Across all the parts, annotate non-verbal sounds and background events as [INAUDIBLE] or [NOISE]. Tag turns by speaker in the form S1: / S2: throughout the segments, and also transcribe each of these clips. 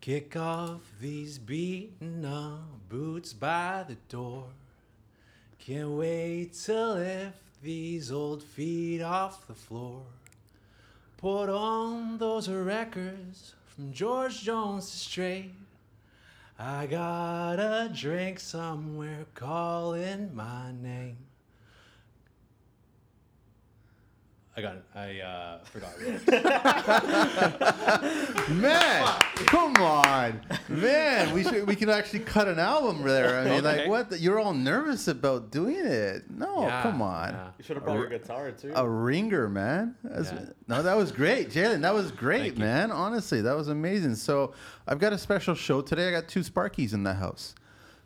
S1: Kick off these beaten up boots by the door. Can't wait to lift these old feet off the floor. Put on those records from George Jones to Strait. I got a drink somewhere calling my name. I got it. I uh, forgot.
S2: Man, come on, man. We should we could actually cut an album there. I mean, like
S3: Okay.
S2: what? The, you're all nervous about doing it. No,
S1: Yeah,
S2: Oh, come on.
S1: yeah.
S4: You should have brought your guitar too.
S2: A ringer, man. That's-
S1: Yeah.
S2: No, that was great, Jalen. That was great,
S1: you.
S2: man. Honestly, that was amazing. So I've got a special show today. I got two Sparkies in the house.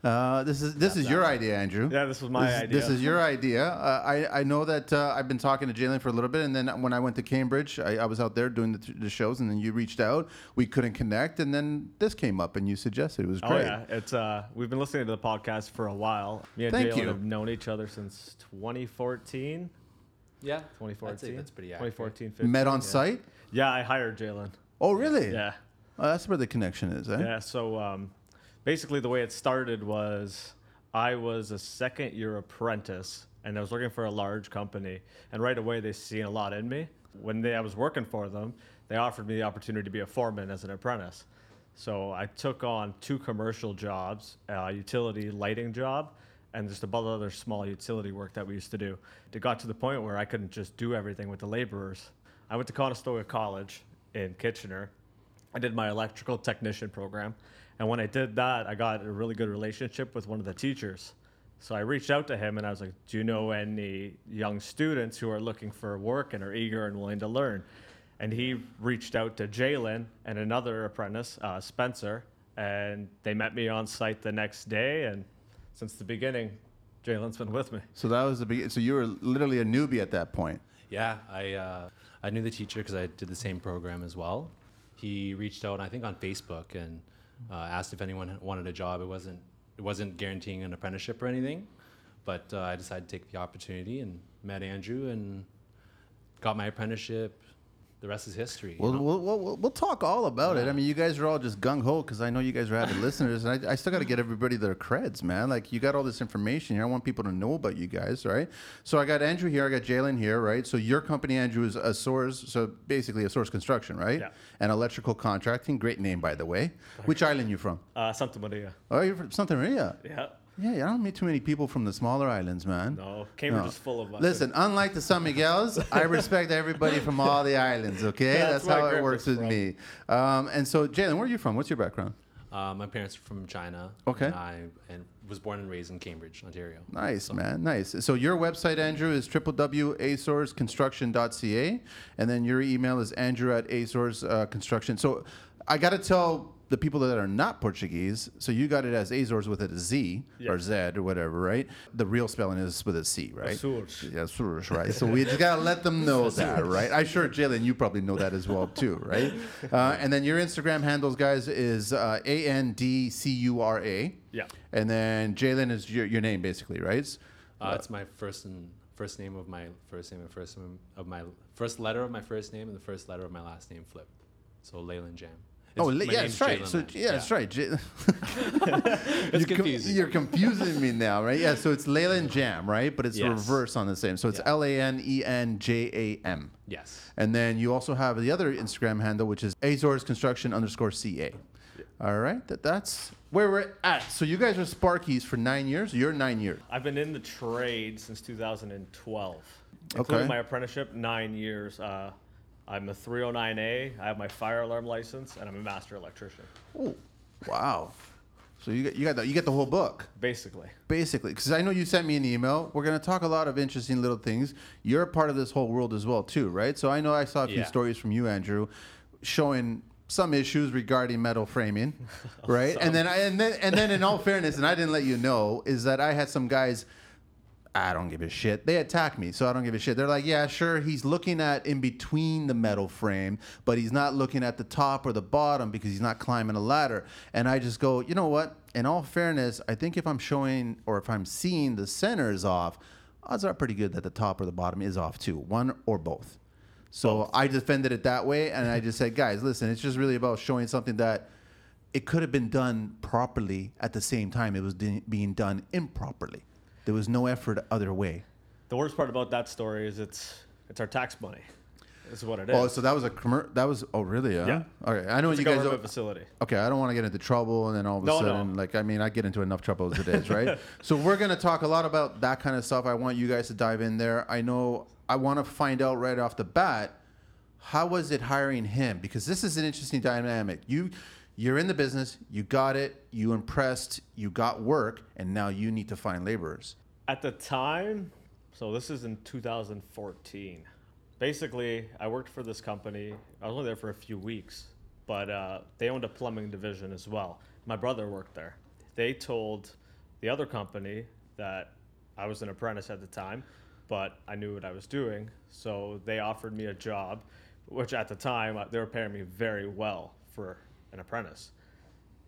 S2: Uh, this is this is your idea, Andrew.
S4: Yeah, this was my
S2: This-
S4: idea.
S2: This is your idea. Uh, I I know that uh, I've been talking to Jalen for a little bit, and then when I went to Cambridge, I, I was out there doing the, the shows, and then you reached out. We couldn't connect, and then this came up, and you suggested it was
S4: Oh
S2: great.
S4: yeah, it's uh, we've been listening to the podcast for a while. Me and
S2: Thank
S4: Jalen
S2: you.
S4: have known each other since 2014.
S1: Yeah,
S4: 2014.
S1: I'd say that's pretty accurate.
S4: 2014. 15.
S2: Met on site.
S4: Yeah, I hired Jalen.
S2: Oh really?
S4: Yeah,
S2: Oh, that's where the connection is. Eh?
S4: yeah. So um, basically, the way it started was I was a second year apprentice, and I was working for a large company, and right away they seen a lot in me. When they, I was working for them, they offered me the opportunity to be a foreman as an apprentice. So I took on two commercial jobs, a utility lighting job, and just a bunch of other small utility work that we used to do. It got to the point where I couldn't just do everything with the laborers. I went to Conestoga College in Kitchener. I did my electrical technician program. And when I did that, I got a really good relationship with one of the teachers. So I reached out to him and I was like, Do you know any young students who are looking for work and are eager and willing to learn? And he reached out to Jalen and another apprentice, uh, Spencer, and they met me on site the next day. And since the beginning, Jalen's been with me.
S2: So that was the beginning. So you were literally a newbie at that point.
S1: Yeah, I uh, I knew the teacher because I did the same program as well. He reached out, I think, on Facebook and uh, asked if anyone wanted a job. It wasn't it wasn't guaranteeing an apprenticeship or anything, but uh, I decided to take the opportunity and met Andrew and got my apprenticeship. The rest is history. you
S2: We'll,
S1: know?
S2: we'll, we'll, we'll- we'll talk all about it. I mean, you guys are all just gung ho because I know you guys are avid listeners, and I, I still got to get everybody their creds, man. Like, you got all this information here. I want people to know about you guys, right? So, I got Andrew here, I got Jalen here, right? So, your company, Andrew, is a source, so basically a source construction, right?
S4: Yeah.
S2: And electrical contracting. Great name, by the way. Which island you from?
S4: Uh, Santa Maria.
S2: Oh, you're from Santa Maria.
S4: Yeah.
S2: Yeah, yeah, I don't meet too many people from the smaller islands, man.
S4: No, Cambridge
S2: No.
S4: is full of us.
S2: Listen, unlike the San Miguel's, I respect everybody from all the islands. Okay, that's,
S4: That's
S2: how
S4: where
S2: it works with me.
S4: Griffith's
S2: Um, and so, Jalen, where are you from? What's your background?
S1: Uh, my parents are from China.
S2: Okay.
S1: And I and was born and raised in Cambridge, Ontario.
S2: Nice, man. Nice. So your website, Andrew, is www.asourceconstruction.ca, and then your email is andrew at asource uh, construction. So I got to tell the people that are not Portuguese. So you got it as Azores with a Z or Z or whatever, right? The real spelling is with a C, right?
S4: Açores.
S2: Yeah, Açores, right? So
S1: [LAUGHS]
S2: we just gotta let them know that, right? I'm sure Jalen, you probably know that as well too, right?
S1: [LAUGHS]
S2: Uh, and then your Instagram handles, guys, is uh, A N D C U R A.
S4: Yeah.
S2: And then Jalen is your, your name, basically, right?
S1: Uh, it's my first and first name of my first name and first name of my first letter of my first name and the first letter of my last name flip. So Leyland Jam.
S2: oh,
S1: It's-
S2: li-
S1: my
S2: yeah,
S1: name's
S2: that's right.
S1: Jalen
S2: So,
S1: Lam.
S2: yeah, that's right. J-
S1: [LAUGHS] It's
S2: you're com-
S1: confusing.
S2: you're confusing me now, right? Yeah, so it's Leyland Jam, right? But it's
S1: Yes.
S2: reverse on the same. So it's
S1: Yeah.
S2: L A N E N J A M.
S1: yes.
S2: And then you also have the other Instagram handle, which is Azores Construction underscore CA. All right, that, that's where we're at. So you guys are Sparkies for nine years. You're nine years.
S4: I've been in the trade since 2012,
S2: Okay.
S4: including my apprenticeship, nine years. Uh, I'm a 309A. I have my fire alarm license, and I'm a master electrician,
S2: Oh, wow. So you got you got the, you get the whole book.
S4: basically.
S2: basically because i know you sent me an email we're going to talk a lot of interesting little things you're a part of this whole world as well too right so i know i saw a few
S1: Yeah.
S2: stories from you andrew showing some issues regarding metal framing right and then I, and then and then in all fairness and i didn't let you know is that i had some guys I don't give a shit. They attack me, so I don't give a shit. They're like, yeah, sure, he's looking at in between the metal frame, but he's not looking at the top or the bottom because he's not climbing a ladder. And I just go, you know what? In all fairness, I think if I'm showing or if I'm seeing the center is off, odds are pretty good that the top or the bottom is off too, one or both. So I defended it that way, and I just said, guys, listen, it's just really about showing something that it could have been done properly at the same time it was de- being done improperly. There was no effort other way.
S4: The worst part about that story is it's it's our tax money. Is what it is.
S2: Oh, so that was a commer- that was oh really? Yeah.
S4: Yeah.
S2: All right. I know
S4: it's a
S2: you guys.
S4: government
S2: Don't,
S4: facility.
S2: okay, I don't want to get into trouble, and then all of a
S4: No, no.
S2: sudden, like I mean, I get into enough trouble as it is,
S4: [LAUGHS]
S2: right? so we're gonna talk a lot about that kind of stuff. I want you guys to dive in there. I know I want to find out right off the bat how was it hiring him because this is an interesting dynamic. You you're in the business, you got it, you impressed, you got work, and now you need to find laborers.
S4: At the time, so this is in 2014. Basically, I worked for this company. I was only there for a few weeks, but uh, they owned a plumbing division as well. My brother worked there. They told the other company that I was an apprentice at the time, but I knew what I was doing. So they offered me a job, which at the time uh, they were paying me very well for an apprentice.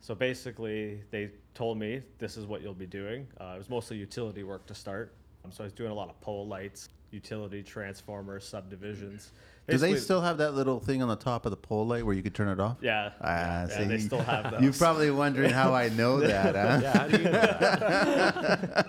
S4: So basically, they told me this is what you'll be doing. Uh, it was mostly utility work to start. Um, so I was doing a lot of pole lights, utility transformers, subdivisions.
S2: Do they
S4: Basically-
S2: still have that little thing on the top of the pole light where you could turn it off?
S4: Yeah.
S2: Ah,
S4: yeah,
S2: see,
S4: they still have
S2: [LAUGHS]
S4: those.
S2: You're probably wondering how I
S4: [LAUGHS]
S2: know that. Huh?
S1: Yeah, how do you know
S2: [LAUGHS]
S1: that?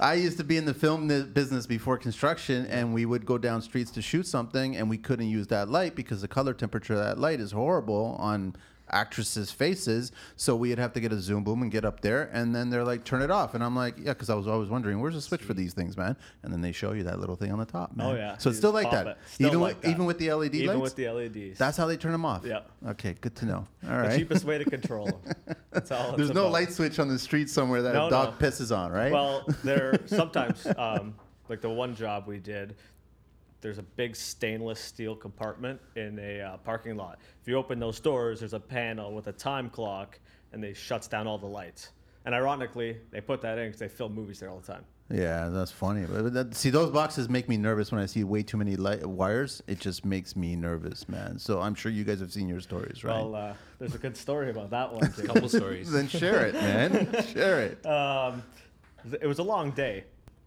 S2: I used to be in the film ni- business before construction, and we would go down streets to shoot something, and we couldn't use that light because the color temperature of that light is horrible on actresses' faces. So we'd have to get a zoom boom and get up there, and then they're like, "Turn it off," and I'm like, "Yeah," because I was always wondering, "Where's the switch for these things, man?" And then they show you that little thing on the top, man.
S4: Oh, yeah.
S2: So
S4: You
S2: it's still like
S4: just pop
S2: that,
S4: it. Still
S2: even
S4: like
S2: with,
S4: that.
S2: even with the LED
S4: Even
S2: lights.
S4: with the LEDs.
S2: that's how they turn them off.
S4: Yeah.
S2: Okay, good to know. All
S4: the
S2: right.
S4: cheapest way to control them. That's all.
S2: [LAUGHS]
S4: it's
S2: There's no
S4: about.
S2: light switch on the street somewhere that a
S4: No,
S2: dog
S4: no.
S2: pisses on, right?
S4: Well,
S2: [LAUGHS]
S4: there sometimes, um, like the one job we did, there's a big stainless steel compartment in a uh, parking lot. If you open those doors, there's a panel with a time clock, and they shuts down all the lights. And ironically, they put that in because they film movies there all the time.
S2: Yeah, that's funny. But that, see, those boxes make me nervous when I see way too many light wires. It just makes me nervous, man. So I'm sure you guys have seen your stories, right?
S4: Well, uh, there's a good story about that one. Too.
S1: Couple stories.
S2: [LAUGHS]
S1: Uh,
S2: then share
S1: [LAUGHS]
S2: it, man. share it.
S4: um, th- it was a long day.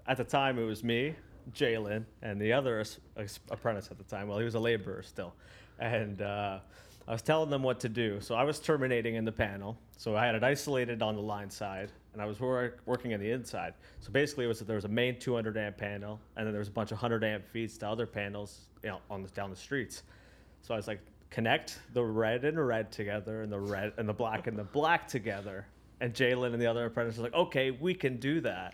S4: At the time, it was me, Jalen, and the other as- as- apprentice at the time. Well, he was a laborer still, and uh, I was telling them what to do. So I was terminating in the panel. So I had it isolated on the line side, and I was wor- working in the inside. So basically, it was that there was a main 200 amp panel, and then there was a bunch of 100 amp feeds to other panels, you know, on the, down the streets. So I was like, connect the red and red together, and the red and the black and the black together. And Jalen and the other apprentice are like, okay, we can do that.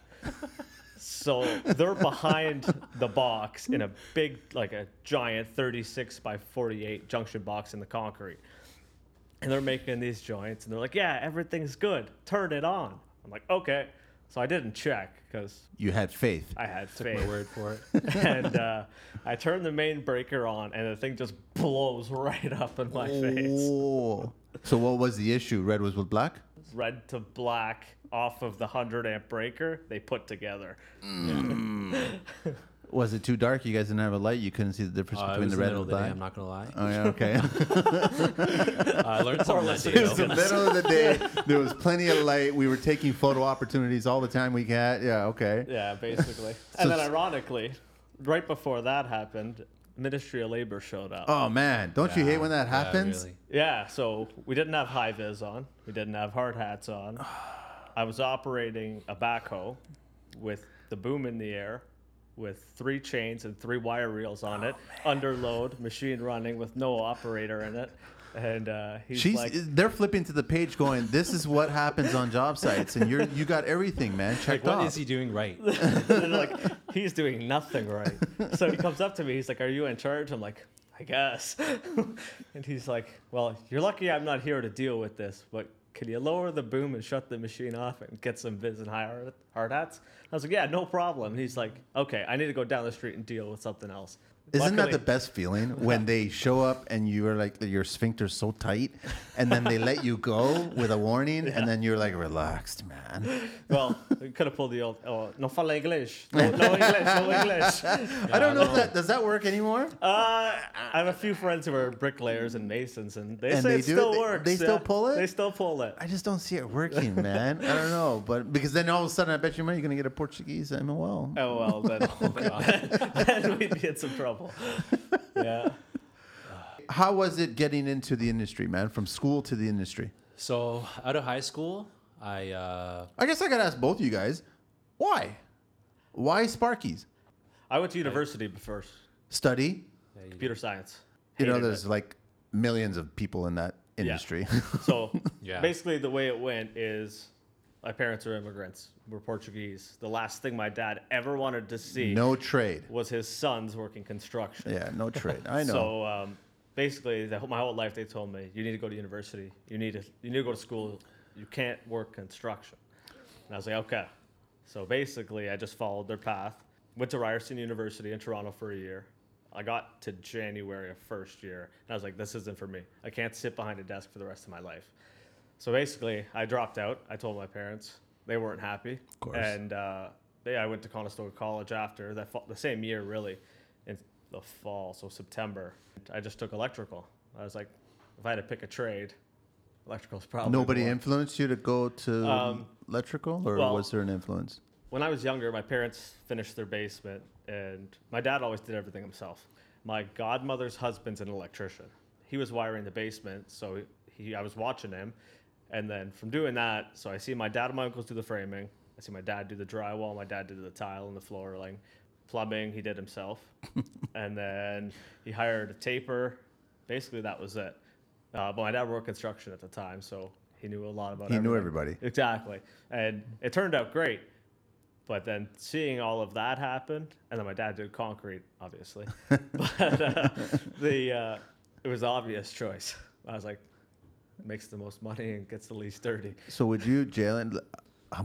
S4: so they're behind the box in a big, like a giant 36 by 48 junction box in the concrete. And they're making these joints, and they're like, yeah, everything's good. Turn it on. I'm like, okay. So I didn't check because
S2: You had faith.
S4: I had
S1: My
S4: faith
S1: word for it.
S4: [LAUGHS] and uh, I turn the main breaker on, and the thing just blows right up in my face.
S2: Oh. So what was the issue? Red was with black.
S4: Red to black off of the 100 amp breaker they put together.
S2: Was it too dark? You guys didn't have a light. You couldn't see the difference
S1: Uh, it
S2: between
S1: was
S2: the
S1: the
S2: red
S1: middle
S2: and
S1: of the day,
S2: black.
S1: I'm not going to lie.
S2: Oh yeah, okay.
S1: [LAUGHS]
S2: [LAUGHS]
S1: Uh, I learned something that
S4: less
S1: day,
S4: it
S2: it was
S1: though.
S2: the middle of the day. There was plenty of light. We were taking photo opportunities all the time we had. Yeah, okay.
S4: Yeah, basically. [LAUGHS] and then, ironically, right before that happened, Ministry of Labor showed up.
S2: Oh man, don't you hate when that
S1: Yeah,
S2: happens?
S1: really.
S4: Yeah, so we didn't have high vis on. We didn't have hard hats on. I was operating a backhoe with the boom in the air, with three chains and three wire reels on it, under load, machine running with no operator in it. And uh, he's
S2: She's
S4: like,
S2: they're flipping to the page going, This is what happens on job sites and you're you got everything, man.
S1: Like,
S2: Checked
S1: what
S2: off.
S1: is he doing right?
S4: and they're like, he's doing nothing right. So he comes up to me. He's like, "Are you in charge?" I'm like, "I guess." [LAUGHS] and he's like, "Well, you're lucky I'm not here to deal with this, but." Can you lower the boom and shut the machine off and get some vids and higher hard hats? I was like, yeah, no problem. And he's like, okay, I need to go down the street and deal with something else.
S2: Isn't that the
S4: Luckily-
S2: best feeling when they show up and you are like your sphincter's so tight and then they let you go with a warning and then you're like relaxed, man.
S4: Well, we could have pulled the old, oh, no fala English. No, no English, no
S2: [LAUGHS]
S4: English.
S2: I don't know if that does that work anymore?
S4: Uh, I have a few friends who are bricklayers and masons, and they
S2: And
S4: say
S2: they
S4: it
S2: do?
S4: still
S2: They-
S4: works.
S2: they still pull it?
S4: They still pull it.
S2: I just don't see it working, man. I don't know. But because then all of a sudden I bet you money you're gonna get a Portuguese MOL.
S4: Oh
S2: [LAUGHS]
S4: well, then, [LAUGHS] then we'd be in some trouble. Yeah.
S2: How was it getting into the industry, man? From school to the industry?
S1: So out of high school, I uh,
S2: I guess I gotta ask both you guys, why? Why Sparkies?
S4: I went to university first,
S2: Study.
S4: computer science.
S2: You know,
S4: Hated it.
S2: there's like millions of people in that industry.
S4: [LAUGHS]
S2: [LAUGHS]
S4: So
S1: Yeah.
S4: basically, the way it went is my parents are immigrants, were Portuguese. The last thing my dad ever wanted to see
S2: no trade.
S4: was his sons working construction.
S2: Yeah, no trade. I know.
S4: [LAUGHS] So um, basically, the, whole- my whole life they told me, you need to go to university. You need to you need to go to school. You can't work construction. And I was like, okay. So basically, I just followed their path. Went to Ryerson University in Toronto for a year. I got to January of first year, and I was like, this isn't for me. I can't sit behind a desk for the rest of my life. So basically, I dropped out. I told my parents. They weren't happy. Of
S2: course.
S4: And uh, they, I went to Conestoga College after that, fall, the same year, really, in the fall, so September. I just took electrical. I was like, if I had to pick a trade, electrical's probably
S2: Nobody
S4: the one.
S2: influenced you to go to
S4: Um,
S2: electrical, or
S4: well-
S2: was there an influence?
S4: when I was younger, my parents finished their basement, and my dad always did everything himself. My godmother's husband's an electrician. He was wiring the basement, so he, I was watching him. And then from doing that, so I see my dad and my uncles do the framing. I see my dad do the drywall. My dad did the tile and the flooring, plumbing. He
S2: [LAUGHS]
S4: did himself, and then he hired a taper. Basically, that was it. Uh, but my dad worked construction at the time, so he knew a lot about.
S2: He knew
S4: everything.
S2: everybody.
S4: Exactly, and it turned out great. But then seeing all of that happen, and then my dad did concrete, obviously. but uh, the uh, it was obvious choice. I was like, makes the most money and gets the least dirty.
S2: So would you, Jalen?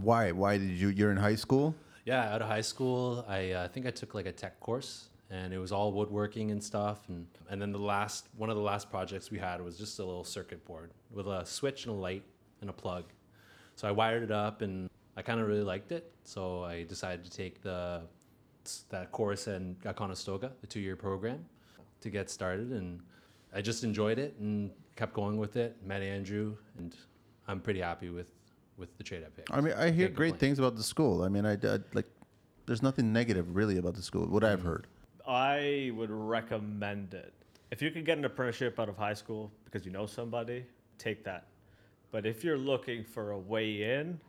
S2: Why? Why did you? You're in high school.
S1: yeah, out of high school, I uh, think I took like a tech course, and it was all woodworking and stuff. And and then the last one of the last projects we had was just a little circuit board with a switch and a light and a plug. So I wired it up, and I kind of really liked it. So I decided to take the that course and at Conestoga, the two year program, to get started. And I just enjoyed it and kept going with it. Met Andrew, and I'm pretty happy with with the trade I picked.
S2: I mean, I hear
S1: Can't
S2: great
S1: complain.
S2: things about the school. I mean, I, I like. There's nothing negative really about the school. What
S4: Mm.
S2: I've heard.
S4: I would recommend it. If you could get an apprenticeship out of high school because you know somebody, take that. But if you're looking for a way in,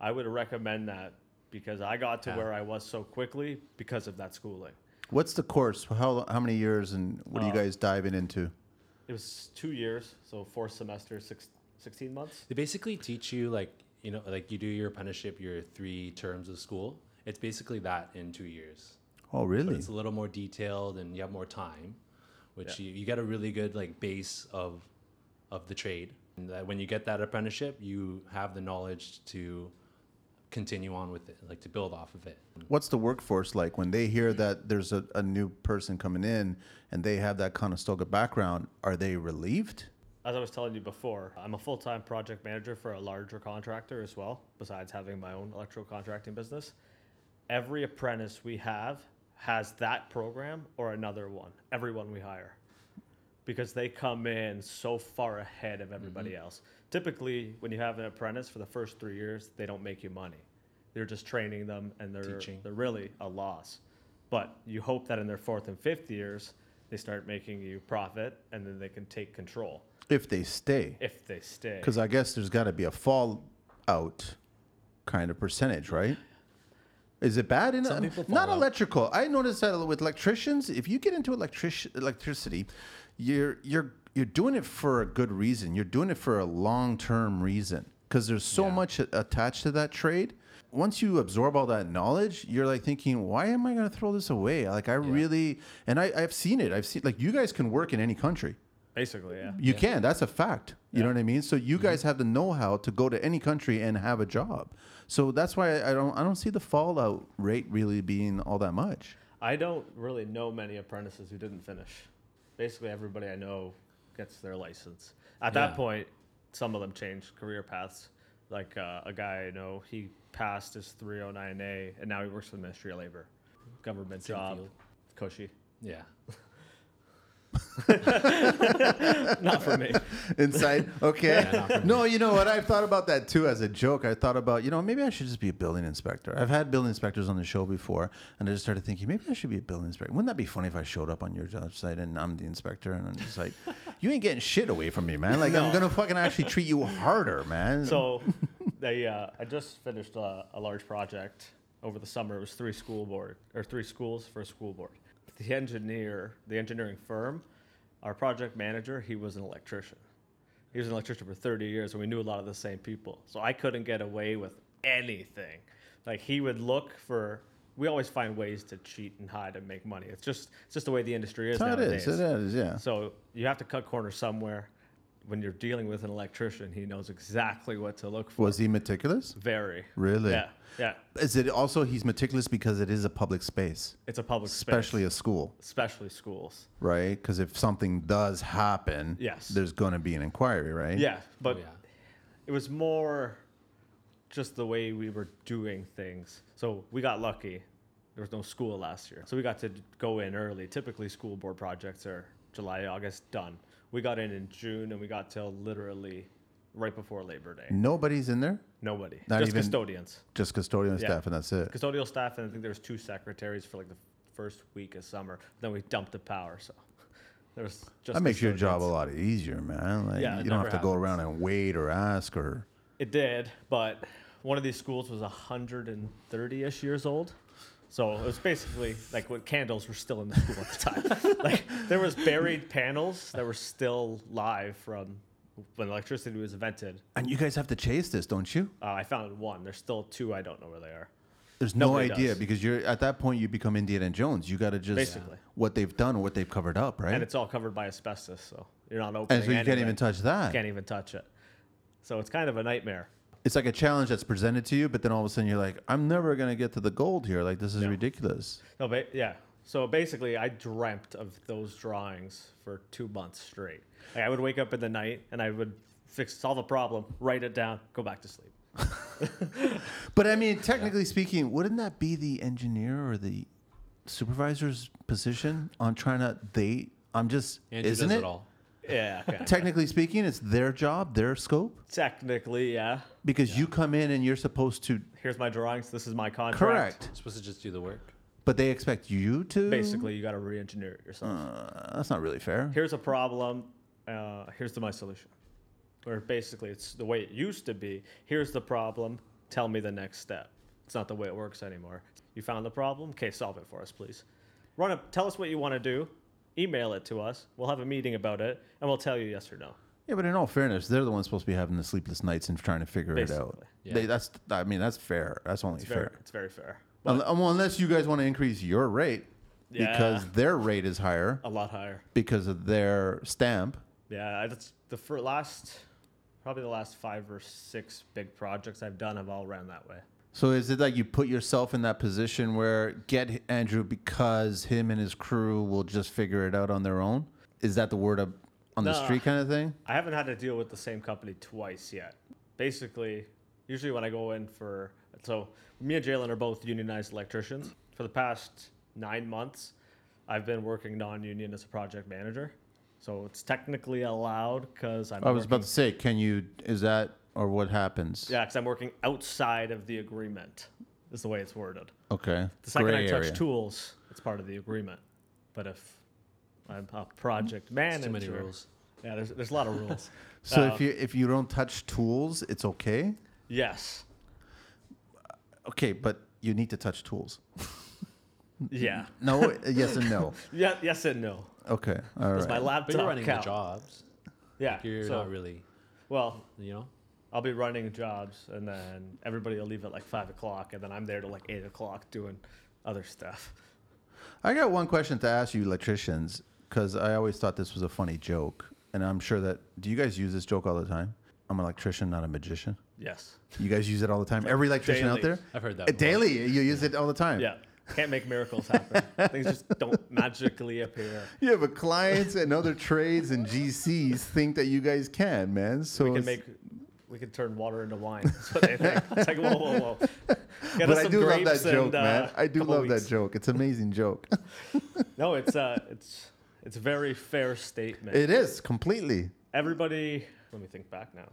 S4: I would recommend that because I got to
S1: Yeah.
S4: where I was so quickly because of that schooling.
S2: What's the course? How how many years and what are you
S4: Uh,
S2: guys diving into?
S4: It was two years, so four semesters, six, 16 months.
S1: They basically teach you like you know like you do your apprenticeship your three terms of school. It's basically that in two years,
S2: Oh,
S1: but
S2: really?
S1: it's a little more detailed and you have more time, which you, you get a really good like base of of the trade. And that when you get that apprenticeship, you have the knowledge to continue on with it, like to build off of it.
S2: What's the workforce like when they hear that there's a, a new person coming in and they have that Conestoga background? Are they relieved?
S4: as I was telling you before, I'm a full time project manager for a larger contractor as well, besides having my own electrical contracting business. Every apprentice we have has that program or another one, everyone we hire, because they come in so far ahead of everybody else. Typically, when you have an apprentice for the first three years, they don't make you money. They're just training them and they're,
S1: Teaching.
S4: they're really a loss. But you hope that in their fourth and fifth years, they start making you profit and then they can take control
S2: If they stay,
S4: if they stay.
S2: because I guess there's got to be a fallout kind of percentage, right? Is it bad? In
S1: Some people fall
S2: not
S1: out.
S2: electrical. I noticed that with electricians, if you get into electric electricity, you're you're you're doing it for a good reason. You're doing it for a long term reason because there's so
S1: Yeah.
S2: much a- attached to that trade. Once you absorb all that knowledge, you're like thinking, why am I going to throw this away? Like I really, and I, I've seen it. I've seen like you guys can work in any country.
S4: Basically, yeah.
S2: You can. That's a fact. You know what I mean. So you guys have the know-how to go to any country and have a job. So that's why I don't. I don't see the fallout rate really being all that much.
S4: I don't really know many apprentices who didn't finish. Basically, everybody I know gets their license. At
S1: Yeah.
S4: that point, some of them change career paths. Like uh, a guy I know, he passed his 309A and now he works for the Ministry of Labor. Government
S1: Same
S4: job.
S1: field.
S4: Cushy.
S1: Yeah,
S4: [LAUGHS] Not for me.
S2: [LAUGHS] inside. Okay. [LAUGHS]
S1: not for me.
S2: no, you know what? I've thought about that too as a joke. I thought about, you know, maybe I should just be a building inspector. I've had building inspectors on the show before, and I just started thinking, maybe I should be a building inspector. Wouldn't that be funny if I showed up on your job site and I'm the inspector and I'm just [LAUGHS] like, you ain't getting shit away from me, man. Like, I'm
S4: No.
S2: going to fucking actually treat you harder, man.
S4: So they, uh, I just finished uh, a large project over the summer. It was three school board or three schools for a school board. The engineer, the engineering firm, our project manager, he was an electrician. He was an electrician for 30 years, and we knew a lot of the same people. So I couldn't get away with anything. Like he would look for. We always find ways to cheat and hide and make money. It's just it's just the way the industry is
S2: that
S4: nowadays.
S2: is. It is, yeah.
S4: So you have to cut corners somewhere. When you're dealing with an electrician, he knows exactly what to look for.
S2: Was he meticulous?
S4: Very.
S2: Really?
S4: Yeah. Yeah.
S2: Is it also he's meticulous because it is a public space,
S4: It's a public space.
S2: especially a school?
S4: especially schools.
S2: right? Because if something does happen,
S4: Yes.
S2: there's going to be an inquiry, right?
S4: Yeah, but
S1: Oh, yeah.
S4: it was more just the way we were doing things. So we got lucky. There was no school last year. So we got to d- go in early. Typically, school board projects are July, August, done. We got in in June and we got till literally right before Labor Day.
S2: Nobody's in there,
S4: Nobody.
S2: Not
S4: just
S2: even-
S4: custodians.
S2: just custodial
S4: Yeah.
S2: staff, and that's it.
S4: Custodial staff, and I think there was two secretaries for like the first week of summer. Then we dumped the power. So [LAUGHS] there was just.
S2: That makes your job
S4: custodians.
S2: a lot easier, man. Like,
S4: Yeah, it
S2: you don't have
S4: never
S2: to go
S4: happens.
S2: around and wait or ask or.
S4: It did, but one of these schools was 130-ish years old. So it was basically like when candles were still in the school at the time. [LAUGHS] like there was buried panels that were still live from when electricity was invented.
S2: And you guys have to chase this, don't you?
S4: Uh, I found one. There's still two I don't know where they are.
S2: There's no
S4: Nobody
S2: idea
S4: does.
S2: because you're at that point you become Indiana Jones. You got to just
S4: Basically.
S2: what they've done, what they've covered up, right?
S4: And it's all covered by asbestos, so you're not opening
S2: And so you can't
S4: anything.
S2: even touch that.
S4: Can't even touch it. So it's kind of a nightmare.
S2: It's like a challenge that's presented to you, but then all of a sudden you're like, I'm never gonna get to the gold here. Like this is ridiculous.
S4: No, ba- yeah. So basically, I dreamt of those drawings for two months straight. Like I would wake up in the night and I would fix solve a problem, write it down, go back to sleep.
S2: But I mean, technically speaking, wouldn't that be the engineer or the supervisor's position on trying to date? I'm just
S1: Andrew
S2: isn't
S1: does
S2: it?
S1: it all.
S4: [LAUGHS] Yeah. kinda.
S2: Technically speaking, it's their job, their scope,
S4: Technically, yeah.
S2: because you come in and you're supposed to
S4: Here's my drawings. This is my contract.
S2: correct,
S1: I'm supposed to just do the work.
S2: but they expect you to.
S4: Basically, you got to re-engineer it yourself.
S2: uh, that's not really fair.
S4: Here's a problem. Uh, here's the, my solution. Or basically, it's the way it used to be. Here's the problem. Tell me the next step. It's not the way it works anymore. You found the problem. Okay, solve it for us, please. Run up. Tell us what you want to do. Email it to us. We'll have a meeting about it, and we'll tell you yes or no.
S2: Yeah, but in all fairness, they're the ones supposed to be having the sleepless nights and trying to figure it out.
S4: Basically,
S1: yeah.
S2: They, that's I mean that's fair. That's only
S4: It's
S2: fair.
S4: very, it's very fair.
S2: Un- well, unless you guys want to increase your rate because
S4: Yeah.
S2: their rate is higher
S4: A lot higher.
S2: because of their stamp.
S4: Yeah, I- that's the fir- last, probably the last five or six big projects I've done have all ran that way.
S2: So is it like you put yourself in that position where get Andrew because him and his crew will just figure it out on their own? Is that the word up on the
S4: No.
S2: street kind of thing?
S4: I haven't had to deal with the same company twice yet. Basically, usually when I go in for so me and Jalen are both unionized electricians. For the past nine months, I've been working non-union as a project manager, so it's technically allowed because I'm.
S2: I was
S4: working,
S2: about to say, can you? Is that or what happens?
S4: yeah, 'cause I'm working outside of the agreement. Is the way it's worded.
S2: Okay.
S4: The second
S2: Gray
S4: I touch
S2: area.
S4: tools, it's part of the agreement. But if I'm a project
S1: It's
S4: manager,
S1: too many rules.
S4: Yeah, there's there's a lot of
S2: [LAUGHS]
S4: rules.
S2: So
S4: uh,
S2: if you if you don't touch tools, it's okay.
S4: yes.
S2: Okay, but you need to touch tools.
S4: Yeah.
S2: No.
S4: [LAUGHS]
S2: yes and no.
S4: Yeah, yes and no.
S2: Okay. All
S4: Because my
S2: right.
S4: laptop
S1: But you're running
S4: count.
S1: the jobs.
S4: Yeah.
S1: You're
S4: so,
S1: not really,
S4: Well,
S1: you know.
S4: I'll be running jobs, and then everybody will leave at like five o'clock, and then I'm there till like eight o'clock doing other stuff.
S2: I got one question to ask you, electricians, because I always thought this was a funny joke, and I'm sure that do you guys use this joke all the time? I'm an electrician, not a magician.
S4: Yes.
S2: You guys use it all the time. Every electrician out
S4: Daily.
S2: there,
S1: I've heard that.
S2: Uh,
S1: before.
S2: daily, you use it all the time.
S4: Yeah. Can't make miracles happen. Things just
S2: [LAUGHS]
S4: don't magically appear.
S2: Yeah, but clients and other trades and GCs think that you guys can, man. So
S4: We can
S2: it's-
S4: make. We can turn water into wine. [LAUGHS] That's what they think. It's like whoa,
S2: [LAUGHS]
S4: whoa, whoa. Get
S2: But
S4: us
S2: I
S4: some
S2: do love that
S4: grapes
S2: joke,
S4: and,
S2: man.
S4: uh,
S2: I do
S4: couple
S2: love
S4: weeks. [LAUGHS]
S2: that joke. It's an amazing joke.
S4: No, it's uh, it's It's a very fair statement.
S2: It is completely.
S4: Everybody, let me think back now.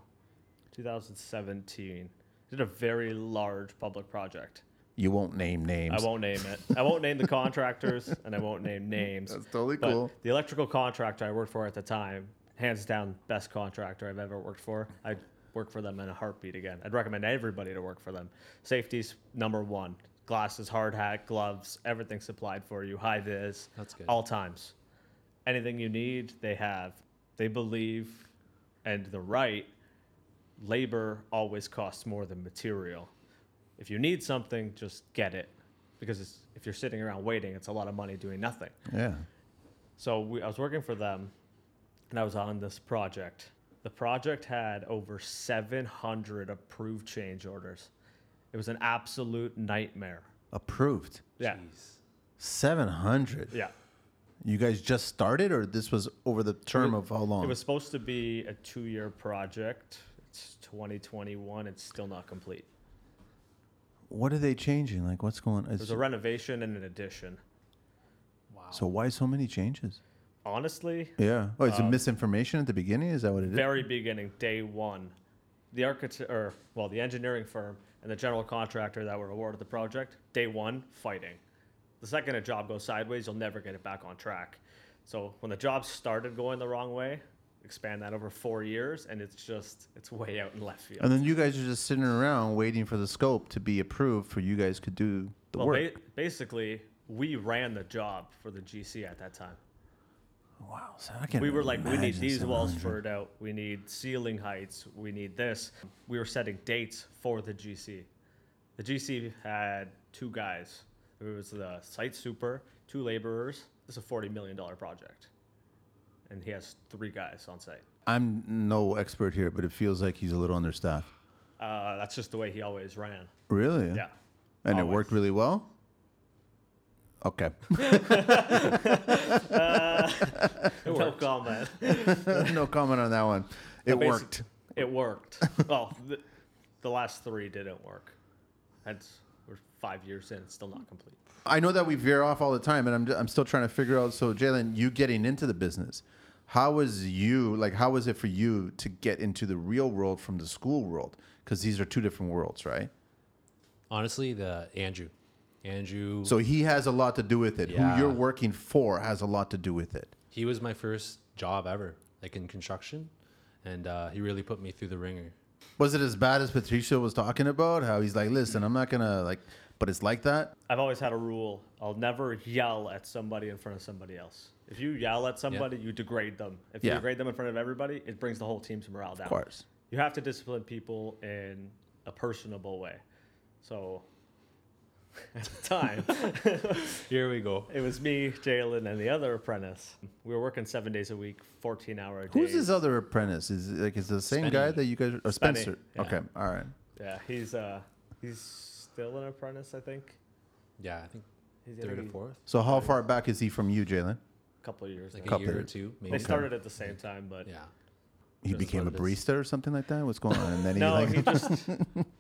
S4: 2017 did a very large public project.
S2: You won't name names.
S4: I won't name it. I won't name the contractors and I won't name names.
S2: That's totally
S4: But
S2: cool.
S4: The electrical contractor I worked for at the time, hands down, best contractor I've ever worked for. I'd work for them in a heartbeat again. I'd recommend everybody to work for them. Safety's number one. Glasses, hard hat, gloves, everything supplied for you. High vis.
S1: That's good.
S4: All times. Anything you need, they have. They believe, and the right, labor always costs more than material. If you need something, just get it. Because it's, if you're sitting around waiting, it's a lot of money doing nothing.
S2: Yeah.
S4: So we, I was working for them, and I was on this project. The project had over 700 approved change orders. It was an absolute nightmare.
S2: Approved.
S4: Yeah,
S1: Jeez.
S2: 700.
S4: yeah.
S2: You guys just started, or this was over the term
S4: It-
S2: of how long?
S4: It was supposed to be a two-year project. It's 2021. It's still not complete.
S2: what are they changing? Like, what's going on?
S4: There's a renovation and an addition.
S1: Wow.
S2: So, why so many changes?
S4: Honestly,
S2: Yeah. Oh, it's a misinformation at the beginning? Is that what it is?
S4: Uh, very beginning, day one, the architect or well, the engineering firm and the general contractor that were awarded the project, day one, fighting. The second a job goes sideways, you'll never get it back on track. So when the job started going the wrong way, expand that over four years, and it's just it's way out in left field.
S2: And then you guys are just sitting around waiting for the scope to be approved for you guys could do the
S4: well,
S2: work.
S4: ba- basically, we ran the job for the GC at that time.
S2: wow. So I can't
S4: we were like, we need
S2: imagine
S4: these walls
S2: 700.
S4: furred out. We need ceiling heights. We need this. We were setting dates for the GC. The GC had two guys. It was the site super, two laborers. This is a $40 million project. And he has three guys on site.
S2: I'm no expert here, but it feels like he's a little understaffed.
S4: Uh, that's just the way he always ran.
S2: Really?
S4: Yeah.
S2: And it
S4: always.
S2: worked really well? Okay. [LAUGHS]
S4: No comment.
S2: no comment on that one. It
S4: Basi-
S2: worked.
S4: It worked. well, the, the last three didn't work. That's, we're five years in, it's still not complete.
S2: I know that we veer off all the time, and I'm, I'm still trying to figure out. So, Jalen, you getting into the business, how was you like? How was it for you to get into the real world from the school world? Because these are two different worlds, right?
S1: Honestly, the Andrew, Andrew,
S2: So he has a lot to do with it.
S1: Yeah.
S2: Who you're working for has a lot to do with it.
S1: he was my first job ever, like in construction, and uh, he really put me through the ringer.
S2: Was it as bad as Patricia was talking about? How he's like, listen, I'm not gonna like, but it's like that.
S4: I've always had a rule. I'll never yell at somebody in front of somebody else. If you yell at somebody, you degrade them. If you
S2: Yeah.
S4: degrade them in front of everybody, it brings the whole team's morale down. Of
S2: course.
S4: You have to discipline people in a personable way. So [LAUGHS] at the time,
S1: Here we go.
S4: it was me, Jalen, and the other apprentice. We were working seven days a week, 14 hour days.
S2: Who's his other apprentice? Is it, like is it the same
S1: Spenny.
S2: guy that you guys? Or Spencer.
S4: yeah.
S2: Okay, all right.
S4: Yeah, he's, uh, he's still an apprentice, I think.
S1: Yeah, I think
S4: He's
S1: third or
S4: be
S1: fourth,
S2: So how far back is he from you, Jalen?
S4: a couple of years.
S1: like
S4: now.
S1: a
S2: Couple
S1: year or
S2: years.
S1: two, maybe.
S4: They started at the same time, but
S1: Yeah.
S2: He
S1: That's
S2: became a
S1: what it is.
S2: barista or something like that. What's going on? And then he
S4: No,
S2: like,
S4: he just
S1: [LAUGHS]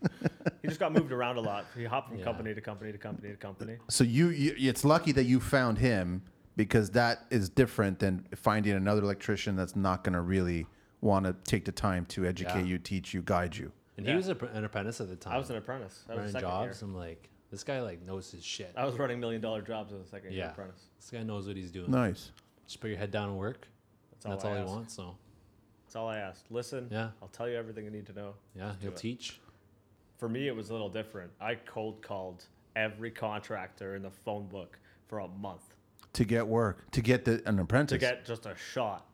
S4: he just got moved around a lot. He hopped from
S1: Yeah.
S4: company to company to company to company.
S2: [LAUGHS] So you, you, it's lucky that you found him because that is different than finding another electrician that's not going to really want to take the time to educate
S1: Yeah.
S2: you, teach you, guide you.
S1: And
S4: Yeah.
S1: he was a, an apprentice at the time.
S4: I was an apprentice. I was
S1: running
S4: second
S1: jobs.
S4: year.
S1: I'm like, this guy like knows his shit.
S4: I was running million dollar jobs as a second year
S1: yeah.
S4: apprentice.
S1: This guy knows what he's doing.
S2: Nice.
S1: Just put your head down and work.
S4: That's all,
S1: and That's
S4: I
S1: all he
S4: asked.
S1: wants. So
S4: That's all I asked. Listen,
S1: Yeah.
S4: I'll tell you everything you need to know.
S1: yeah,
S4: Just do
S1: he'll
S4: it.
S1: teach.
S4: For me, it was a little different. I cold called every contractor in the phone book for a month
S2: To get work, to get the, an apprentice.
S4: to get just a shot.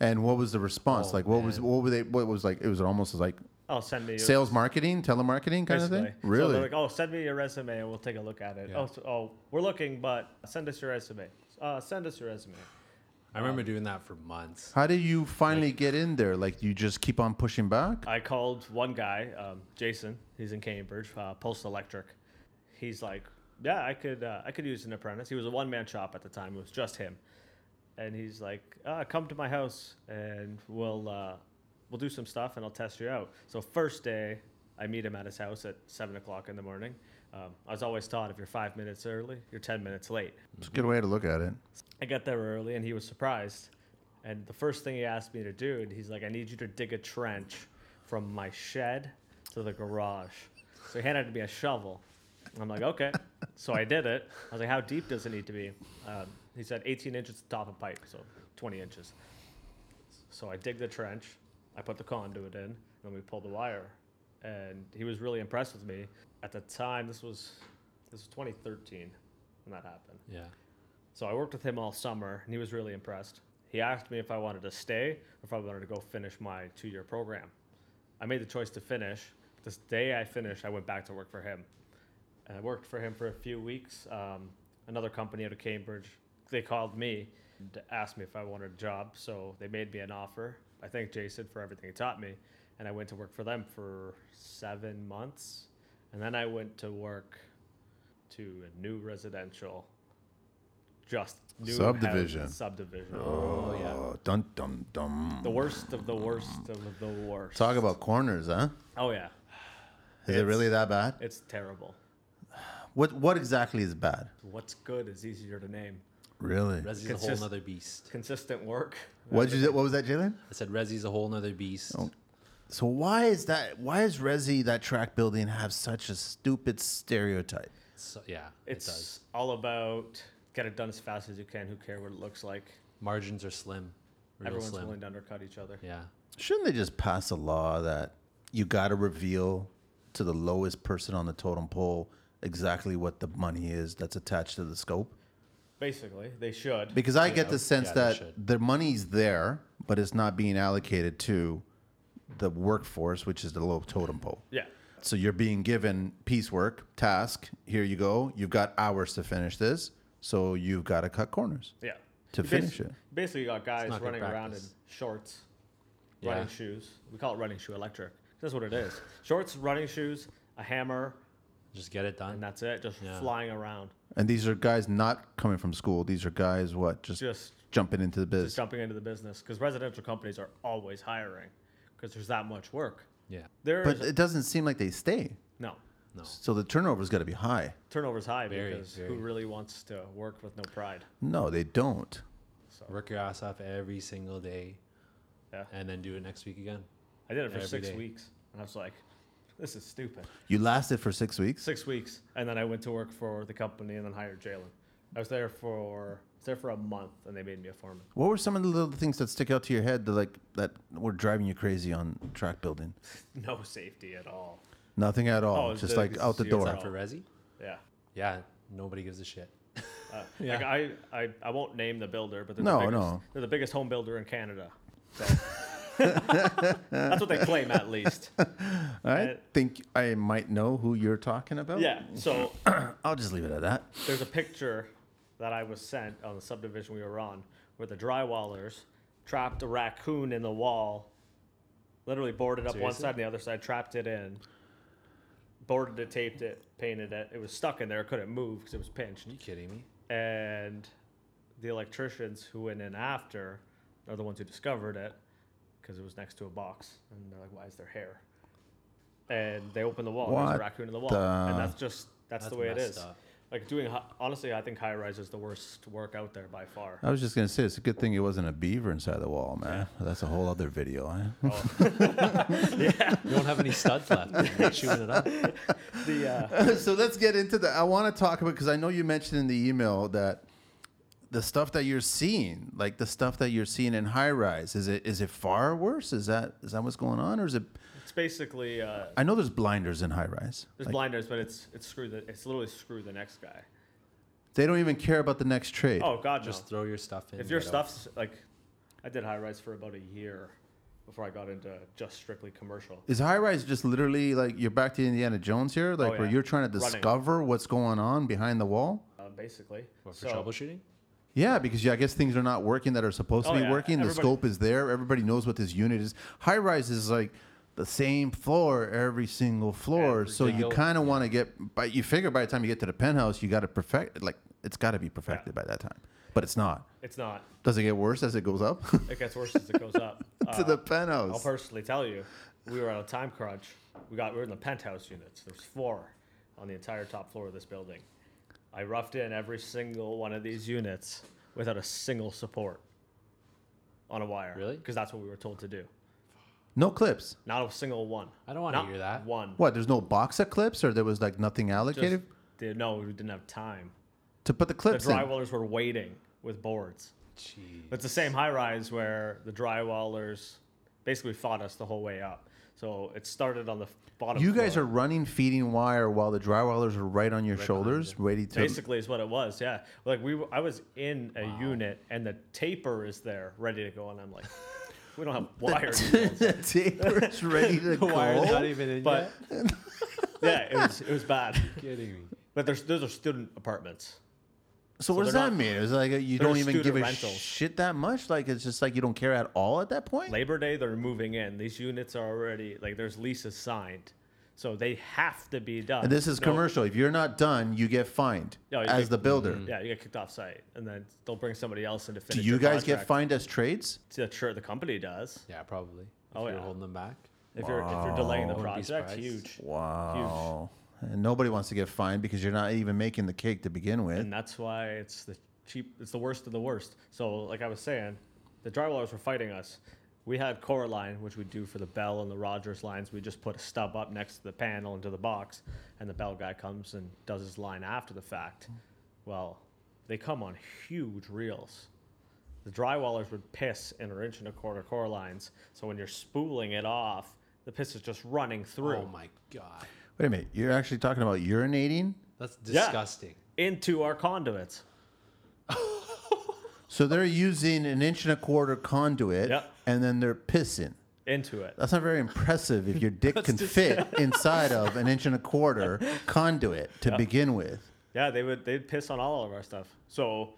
S2: and what was the response?
S1: Oh,
S2: like, what was
S1: man.
S2: what were they? What was like? It was almost like
S4: Oh, send me your
S2: sales marketing, telemarketing kind of
S4: Basically.
S2: thing.
S4: So
S2: Really?
S4: they're like, oh, send me your resume and we'll take a look at it.
S1: Yeah.
S4: Oh, so, oh, we're looking, but send us your resume. Uh, send us your resume.
S1: I remember doing that for months.
S2: How did you finally get in there? Like, you just keep on pushing back.
S4: I called one guy, um, Jason. He's in Cambridge, uh, Pulse Electric. He's like, yeah, I could, uh, I could use an apprentice. He was a one man shop at the time. It was just him, and he's like, uh, come to my house and we'll, uh, we'll do some stuff and I'll test you out. So first day, I meet him at his house at seven o'clock in the morning. Um, I was always taught if you're five minutes early, you're ten minutes late.
S2: It's a good way to look at it.
S4: I got there early and he was surprised. And the first thing he asked me to do, and he's like, I need you to dig a trench from my shed to the garage. So he handed me a shovel. I'm like, okay. So I did it. I was like, how deep does it need to be? Um, he said 18 inches to top of pipe, so 20 inches. So I dig the trench. I put the conduit in, and we pulled the wire. And he was really impressed with me. At the time, this was this was 2013 when that happened.
S1: Yeah.
S4: So I worked with him all summer, and he was really impressed. He asked me if I wanted to stay or if I wanted to go finish my two-year program. I made the choice to finish. This day I finished, I went back to work for him, and I worked for him for a few weeks. Um, another company out of Cambridge, they called me to ask me if I wanted a job, so they made me an offer. I thanked Jason for everything he taught me, and I went to work for them for seven months, and then I went to work to a new residential, just new house-
S2: Subdivision.
S4: subdivision.
S2: Oh, yeah. Dun dum dum.
S4: The worst of the worst of the worst.
S2: Talk about corners, huh?
S4: Oh yeah,
S2: Is it really that bad?
S4: it's terrible.
S2: What What exactly is bad?
S4: What's good is easier to name.
S2: Really?
S1: Resi's a
S4: It's
S1: whole
S4: just-
S1: nother beast.
S4: Consistent work.
S2: What you? What was that, Jalen?
S1: I said Resi's a whole nother beast.
S2: So why is that? Why is Resi that track building have such a stupid stereotype?
S1: So, yeah,
S4: It's
S1: it does.
S4: all about get it done as fast as you can. Who care what it looks like?
S1: Margins are slim. Real
S4: Everyone's
S1: slim.
S4: willing to undercut each other.
S1: Yeah.
S2: Shouldn't they just pass a law that you got to reveal to the lowest person on the totem pole exactly what the money is that's attached to the scope?
S4: Basically, they should.
S2: Because I get the sense
S1: yeah, they
S2: that
S1: should.
S2: the money's there, but it's not being allocated to the workforce, which is the low totem pole.
S4: yeah.
S2: So you're being given piecework, task. Here you go. You've got hours to finish this. So you've got to cut corners.
S4: Yeah.
S2: To
S4: You
S2: finish
S4: basi-
S2: it.
S4: Basically, you got guys
S1: not good
S4: running around in
S1: practice.
S4: shorts,
S1: Yeah.
S4: running shoes. We call it running shoe electric. That's what it is. Shorts, running shoes, a hammer,
S1: Just get it done.
S4: and that's it. Just
S1: Yeah.
S4: flying around.
S2: And these are guys not coming from school. These are guys what just,
S4: Just
S2: jumping into the
S4: just
S2: biz.
S4: jumping into the business because residential companies are always hiring because there's that much work.
S1: Yeah.
S4: There
S2: But
S4: is
S2: it doesn't seem like they stay.
S4: no
S2: So the turnover's got to be high.
S4: turnover's high
S1: Very,
S4: because who
S1: very.
S4: really wants to work with no pride?
S2: No, they don't.
S1: Work your ass off every single day
S4: Yeah,
S1: and then do it next week again.
S4: I did it for
S1: Every
S4: six
S1: day.
S4: weeks and I was like, this is stupid.
S2: You lasted for six weeks.
S4: Six weeks, and then I went to work for the company and then hired Jalen. I was there for I was there for a month and they made me a foreman. [LAUGHS]
S2: What were some of the little things that stick out to your head that like that were driving you crazy on track building?
S4: No safety at all.
S2: Nothing at all.
S4: Oh,
S2: just
S4: the-
S2: like out the
S4: zero.
S2: door.
S4: Oh.
S1: Except for Resi?
S4: Yeah.
S1: Yeah. Nobody gives a shit.
S4: Uh,
S1: Yeah.
S4: Like I, I, I won't name the builder, but they're
S2: No,
S4: the biggest,
S2: no.
S4: they're the biggest home builder in Canada. So. [LAUGHS] That's what they claim,
S2: [LAUGHS]
S4: at least.
S2: I think I might know who you're talking about.
S4: Yeah. So
S2: I'll just leave it at that.
S4: there's a picture that I was sent on the subdivision we were on, where the drywallers trapped a raccoon in the wall, literally boarded up one
S1: Seriously?
S4: side and the other side, trapped it in, boarded it, taped it, painted it. It was stuck in there, couldn't move because it was pinched.
S1: Are you kidding me?
S4: and the electricians who went in after are the ones who discovered it because it was next to a box and they're like why is there hair and they open the wall there's
S2: What
S4: a raccoon in the wall
S2: the-
S4: and that's just that's, the
S1: That's
S4: way it
S1: messed
S4: is
S1: up.
S4: like doing hi- honestly i think high rise is the worst work out there
S2: [LAUGHS]
S4: by far
S2: I was just gonna say it's a good thing it wasn't a beaver inside the wall, man. That's a whole other video. Eh?
S1: You don't have any
S4: [LAUGHS]
S1: studs left. You're chewing it up.
S4: the uh,
S2: [LAUGHS] so let's get into the. I want to talk about because I know you mentioned in the email that the stuff that you're seeing, like the stuff that you're seeing in high rise, is it is it far worse? Is that is that what's going on, or is it?
S4: it's basically uh,
S2: I know there's blinders in high rise.
S4: there's
S2: Like,
S4: blinders but it's it's screw the it's literally screw the next guy
S2: they don't even care about the next trade.
S4: oh god no.
S1: Just throw your stuff in.
S4: if your
S1: get out.
S4: stuff's like i did high rise for about a year before i got into just strictly commercial
S2: Is high rise just literally like you're back to Indiana Jones here, like where
S4: Oh, yeah.
S2: you're trying to
S4: Running.
S2: discover what's going on behind the wall?
S4: uh, basically.
S1: What, for
S4: So,
S1: troubleshooting?
S2: Yeah, because yeah, I guess things are not working that are supposed to
S4: Oh,
S2: be
S4: yeah.
S2: working. The
S4: Everybody-
S2: scope is there. Everybody knows what this unit is. High rise is like the same floor every single floor.
S4: Every
S2: so you
S1: single-
S2: kind of want to get, but you figure by the time you get to the penthouse, you got to perfect. Like it's got to be perfected by that time, but it's not.
S4: It's not.
S2: Does it get worse as it goes up [LAUGHS]
S4: It gets worse as it goes up. Uh,
S2: to the
S4: I'll
S2: penthouse?
S4: personally tell you, we were on a time crunch we got we were in the penthouse units. There's four on the entire top floor of this building. I roughed in every single one of these units without a single support on a wire.
S1: Really?
S4: Because that's what we were told to do.
S2: No clips.
S4: Not a single one.
S1: I don't wanna
S4: Not
S1: hear that.
S4: One.
S2: What? There's no box of clips, or there was like nothing
S4: Just
S2: allocated
S4: did- no, we didn't have time.
S2: to put the
S4: The
S2: clips in.
S4: drywallers were waiting with boards.
S1: Jeez.
S4: It's the same high rise where the drywallers basically fought us the whole way up. So it started on the f- bottom.
S2: You guys
S4: floor.
S2: are running feeding wire while the drywallers are right on your shoulders, ready to.
S4: basically is what it was. Yeah, like we, were- I was in a unit and the taper is there ready to go, and I'm like, we don't have
S2: [LAUGHS]
S4: wires.
S2: the
S4: [LAUGHS]
S2: taper's ready to
S1: Wire's not
S2: go.
S1: even in
S4: but
S2: [LAUGHS]
S4: yeah, it was it was bad.
S1: yet. Kidding me.
S4: But there's those are student apartments.
S2: So what does
S4: they're
S2: that
S4: not-
S2: mean? It's like you
S4: they're
S2: don't even
S4: student
S2: give a
S4: rentals.
S2: shit that much. Like it's just like you don't care at all at that point.
S4: Labor Day, they're moving in. These units are already like there's leases signed, so they have to be done.
S2: and this is
S4: No-
S2: commercial. If you're not done, you get fined
S4: No, you
S2: as
S4: get-
S2: the builder.
S4: Yeah, you get kicked off site, and then they'll bring somebody else in to
S2: Do
S4: finish.
S2: you
S4: your
S2: guys get
S4: contract.
S2: fined as trades?
S4: The, sure, the company does.
S1: Yeah, probably. If
S4: Oh,
S1: you're
S4: yeah.
S1: holding them back.
S4: If you're if you're delaying the
S1: Wow. Wouldn't be
S4: project,
S1: surprised.
S4: huge.
S2: Wow. And nobody wants to get fined because you're not even making the cake to begin with.
S4: and that's why it's the cheap it's the worst of the worst so like i was saying the drywallers were fighting us we had core line which we do for the bell and the rogers lines we just put a stub up next to the panel into the box and the bell guy comes and does his line after the fact well they come on huge reels the drywallers would piss in an inch and a quarter core lines so when you're spooling it off the piss is just running through
S1: Oh my god,
S4: Mm-hmm.
S2: Wait a minute. You're actually talking about urinating?
S1: that's disgusting.
S4: into our conduits
S2: So they're using an inch and a quarter conduit
S4: Yeah.
S2: and then they're pissing.
S4: into it
S2: That's not very impressive if your dick can
S1: just-
S4: [LAUGHS]
S2: fit inside of an inch and a quarter conduit to begin with.
S4: Yeah, they would they'd piss on all of our stuff. So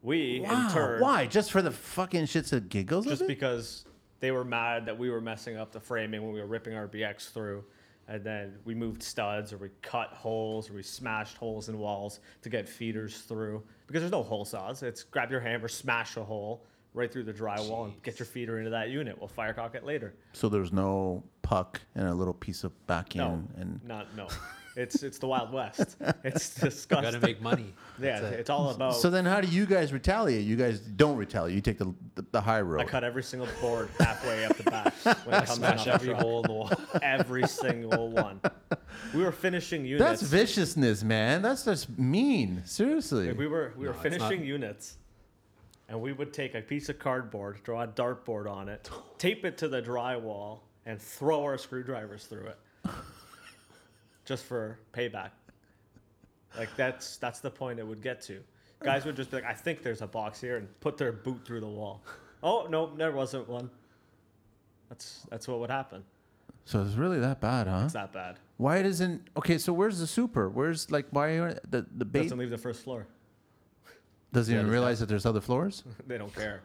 S4: we in
S2: Wow.
S4: turn
S2: Why? Just for the fucking shits and giggles?
S4: just
S2: of it?
S4: because they were mad that we were messing up the framing when we were ripping our BX through and then we moved studs or we cut holes or we smashed holes in walls to get feeders through because there's no hole saws. It's grab your hammer, smash a hole right through the drywall and get your feeder into that unit. We'll firecock it later.
S2: so there's no puck and a little piece of backing
S4: No.
S2: and
S4: Not no. It's it's the Wild West.
S2: [LAUGHS]
S4: It's disgusting.
S1: Gotta make
S4: [LAUGHS]
S1: money.
S4: yeah,
S1: That's it.
S4: it's all about
S2: So then, how do you guys retaliate? You guys don't retaliate. You take the the, the high road.
S4: I cut every single board halfway up the
S1: [LAUGHS]
S4: back when it comes
S1: Smash
S4: off
S1: every
S4: the truck.
S1: hole in the wall.
S4: Every single one. We were finishing units.
S2: That's viciousness, man. That's just mean. Seriously.
S4: we were we were
S1: No, it's not-
S4: finishing units, and we would take a piece of cardboard, draw a dartboard on it, tape it to the drywall, and throw our screwdrivers through it, just for payback. Like that's that's the point it would get to. Guys would just be like, "I think there's a box here," and put their boot through the wall. Oh no, there wasn't one. That's that's what would happen.
S2: so it's really that bad, huh?
S4: It's not bad.
S2: Why doesn't? Okay, so where's the super? Where's like why are the the bait
S4: Doesn't leave the first floor. [LAUGHS]
S2: doesn't even realize that there's other floors?
S4: they don't care.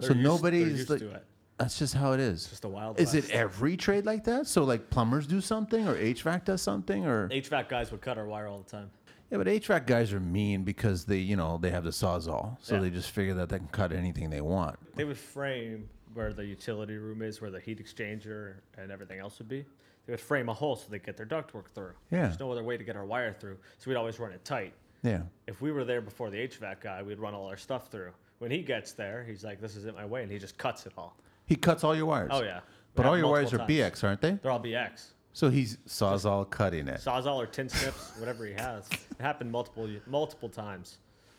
S2: So
S4: They're used- they're
S2: nobody's
S4: used
S2: like-
S4: to it.
S2: That's just how it is.
S4: Just the wild.
S2: Is
S4: West.
S2: it every trade like that? So like plumbers do something, or HVAC does something, or
S4: HVAC guys would cut our wire all the time.
S2: yeah, but HVAC guys are mean because they you know they have the sawzall, so
S4: Yeah.
S2: they just figure that they can cut anything they want.
S4: They would frame where the utility room is, where the heat exchanger and everything else would be. They would frame a hole so they could get their ductwork through.
S2: Yeah.
S4: There's no other way to get our wire through, so we'd always run it tight.
S2: Yeah.
S4: If we were there before the HVAC guy, we'd run all our stuff through. When he gets there, he's like, "This isn't my way," and he just cuts it all.
S2: He cuts all your wires.
S4: Oh yeah.
S2: But
S4: Yeah,
S2: all your wires
S4: multiple
S2: are
S4: times.
S2: BX, aren't they?
S4: They're all BX.
S2: So he's sawzall cutting it.
S4: Sawzall or tin snips, [LAUGHS] whatever he has. It happened multiple multiple times.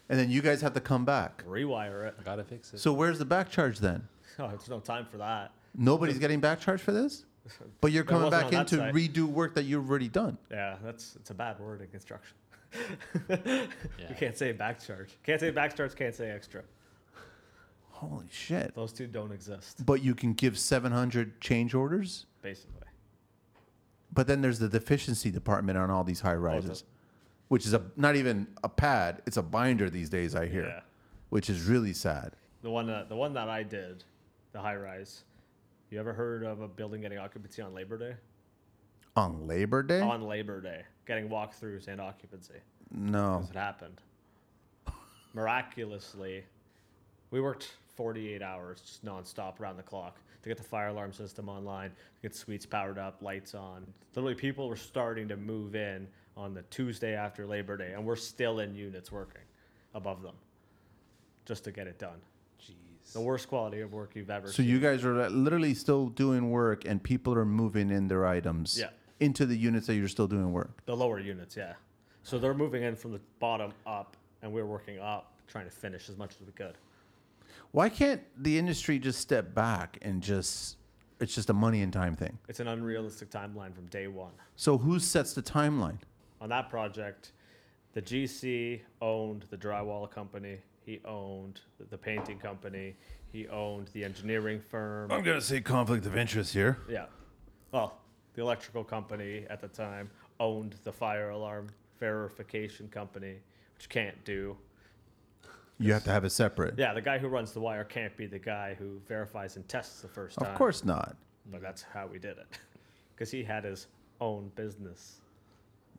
S2: And then you guys have to come back.
S4: Rewire it. [LAUGHS]
S1: Gotta fix it.
S2: So where's the back charge then?
S4: Oh, there's no time for that.
S2: Nobody's getting back charged for
S4: [LAUGHS]
S2: this? But you're
S4: There
S2: coming
S4: wasn't
S2: back
S4: on
S2: in
S4: that
S2: to
S4: side.
S2: redo work that you've already done.
S4: Yeah, that's it's a bad word in construction. [LAUGHS] You can't say back charge. Can't say back charge. Can't say extra.
S2: Holy shit.
S4: Those two don't exist,
S2: But you can give 700 change orders?
S4: basically.
S2: But then there's the deficiency department on all these high
S4: Oh,
S2: rises, which is a not even a pad, it's a binder these days, I hear,
S4: Yeah.
S2: which is really sad.
S4: The one that the one that I did, the high rise. You ever heard of a building getting occupancy on Labor Day?
S2: On Labor Day?
S4: On Labor Day, getting walkthroughs and occupancy.
S2: no.
S4: That's what happened. Miraculously, we worked 48 hours just nonstop around the clock to get the fire alarm system online, to get suites powered up, lights on. Literally, people were starting to move in on the Tuesday after Labor Day, and we're still in units working above them just to get it done.
S1: Jeez.
S4: The worst quality of work you've ever
S2: So you guys are uh, literally still doing work, and people are moving in their items
S4: Yeah.
S2: into the units that you're still doing work.
S4: The lower units, yeah. So they're moving in from the bottom up, and we're working up, trying to finish as much as we could.
S2: Why can't the industry just step back and just it's just a money and time thing?
S4: It's an unrealistic timeline from day one.
S2: So who sets the timeline?
S4: On that project, the GC owned the drywall company, he owned the painting company, he owned the engineering
S2: [COUGHS]
S4: firm.
S2: gonna say conflict of interest here.
S4: Yeah. Well, the electrical company at the time owned the fire alarm verification company, which you can't do.
S2: You have to have it separate.
S4: Yeah, the guy who runs the wire can't be the guy who verifies and tests the first time.
S2: Of course not.
S4: But that's how we did it. [LAUGHS] Because he had his own business.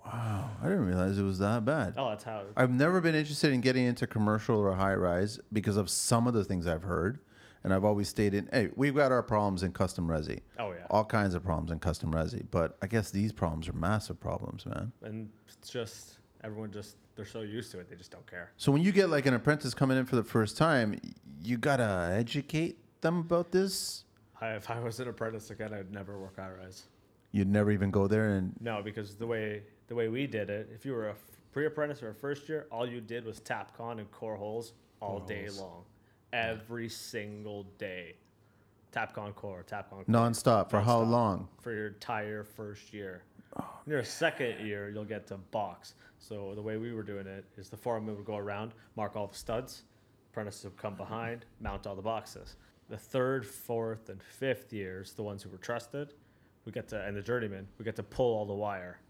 S2: Wow, I didn't realize it was that bad.
S4: Oh, that's how.
S2: I've never been interested in getting into commercial or high rise because of some of the things I've heard. And I've always stated, hey, we've got our problems in custom resi.
S4: Oh, yeah.
S2: All kinds of problems in custom resi. But I guess these problems are massive problems, man.
S4: And it's just, everyone just, they're so used to it, they just don't care.
S2: So when you get like an apprentice coming in for the first time, you got to educate them about this.
S4: I, if I was an apprentice again, I'd never work high rise.
S2: You'd never even go there. And
S4: No, because the way the way we did it, if you were a pre apprentice or a first year, all you did was tap con and core holes all day long, every single day. Tap con core, tap con core.
S2: nonstop for how
S4: Nonstop.
S2: long?
S4: for your entire first year. In your second year, you'll get to box. So the way we were doing it is the foreman would go around, mark all the studs, apprentices would come behind, mount all the boxes. The third, fourth, and fifth years, the ones who were trusted, we get to, and the journeyman, we get to pull all the wire,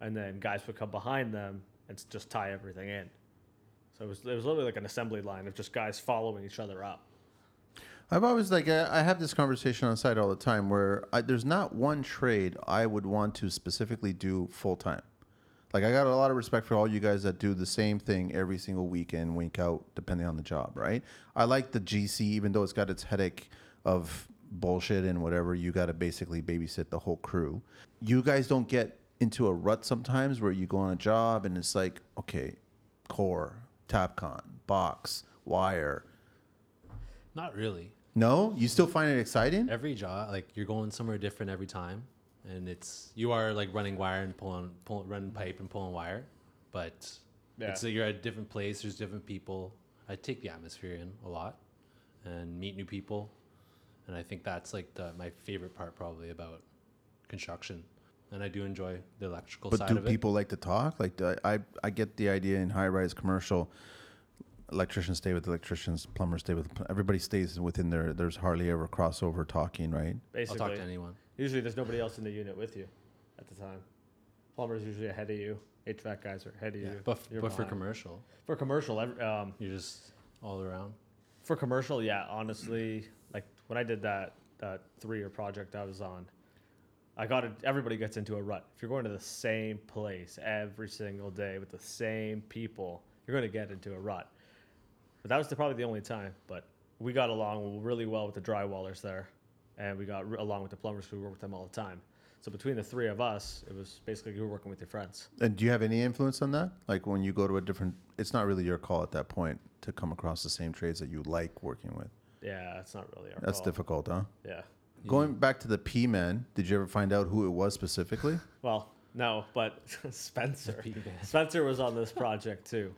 S4: and then guys would come behind them and s- just tie everything in. So it was, it was literally like an assembly line of just guys following each other up.
S2: I've always like I I have this conversation on site all the time where I, there's not one trade I would want to specifically do full time. Like I got a lot of respect for all you guys that do the same thing every single weekend, week out, depending on the job, right? I like the GC even though it's got its headache of bullshit and whatever. You got to basically babysit the whole crew. You guys don't get into a rut sometimes where you go on a job and it's like, okay, core, Tapcon, box, wire.
S1: Not really.
S2: No, you still find it exciting?
S1: Every job, like you're going somewhere different every time, and it's you are like running wire and pulling, pulling running pipe and pulling wire, but
S4: Yeah.
S1: it's you're at a different place. There's different people. I take the atmosphere in a lot, and meet new people, and I think that's like the, my favorite part probably about construction, and I do enjoy the electrical
S2: But
S1: side
S2: do
S1: of it.
S2: people like to talk? Like, do I, I, I get the idea in high rise commercial, electricians stay with electricians, plumbers stay with pl- everybody stays within their. There's hardly ever crossover talking, right?
S1: I'll
S4: Basically,
S1: talk to anyone.
S4: Usually, there's nobody else in the unit with you at the time. Plumbers usually ahead of you. HVAC guys are ahead of
S1: Yeah.
S4: you.
S1: But, f-
S4: You're
S1: but for
S4: behind.
S1: commercial,
S4: for commercial, ev- um,
S1: you're just all around.
S4: for commercial, yeah. Honestly, like when I did that that three year project I was on, I got it. Everybody gets into a rut. If you're going to the same place every single day with the same people, you're going to get into a rut. But that was the, probably the only time. But we got along really well with the drywallers there, and we got re- along with the plumbers who worked with them all the time. So between the three of us, it was basically you were working with your friends.
S2: And do you have any influence on that? Like when you go to a different, it's not really your call at that point to come across the same trades that you like working with.
S4: Yeah, it's not really our.
S2: That's
S4: call.
S2: difficult, huh?
S4: Oh. Yeah.
S2: Going back to the P man, did you ever find out who it was specifically?
S4: Well, no, but [LAUGHS] Spencer. [LAUGHS]
S1: P-Man.
S4: Spencer was on this project too.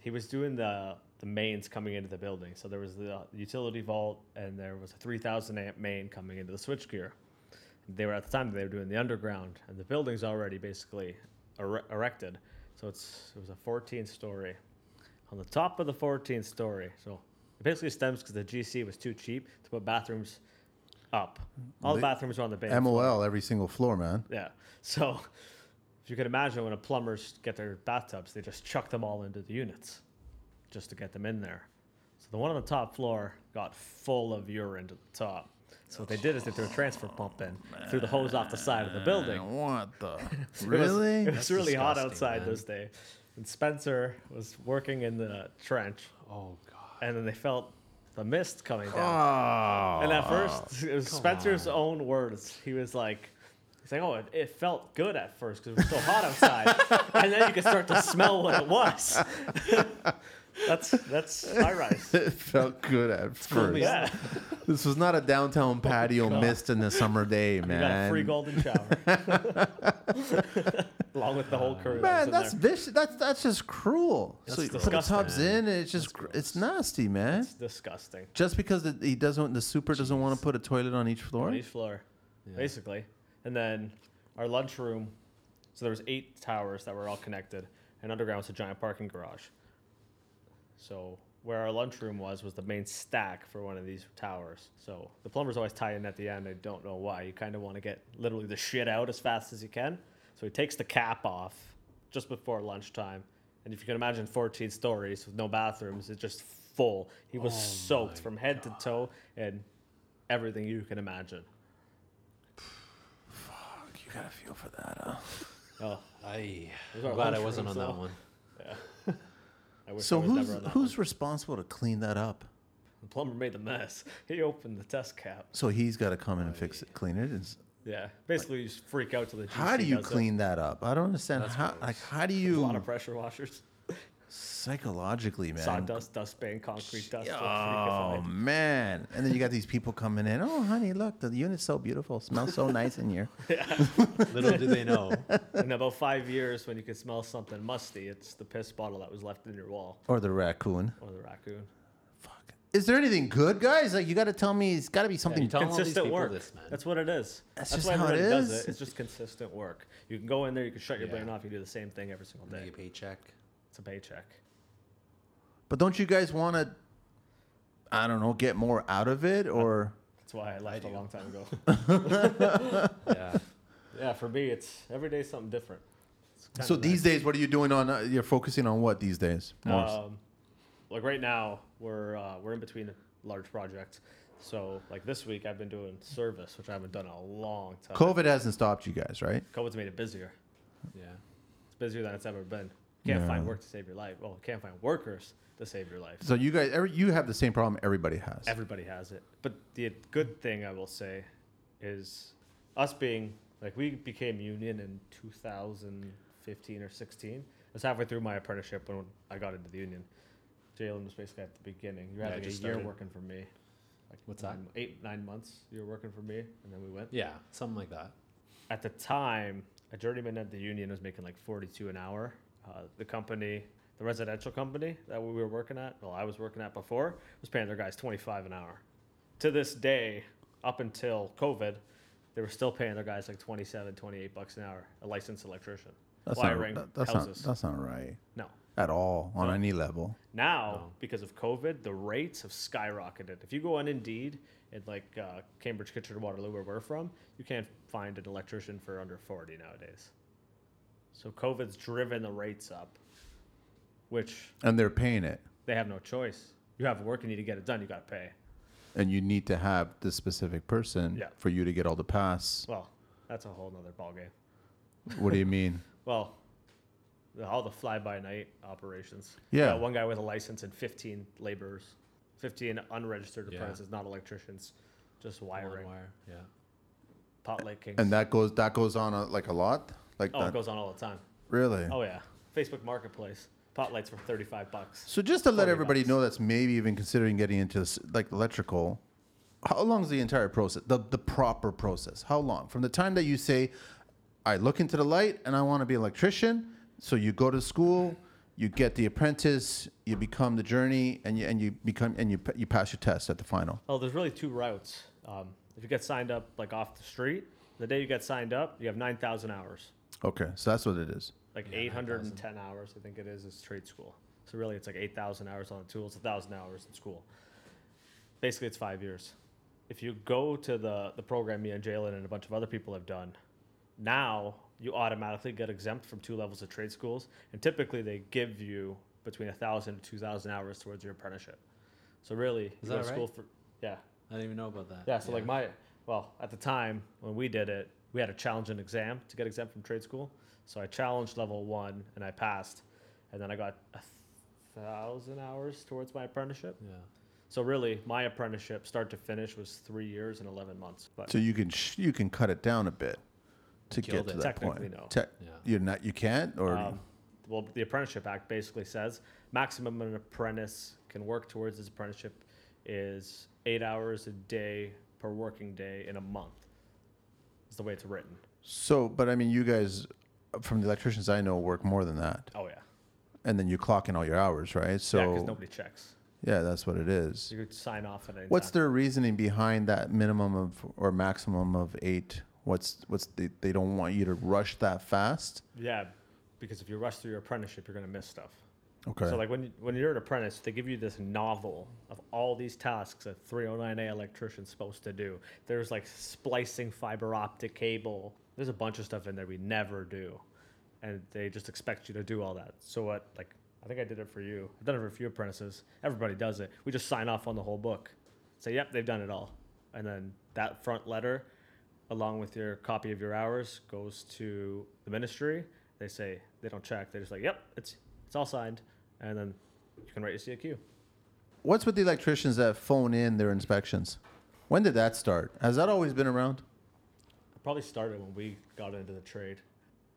S4: He was doing the the mains coming into the building. So there was the uh, utility vault, and there was a 3,000 amp main coming into the switchgear. They were at the time they were doing the underground, and the building's already basically ere- erected. So it's it was a 14 story. On the top of the 14th story, so it basically stems because the GC was too cheap to put bathrooms up. All the
S2: They-
S4: bathrooms were on the base.
S2: MOL every single floor, man.
S4: Yeah. So if you can imagine when a plumbers get their bathtubs, they just chuck them all into the units just to get them in there. So the one on the top floor got full of urine to the top. So what they did is they threw a transfer pump in, threw the hose off the side of the building.
S2: Man, what the?
S4: It was-
S2: really?
S4: [LAUGHS]
S2: [LAUGHS]
S4: It was,
S1: That's
S4: really hot
S1: disgusting,
S4: outside
S1: man.
S4: those days. And Spencer was working in the trench
S1: Oh God.
S4: and then they felt the mist coming down.
S2: Oh.
S4: And at first, it was Spencer's own words. He was like, he's like, oh, it, it felt good at first because it was so hot
S2: [LAUGHS]
S4: outside. and then you could start to smell what it was. [LAUGHS] that's that's high rise.
S2: It felt good at first.
S4: Yeah.
S2: This was not a downtown patio
S4: God.
S2: mist in the summer day, man.
S4: [LAUGHS] You got a free golden
S2: [LAUGHS]
S4: shower. [LAUGHS] Along with the whole crew.
S2: Man,
S4: that was in
S2: that's
S4: there.
S2: vicious. That's that's just cruel. so you put the
S4: disgusting.
S2: tubs in, and it's just gr- it's nasty, man.
S4: It's disgusting.
S2: just because the, he doesn't, the super doesn't want to put a toilet on each floor.
S4: On each floor, basically. And then our lunchroom. So there was eight towers that were all connected, and underground was a giant parking garage. So where our lunchroom was was the main stack for one of these towers. So the plumbers always tie in at the end. I don't know why. You kind of want to get literally the shit out as fast as you can. So he takes the cap off just before lunchtime. And if you can imagine 14 stories with no bathrooms, it's just full. He was soaked from head to toe and everything you can imagine.
S2: You gotta feel for that. Huh?
S4: Oh,
S1: I,
S4: Those
S1: I'm
S4: are
S1: glad I
S4: lunchrooms,
S1: wasn't on that
S4: though.
S1: one.
S4: I wish I
S2: So
S4: was
S2: who's
S4: never on that
S2: who's
S4: one.
S2: responsible to clean that up?
S4: the plumber made the mess. [LAUGHS] He opened the test cap.
S2: So he's got to come in and fix it, clean it. It's-
S4: Yeah, basically you just freak out to the. GC
S2: how do you
S4: does it.
S2: clean that up? I don't understand how. Like how do
S4: A
S2: you
S4: lot of pressure washers,
S2: psychologically, man?
S4: sawdust, dustbane, concrete dust. will freak
S2: Oh
S4: out.
S2: man! And then you got these people coming in. Oh, honey, look, the unit's so beautiful. Smells
S4: [LAUGHS]
S2: so nice in here.
S1: Little do they know.
S4: In about five years, when you can smell something musty, it's the piss bottle that was left in your wall
S2: Or the raccoon.
S4: or the raccoon.
S2: Fuck. Is there anything good, guys? Like you got to tell me. It's got to be something.
S1: you tell- Don't all these
S4: consistent
S1: people
S4: work.
S1: this, man.
S4: That's what it is.
S2: That's
S4: That's,
S2: just
S4: why
S2: how it
S4: everybody does
S2: is.
S4: it. It's just consistent work. You can go in there, you can shut your
S1: Yeah.
S4: brain off, you do the same thing every single
S1: Make
S4: day.
S1: a paycheck.
S4: It's a paycheck.
S2: but don't you guys want to? I don't know. Get more out of it, or
S4: That's why I left a long time ago.
S2: [LAUGHS]
S1: Yeah.
S4: yeah, for me, it's every day something different. It's kinda
S2: so
S4: nice.
S2: these days, what are you doing on? Uh, you're focusing on what these days? Morris?
S4: Um, like right now, we're uh, we're in between large projects. So like this week, I've been doing service, which I haven't done in a long time.
S2: COVID hasn't stopped you guys, right?
S4: COVID's made it busier.
S1: Yeah.
S4: It's busier than it's ever been. You can't find
S2: Yeah.
S4: work to save your life. Well, you can't find workers to save your life.
S2: So you guys, every, you have the same problem everybody has.
S4: Everybody has it. But the good thing I will say is us being like we became union in 2015 or 16. It was halfway through my apprenticeship when I got into the union. Jalen was basically at the beginning. You
S1: Yeah,
S4: had
S1: I
S4: like a year
S1: just started.
S4: working for me. Like
S1: What's
S4: nine- Eight nine months. You were working for me, and then we went.
S1: Yeah. Something like that.
S4: At the time, a journeyman at the union was making like 42 an hour. Uh, the company, the residential company that we were working at, well, I was working at before, was paying their guys 25 an hour to this day, up until COVID, they were still paying their guys like 27, 28 bucks an hour, a licensed electrician.
S2: That's not,
S4: Wiring
S2: that- that's, not,
S4: houses.
S2: that's not right
S4: No.
S2: at all on any level.
S4: Now, because of COVID, the rates have skyrocketed. If you go on Indeed in like uh, Cambridge, Kitchener, Waterloo, where we're from, you can't find an electrician for under 40 nowadays. So COVID's driven the rates up, which
S2: And they're paying it.
S4: they have no choice. You have work, you need to get it done, you got to pay.
S2: And you need to have this specific person
S4: Yeah.
S2: for you to get all the pass.
S4: Well, that's a whole nother ballgame.
S2: What do you mean?
S4: [LAUGHS] Well, the- all the fly-by-night operations.
S2: Yeah.
S4: Got one guy with a license and 15 laborers, 15 unregistered
S1: Yeah.
S4: apprentices, not electricians, just
S1: Come on,
S4: wiring.
S1: wire. Yeah.
S4: Pot Lake Kings.
S2: And that goes that goes on a, like a lot, like
S4: oh,
S2: that.
S4: it goes on all the time.
S2: really.
S4: Oh yeah, Facebook Marketplace. Pot lights were 35 bucks.
S2: So just to let
S4: 40
S2: everybody
S4: bucks.
S2: know, that's maybe even considering getting into s- like electrical. How long is the entire process? The the proper process. How long from the time that you say, I look into the light and I want to be an electrician. So you go to school, you get the apprentice, you become the journey, and you and you become and you pa- you pass your test at the final.
S4: Oh, there's really two routes. Um, if you get signed up like off the street, the day you get signed up, you have 9,000 hours,
S2: Okay, so that's what it is.
S4: like
S1: Yeah,
S4: 810 hours. I think it is is trade school. So really, it's like 8,000 hours on the tools, 1,000 hours in school. basically it's five years. If you go to the, the program me and Jalen and a bunch of other people have done, now you automatically get exempt from two levels of trade schools, and typically they give you between a thousand to two thousand hours towards your apprenticeship. So really, you
S1: that
S4: go to school
S1: right?
S4: for yeah,
S1: I didn't even know about that.
S4: yeah. So like my well, at the time when we did it, we had to challenge an exam to get exempt from trade school. So I challenged level one and I passed, and then I got a thousand hours towards my apprenticeship.
S1: Yeah.
S4: So really, my apprenticeship, start to finish, was three years and eleven months. But
S2: So you can sh- you can cut it down a bit to
S1: Killed
S2: get to
S1: it.
S2: that
S4: Technically,
S2: point.
S4: no.
S2: Te-
S1: Yeah.
S2: You're not. You can't. Or
S4: Um, well, the Apprenticeship Act basically says maximum an apprentice can work towards his apprenticeship is eight hours a day per working day in a month. Is the way it's written.
S2: so, but I mean, you guys from the electricians I know work more than that,
S4: Oh yeah,
S2: and then you clock in all your hours, right? So
S4: yeah, because nobody checks.
S2: yeah, that's what it is.
S4: So you could sign off at any
S2: What's
S4: time.
S2: their reasoning behind that minimum of or maximum of eight? What's what's they, they don't want you to rush that fast?
S4: yeah? Because if you rush through your apprenticeship, you're gonna miss stuff.
S2: Okay.
S4: So like when you- when you're an apprentice, they give you this novel of all these tasks oh a 309A electrician's supposed to do. There's like splicing fiber optic cable. There's a bunch of stuff in there we never do, and they just expect you to do all that. So what? Like I think I did it for you. I've done it for a few apprentices. Everybody does it. We just sign off on the whole book, say yep, they've done it all, and then that front letter, along with your copy of your hours, goes to the ministry. They say they don't check. They're just like yep, it's it's all signed and then you can write your CAQ.
S2: What's with the electricians that phone in their inspections? When did that start? Has that always been around?
S4: It probably started when we got into the trade,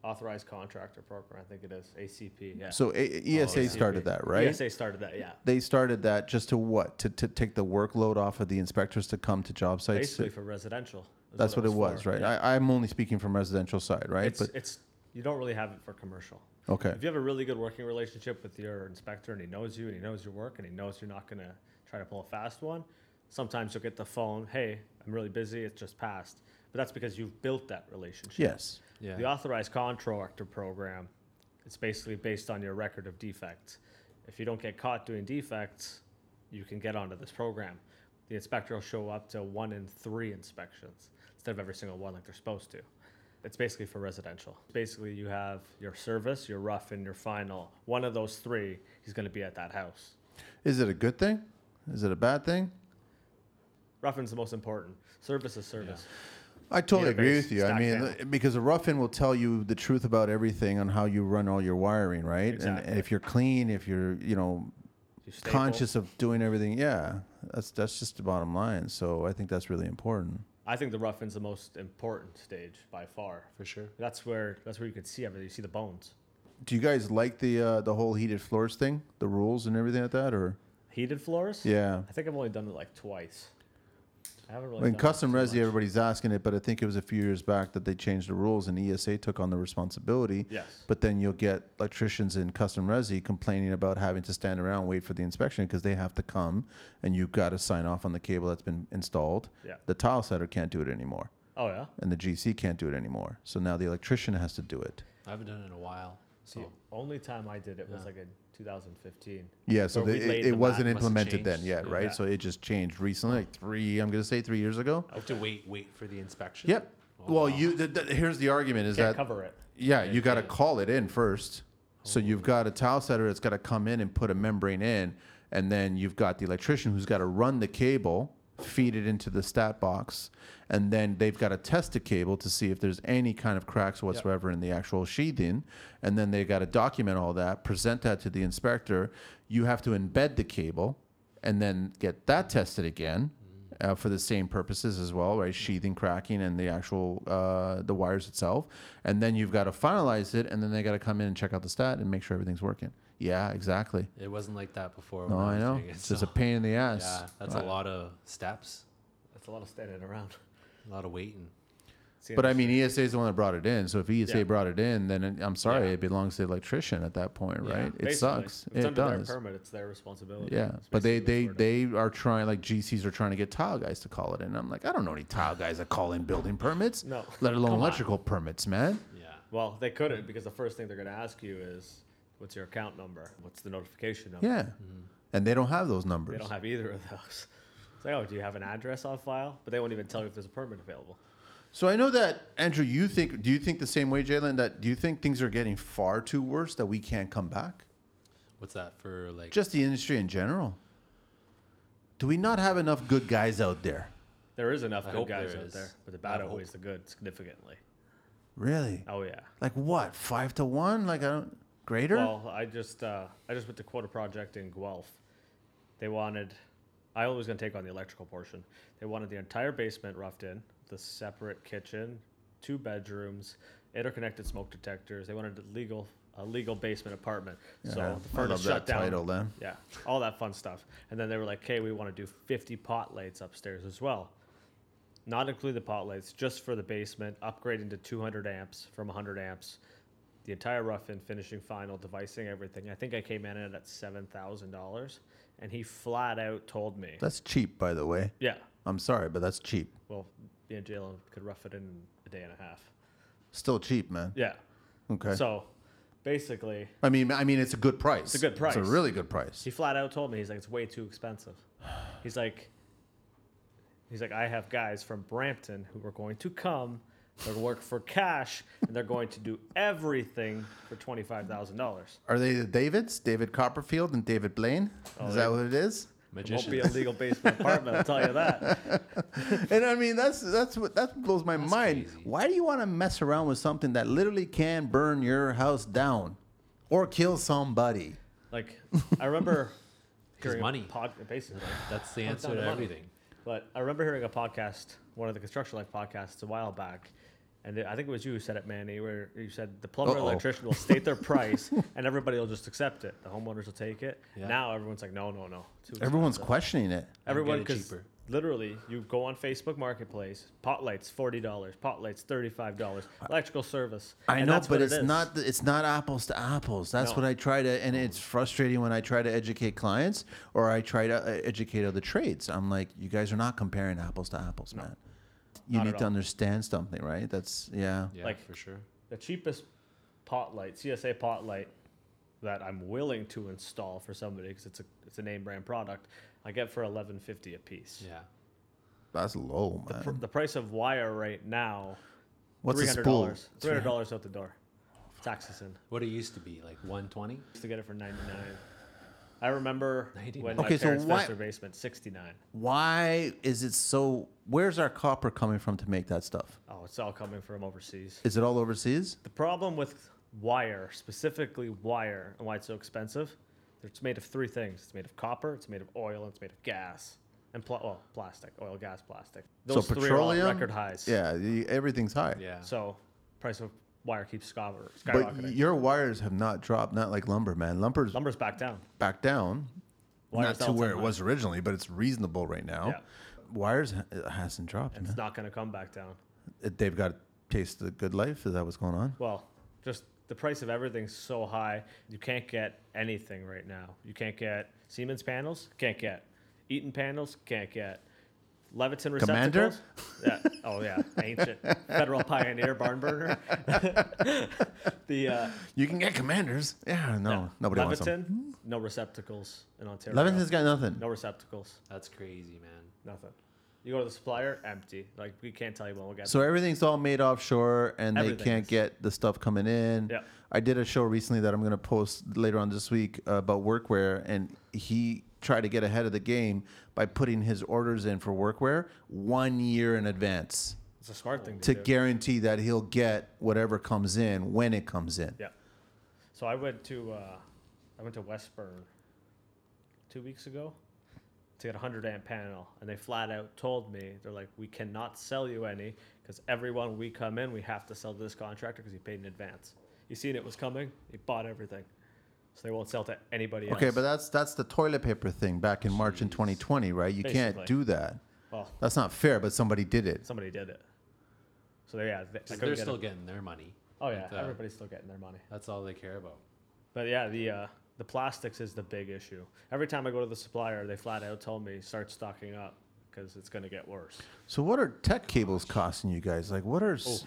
S4: authorized contractor program. I think it is ACP. Yeah. Oh, E
S2: So E a- ESA
S4: ACP.
S2: started that, right?
S4: ESA started that. Yeah.
S2: They started that just to what? To, to take the workload off of the inspectors to come to job sites.
S4: Basically for residential. is
S2: uh, That's what it was,
S4: for.
S2: right?
S4: Yeah.
S2: I, I'm only speaking from residential side, right?
S4: it's it's you don't really have it for commercial.
S2: but okay,
S4: If you have a really good working relationship with your inspector and he knows you and he knows your work and he knows you're not gonna try to pull a fast one, sometimes you'll get the phone, hey, I'm really busy, it's just passed. But that's because you've built that relationship.
S2: yes,
S1: Yeah.
S4: The authorized contractor program, it's basically based on your record of defects. If you don't get caught doing defects, you can get onto this program. The inspector will show up to one in three inspections instead of every single one like they're supposed to. It's basically for residential. Basically, you have your service, your rough, and your final. One of those three, he's going to be at that house.
S2: is it a good thing? Is it a bad thing?
S4: Roughing's the most important. Service is service.
S2: I totally
S4: Database,
S2: agree with you. I
S4: stack
S2: mean,
S4: panel.
S2: because a rough-in will tell you the truth about everything on how you run all your wiring, right? And, and
S4: Exactly.
S2: if you're clean, if you're, you know,
S4: You staple.
S2: conscious of doing everything, yeah, that's that's just the bottom line. So I think that's really important.
S4: I think the roughing's the most important stage by far.
S1: for sure.
S4: That's where that's where you can see everything. You see the bones.
S2: Do you guys like the uh, the whole heated floors thing, the rules and everything like that, or
S4: Heated floors?
S2: yeah?
S4: I think I've only done it like twice. I haven't really.
S2: In
S4: done it
S2: custom
S4: too
S2: resi,
S4: much.
S2: everybody's asking it, but I think it was a few years back that they changed the rules and ESA took on the responsibility.
S4: Yes.
S2: But then you'll get electricians in custom resi complaining about having to stand around and wait for the inspection because they have to come and you've got to sign off on the cable that's been installed.
S4: Yeah.
S2: The tile setter can't do it anymore,
S4: Oh yeah.
S2: and the GC can't do it anymore. So now the electrician has to do it.
S1: I haven't done it in a while. So
S4: The only time I did it was like in 2015.
S2: Yeah, so
S4: Where
S2: the,
S4: we laid
S2: it,
S4: the
S2: it wasn't
S4: mat-
S1: must have
S2: implemented then
S1: changed.
S2: yet, right?
S4: Yeah.
S2: So it just changed recently, like three, I'm going to say three years ago.
S1: I have to wait, wait for the inspection.
S2: Yep.
S1: Oh,
S2: well,
S1: wow.
S2: you. The, the, here's the argument: is that
S4: Can't cover it.
S2: Yeah, you got to
S1: yeah.
S2: call it in first. So you've got a tile setter that's got to come in and put a membrane in, and then you've got the electrician who's got to run the cable, feed it into the stat box, and then they've got to test the cable to see if there's any kind of cracks whatsoever in the actual sheathing, and then they got to document all that, present that to the inspector. You have to embed the cable, and then get that tested again. Uh, for the same purposes as well, right? Sheathing, cracking, and the actual uh, the wires itself, and then you've got to finalize it, and then they got to come in and check out the stat and make sure everything's working. Yeah, exactly.
S1: It wasn't like that before.
S2: No,
S1: when
S2: I
S1: was
S2: know.
S1: doing it,
S2: It's just a
S1: so-
S2: pain in the ass.
S1: Yeah, that's a lot of steps,
S4: That's a lot of standing around. [LAUGHS]
S1: a lot of waiting.
S4: Seeing
S2: But
S4: the
S2: I mean,
S4: shit.
S2: ESA is the one that brought it in. So if ESA
S4: Yeah.
S2: brought it in, then it- I'm sorry,
S4: Yeah.
S2: it belongs to the electrician at that point,
S1: Yeah.
S2: right?
S4: Basically,
S2: It sucks.
S4: If it's
S2: It
S4: under
S2: does.
S4: their permit. It's their responsibility.
S2: Yeah,
S4: It's
S2: but they
S4: basically
S2: they
S4: what we're doing.
S2: they are trying like GCs are trying to get tile guys to call it in. I'm like, I don't know any tile guys that call in building permits,
S4: No.
S2: let alone electrical permits, man.
S1: Yeah.
S4: Well, they couldn't because the first thing they're going to ask you is, "What's your account number? What's the notification number?"
S2: Yeah, and they don't have those numbers.
S4: Mm-hmm. They don't have either of those. [LAUGHS] It's like, oh, do you have an address on file? But they won't even tell you if there's a permit available.
S2: So I know that Andrew, you think do you think the same way, Jalen? That do you think things are getting far too worse that we can't come back?
S1: What's that for? Like,
S2: Just the industry in general. Do we not have enough good guys out there?
S4: There is enough
S1: I
S4: good
S1: hope
S4: guys
S1: there
S4: out
S1: is.
S4: there, but the bad
S1: I
S4: outweighs the good significantly.
S2: Really?
S4: Oh yeah.
S2: Like what? Five to one? Like I don't greater?
S4: Well, I just uh, I just went to Quota Project in Guelph. They wanted I was going to take on the electrical portion. They wanted the entire basement roughed in, the separate kitchen, two bedrooms, interconnected smoke detectors. They wanted a legal a legal basement apartment.
S2: Yeah,
S4: so the
S2: I love
S4: furnace
S2: that
S4: shut down.
S2: title then.
S4: Yeah, all that fun stuff. And then they were like, "Hey, we want to do 50 pot lights upstairs as well." Not include the pot lights, just for the basement, upgrading to 200 amps from 100 amps. The entire rough in finishing, final, devicing everything. I think I came in at seven thousand dollars, and he flat out told me,
S2: That's cheap, by the way.
S4: "Yeah,
S2: I'm sorry, but that's cheap.
S4: well, me and Jalen could rough it in a day and a half."
S2: Still cheap, man.
S4: Yeah.
S2: Okay.
S4: So, basically,
S2: I mean, I mean, it's a good price.
S4: It's a good
S2: It's a
S4: price.
S2: really good price.
S4: He flat out told me he's like it's way too expensive. [SIGHS] He's like he's like I have guys from Brampton who are going to come, they're gonna work for cash, and they're going to do everything for twenty five thousand dollars.
S2: Are they the Davids? David Copperfield and David Blaine? is
S4: Oh, they-
S2: that what it is?
S4: It won't
S1: Magician.
S4: be a [LAUGHS] legal basement apartment, I'll tell
S1: [LAUGHS]
S4: you that.
S2: And I mean, that's that's what that blows my mind.
S1: crazy.
S2: Why do you want to mess around with something that literally can burn your house down or kill somebody?
S4: Like I remember hearing a
S1: money.
S4: pod- basically.
S1: [LAUGHS] That's the answer
S4: down
S1: to
S4: to money.
S1: everything.
S4: But I remember hearing a podcast, one of the Construction Life podcasts, a while back, and I think it was you who said it, Manny, where you said the plumber and
S2: Uh-oh.
S4: electrician will state
S2: [LAUGHS]
S4: their price, and everybody will just accept it. The homeowners will take it.
S1: Yeah.
S4: Now everyone's like, no, no, no. Too
S2: Everyone's
S4: expensive."
S2: questioning it.
S4: everyone
S1: get it
S4: because
S1: cheaper.
S4: literally you go on Facebook Marketplace, pot lights forty dollars, pot lights thirty five dollars, electrical service.
S2: I
S4: and
S2: know,
S4: that's
S2: but
S4: what it
S2: it's
S4: is.
S2: not it's not apples to apples. That's
S4: No.
S2: what I try to, and it's frustrating when I try to educate clients or I try to uh, educate other trades. I'm like, you guys are not comparing apples to apples, man. You
S4: Not at
S2: need to
S4: all.
S2: understand something, right? That's yeah.
S1: Yeah,
S4: Like-
S1: for sure.
S4: the cheapest pot light, CSA pot light that I'm willing to install for somebody because it's a it's a name brand product. I get for eleven fifty a piece.
S1: Yeah.
S2: That's low, man.
S4: Pr- The price of wire right now,
S2: What's
S4: three
S2: a
S4: hundred
S2: spool?
S4: dollars. Three hundred dollars out the door. Taxes in.
S1: What it used to be, like 120?
S4: Used to get it for ninety nine. I remember when
S1: 99.
S4: my
S2: Okay, so
S4: parents
S2: why-
S4: fixed their basement sixty nine.
S2: Why is it so? Where's our copper coming from to make that stuff?
S4: Oh, it's all coming from overseas.
S2: Is it all overseas?
S4: The problem with wire, specifically wire, and why it's so expensive, it's made of three things. It's made of copper, it's made of oil, and it's made of gas. And pl- well, plastic, oil, gas, plastic. Those three are all at record highs.
S2: Yeah, the, everything's high.
S1: Yeah.
S4: So price of wire keeps skyro-
S2: But
S4: skyrocketing.
S2: your wires have not dropped, not like lumber, man. Lumber's
S4: Lumber's back down.
S2: back down,
S4: Wire's
S2: not to
S4: all-time
S2: where it
S4: high.
S2: was originally, but it's reasonable right now.
S4: Yeah.
S2: Wires ha- it hasn't dropped,
S4: It's
S2: man.
S4: not going to come back down.
S2: It- They've got to taste the good life. Is that what's going on?
S4: Well, just the price of everything's so high, you can't get anything right now. You can't get Siemens panels, can't get Eaton panels, can't get Leviton
S2: Commander?
S4: receptacles. Yeah. Oh yeah, ancient federal pioneer barn burner. [LAUGHS] the uh,
S2: You can get commanders. Yeah, no, nobody wants them.
S4: Leviton, no receptacles in Ontario.
S2: Leviton's got nothing.
S4: no receptacles,
S1: That's crazy, man.
S4: nothing. You go to the supplier, empty. Like we can't tell you when we'll get.
S2: So everything's all made offshore, and they
S4: Everything
S2: can't
S4: is.
S2: get the stuff coming in.
S4: Yeah.
S2: I did a show recently that I'm going to post later on this week uh, about workwear, and he tried to get ahead of the game by putting his orders in for workwear one year in advance
S4: it's a smart thing
S2: to
S4: to, do.
S2: guarantee that he'll get whatever comes in when it comes in.
S4: Yeah. So I went to uh, I went to Westburn two weeks ago to get a hundred amp panel, and they flat out told me they're like, we cannot sell you any because everyone we come in, we have to sell to this contractor because he paid in advance. He seen it was coming, he bought everything, so they won't sell to anybody
S2: Okay,
S4: else.
S2: but that's that's the toilet paper thing back in March in 2020, right? You can't
S4: Basically.
S2: do that.
S4: well,
S2: That's not fair, but somebody did it.
S4: somebody did it. So they, yeah, they, I
S1: 'Cause
S4: couldn't
S1: they're
S4: get
S1: still
S4: it.
S1: getting their money.
S4: oh yeah,
S1: But, uh,
S4: everybody's still getting their money.
S1: That's all they care about.
S4: But yeah, the uh, the plastics is the big issue. Every time I go to the supplier, they flat out tell me start stocking up because it's going to get worse.
S2: So what are tech cables costing you guys? Like what are s-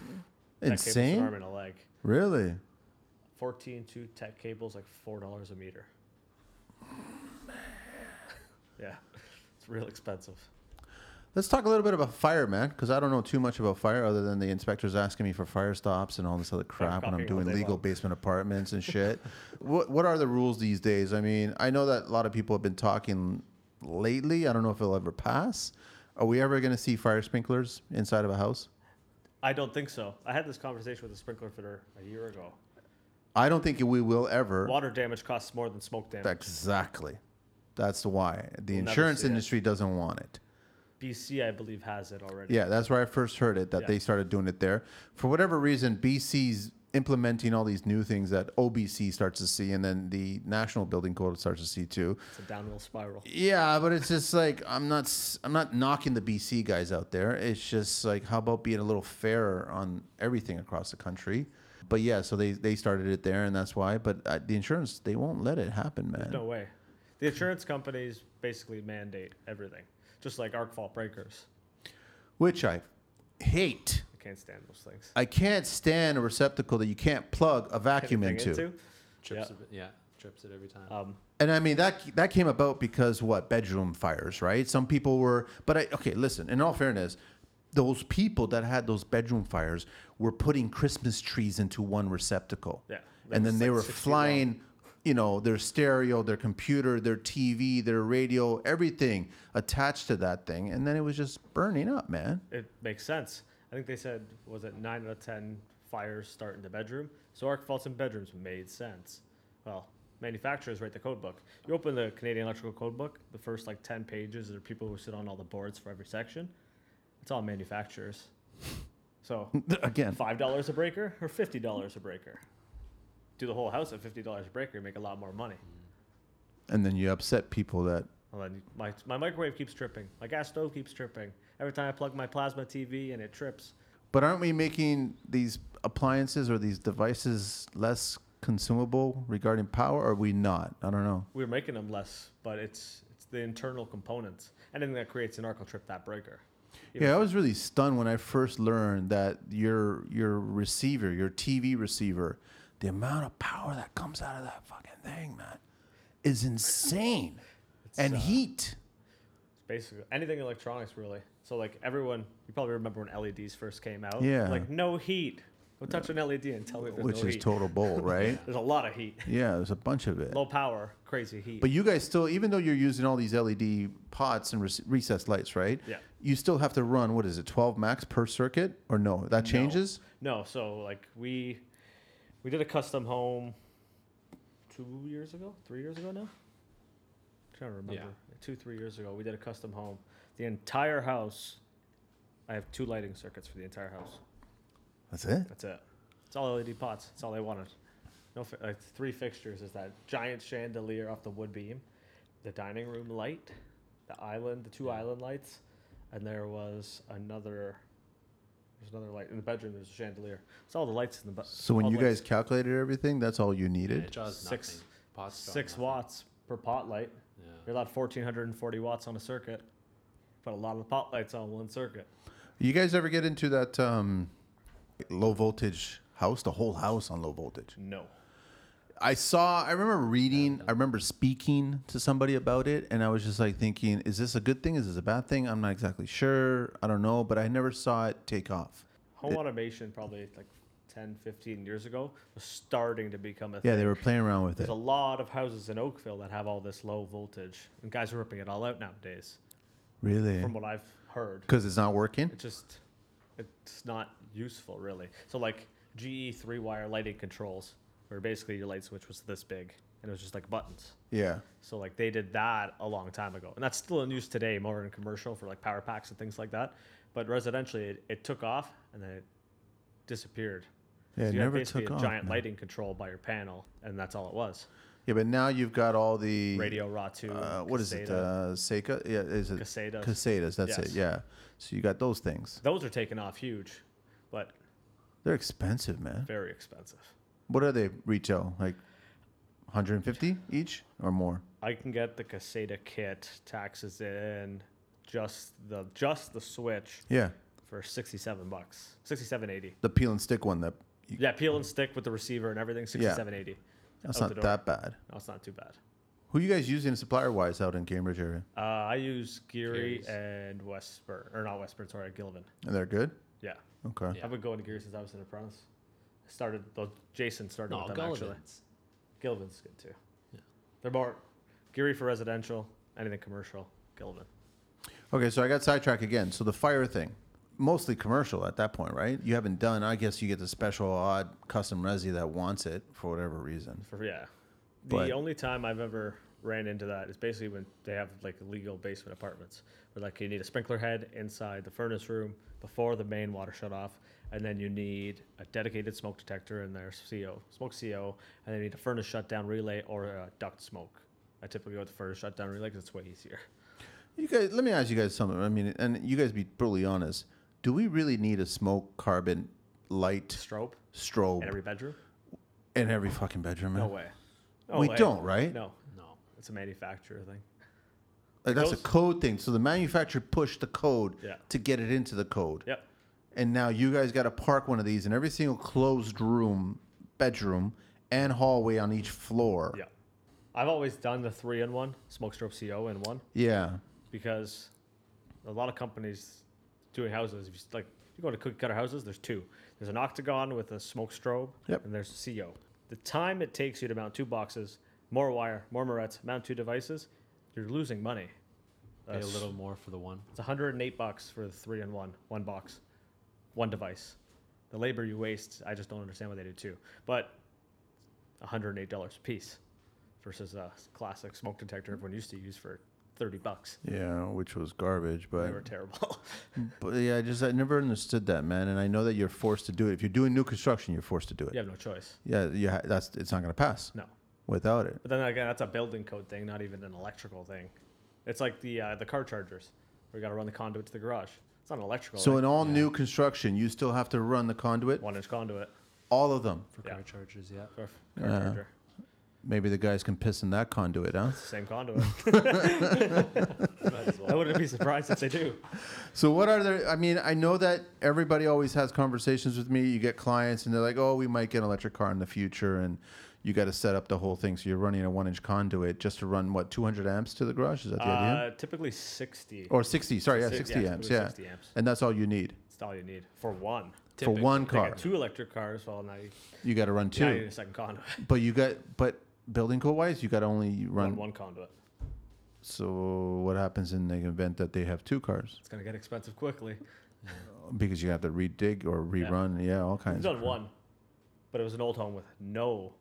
S4: Oh. Tech cable's an arm
S2: insane?
S4: and a leg.
S2: Really?
S4: Fourteen two tech cables like four dollars a meter. yeah, it's real expensive.
S2: Let's talk a little bit about fire, man, because I don't know too much about fire other than the inspectors asking me for fire stops and all this other crap when I'm
S4: copying all
S2: doing
S4: day
S2: legal
S4: long.
S2: basement apartments and
S4: [LAUGHS]
S2: shit. what what are the rules these days? I mean, I know that a lot of people have been talking lately. I don't know if it'll ever pass. Are we ever going to see fire sprinklers inside of a house?
S4: I don't think so. I had this conversation with a sprinkler fitter a year ago.
S2: I don't think we will ever.
S4: Water damage costs more than smoke damage.
S2: Exactly. That's why the
S4: never
S2: insurance
S4: see it.
S2: industry doesn't want it.
S4: BC, I believe, has it already.
S2: Yeah, that's where I first heard it that
S4: Yeah.
S2: they started doing it there. For whatever reason, BC's implementing all these new things that OBC starts to see, and then the National Building Code starts to see too.
S4: It's a downhill spiral.
S2: Yeah, but it's just like I'm not s- I'm not knocking the BC guys out there. It's just like how about being a little fairer on everything across the country. But yeah, so they they started it there, and that's why. But uh, the insurance they won't let it happen, man.
S4: No way. The insurance companies basically mandate everything, just like arc fault breakers.
S2: Which I hate.
S4: I can't stand those things.
S2: I can't stand a receptacle that you can't plug a vacuum
S4: Anything
S2: into.
S1: Trips
S4: Yeah.
S1: it, yeah, trips it every time.
S4: Um,
S2: And I mean that that came about because what bedroom fires, right? Some people were, but I okay. Listen, in all fairness, those people that had those bedroom fires were putting Christmas trees into one receptacle.
S4: Yeah.
S2: and then
S4: It's
S2: they
S4: like
S2: were
S4: 60
S2: flying, you know, their stereo, their computer, their TV, their radio, everything attached to that thing, and then it was just burning up, man.
S4: it makes sense. I think they said was it nine out of ten fires start in the bedroom. So arc faults in bedrooms made sense. Well, manufacturers write the code book. You open the Canadian Electrical Code Book, the first like ten pages are people who sit on all the boards for every section. It's all manufacturers.
S2: [LAUGHS]
S4: So
S2: Again,
S4: five dollars a breaker or fifty dollars a breaker. Do the whole house at fifty dollars a breaker, you make a lot more money.
S2: and then you upset people that
S4: Well, then my, my microwave keeps tripping. My gas stove keeps tripping. Every time I plug my plasma TV and it trips.
S2: But aren't we making these appliances or these devices less consumable regarding power? Or are we not? I don't know.
S4: We're making them less, but it's it's the internal components. Anything that creates an arc will trip that breaker. You
S2: Yeah,
S4: know,
S2: I was really stunned when I first learned that your your receiver, your TV receiver, the amount of power that comes out of that fucking thing, man, is insane.
S4: uh,
S2: and heat.
S4: it's basically anything electronics really. So like everyone, you probably remember when LEDs first came out.
S2: Yeah.
S4: Like no heat. Don't touch an LED and tell me there's
S2: Which
S4: no
S2: is
S4: heat.
S2: total bull,
S4: [LAUGHS]
S2: right?
S4: There's a lot of heat.
S2: yeah, there's a bunch of it.
S4: Low power, crazy heat.
S2: But you guys still, even though you're using all these LED pots and rec- recessed lights, right?
S4: Yeah.
S2: You still have to run what is it, 12 max per circuit, or no? That
S4: No.
S2: changes.
S4: No, so like we we did a custom home two years ago, three years ago now. trying to remember, two three years ago, we did a custom home. The entire house, I have two lighting circuits for the entire house.
S2: That's it.
S4: That's it. It's all LED pots. That's all they wanted. No, fi- like three fixtures is that giant chandelier off the wood beam, the dining room light, the island, the two island lights, and there was another. There's another light in the bedroom. There's a chandelier. It's all the lights in the. bu-
S2: So when
S4: all
S2: you
S4: the lights.
S2: guys calculated everything, that's all you
S1: And it
S2: needed.
S1: draws
S4: six-
S1: nothing. Pots draw
S4: six
S1: nothing.
S4: watts per pot light,
S1: Yeah.
S4: you're allowed 1440 watts on a circuit. Put a lot of pot lights on one circuit.
S2: You guys ever get into that um, low voltage house, the whole house on low voltage?
S4: No.
S2: I saw, I remember reading, I remember speaking to somebody about it, and I was just like thinking, is this a good thing? Is this a bad thing? I'm not exactly sure. I don't know, but I never saw it take off.
S4: Home automation probably like 10, 15 years ago was starting to become a
S2: Yeah,
S4: thing.
S2: they were playing around with it.
S4: There's a lot of houses in Oakville that have all this low voltage, and guys are ripping it all out nowadays.
S2: Really?
S4: From what I've heard,
S2: Because it's not working?
S4: it just it's not useful really. So like GE three wire lighting controls, where basically your light switch was this big and it was just like buttons.
S2: Yeah.
S4: So like they did that a long time ago, and that's still in use today, more in commercial for like power packs and things like that. But residentially, it, it took off and then it disappeared.
S2: Yeah, it
S4: you had
S2: never
S4: basically
S2: took
S4: a
S2: off,
S4: giant
S2: man.
S4: lighting control by your panel, and that's all it was.
S2: Yeah, but now you've got all the
S4: Radio Raw two.
S2: Uh, what is it?
S4: Caseta.
S2: Uh, Seika? Yeah, is it
S4: Casetas.
S2: Casetas? That's it.
S4: Yes.
S2: Yeah. So you got those things.
S4: Those are taking off huge, but
S2: They're expensive, man.
S4: very expensive.
S2: What are they retail? Like 150 each or more?
S4: I can get the Caseta kit, taxes in, just the just the switch
S2: Yeah,
S4: for sixty seven bucks, sixty seven eighty.
S2: the peel and stick one. That you-
S4: Yeah, peel and stick with the receiver and everything, sixty seven eighty.
S2: that's
S4: out the
S2: not
S4: door.
S2: that bad.
S4: No, it's not too bad.
S2: Who you guys using supplier wise out in Cambridge area?
S4: Uh, I use Geary
S1: Geary's.
S4: and Westburn, or not Westburn, sorry, Gillivan.
S2: And they're good.
S4: Yeah.
S2: Okay.
S1: Yeah.
S4: I've been going to Geary since I was in apprentice. I started, well, Jason started
S1: No,
S4: with them actually.
S1: Gullivants.
S4: Gillivan's good too.
S1: Yeah.
S4: They're more Geary for residential, anything commercial, Gillivan.
S2: Okay, so I got sidetracked again. So the fire thing, mostly commercial at that point, right? You haven't done. I guess you get the special odd custom resi that wants it for whatever reason.
S4: For yeah. The
S2: But-
S4: only time I've ever ran into that. It's basically when they have like legal basement apartments where like you need a sprinkler head inside the furnace room before the main water shut off, and then you need a dedicated smoke detector in their CO smoke CO, and they need a furnace shutdown relay or a duct smoke. I typically go with the furnace shutdown relay because it's way easier.
S2: You guys, let me ask you guys something. I mean, and you guys be brutally honest. Do we really need a smoke carbon light
S4: Strobe
S2: strobe
S4: in every bedroom?
S2: in every fucking bedroom?
S4: No
S2: man?
S4: way. No
S2: We
S4: way.
S2: don't, right?
S4: No, no. It's a manufacturer thing.
S2: Like, that's
S4: Those-
S2: a code thing. So the manufacturer pushed the code
S4: Yeah.
S2: to get it into the code.
S4: Yep.
S2: And now you guys got to park one of these in every single closed room, bedroom, and hallway on each floor.
S4: Yeah. I've always done the three in one, smoke strobe CO in one,
S2: Yeah.
S4: because a lot of companies doing houses, if you, s- like you go to cookie cutter houses, there's two. There's an octagon with a smoke strobe,
S2: Yep.
S4: and there's a CO. The time it takes you to mount two boxes, more wire, more morettes, mount two devices, you're losing money.
S1: Pay a
S4: That's-
S1: little more for the one.
S4: It's 108 bucks for the three in one, one box, one device. The labor you waste, I just don't understand why they do too. But 108 dollars a piece versus a classic smoke detector everyone used to use for 30 bucks.
S2: Yeah, which was garbage,
S4: They
S2: but
S4: were terrible. [LAUGHS]
S2: but yeah, I just I never understood that, man. And I know that you're forced to do it. If you're doing new construction, you're forced to do it.
S4: you have no choice.
S2: Yeah, you ha- that's it's not gonna pass
S4: No.
S2: without it.
S4: But then again, that's a building code thing, not even an electrical thing. It's like the uh, the car chargers. We got to run the conduit to the garage. It's not an electrical.
S2: So
S4: like,
S2: in all new construction, you still have to run the conduit,
S4: one inch conduit
S2: all of them.
S1: For
S4: Yeah.
S1: car chargers, yeah.
S4: for a f- car
S2: Yeah.
S4: charger.
S2: Maybe the guys can piss in that conduit, huh? [LAUGHS]
S4: Same conduit. [LAUGHS]
S1: Might as
S4: I
S1: well.
S4: wouldn't be surprised if they do.
S2: So what are there? I mean, I know that everybody always has conversations with me. You get clients, and they're like, "Oh, we might get an electric car in the future," and you got to set up the whole thing. So you're running a one-inch conduit just to run what 200 amps to the garage. Is that the idea?
S4: Uh, typically 60.
S2: Or 60? Oh, Sorry, yeah,
S4: Six- E,
S2: 60
S4: yeah,
S2: amps.
S4: typically
S2: Yeah,
S4: 60 amps.
S2: and that's all you need
S4: That's all you need for one.
S2: for one
S4: They
S2: car.
S4: got two electric cars. Well, now you,
S2: You got to run
S4: now you
S2: two,
S4: need a second conduit. [LAUGHS]
S2: but you got but building code wise, you got to only run.
S4: Run one conduit.
S2: So what happens in the event that they have two cars?
S4: It's gonna get expensive quickly.
S2: Because you have to redig or rerun. Yeah, all
S4: We've
S2: kinds. of
S4: done one, but it was an old home with no,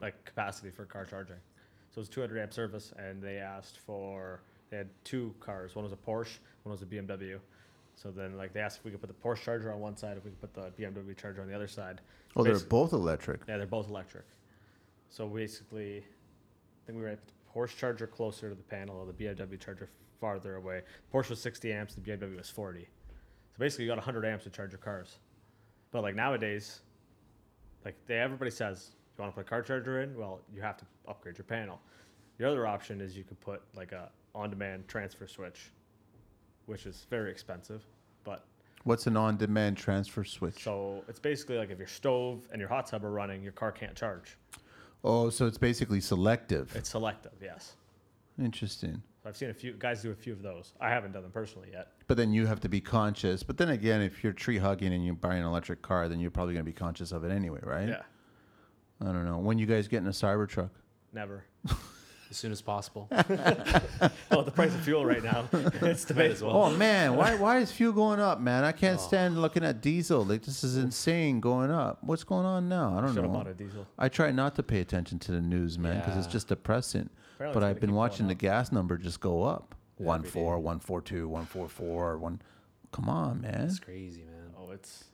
S4: like capacity for car charging. So it was 200 amp service, and they asked for they had two cars. One was a Porsche, one was a BMW. So then, like they asked if we could put the Porsche charger on one side, if we could put the BMW charger on the other side.
S2: Oh, they're
S4: Basi-
S2: both electric.
S4: Yeah, they're both electric. So basically, I think we were at the Porsche charger closer to the panel, the BMW charger farther away. Porsche was 60 amps, the BMW was 40. So basically, you got 100 amps to charge your cars. But like nowadays, like they, everybody says, you want to put a car charger in? Well, you have to upgrade your panel. The other option is you could put like a on-demand transfer switch, which is very expensive, but
S2: What's an on-demand transfer switch?
S4: so it's basically like if your stove and your hot tub are running, your car can't charge.
S2: Oh, so it's basically selective.
S4: It's selective, yes.
S2: Interesting.
S4: I've seen a few guys do a few of those. I haven't done them personally yet.
S2: But then you have to be conscious. But then again, if you're tree hugging and you buy an electric car, then you're probably going to be conscious of it anyway, right?
S4: Yeah,
S2: I don't know. When you guys getting a Cybertruck?
S4: never.
S1: As soon as possible.
S4: Well, the price of fuel
S2: [LAUGHS]
S4: right now, [LAUGHS] it's debatable.
S2: Oh man,
S4: [LAUGHS]
S2: why why is fuel going up, man? I
S4: Oh.
S2: can't stand looking at diesel. Like this is insane going up. What's going on now? I don't
S4: Should have bought
S2: know.
S4: a diesel.
S2: I try not to pay attention to the news, man, because it's
S1: Yeah.
S2: just depressing.
S4: Apparently
S2: but
S4: it's
S2: I've been
S4: gonna keep going
S2: watching the
S4: up.
S2: gas number just go up. One four, one four two, one four four, one. Come on, man.
S1: It's crazy, man.
S4: Oh, it's.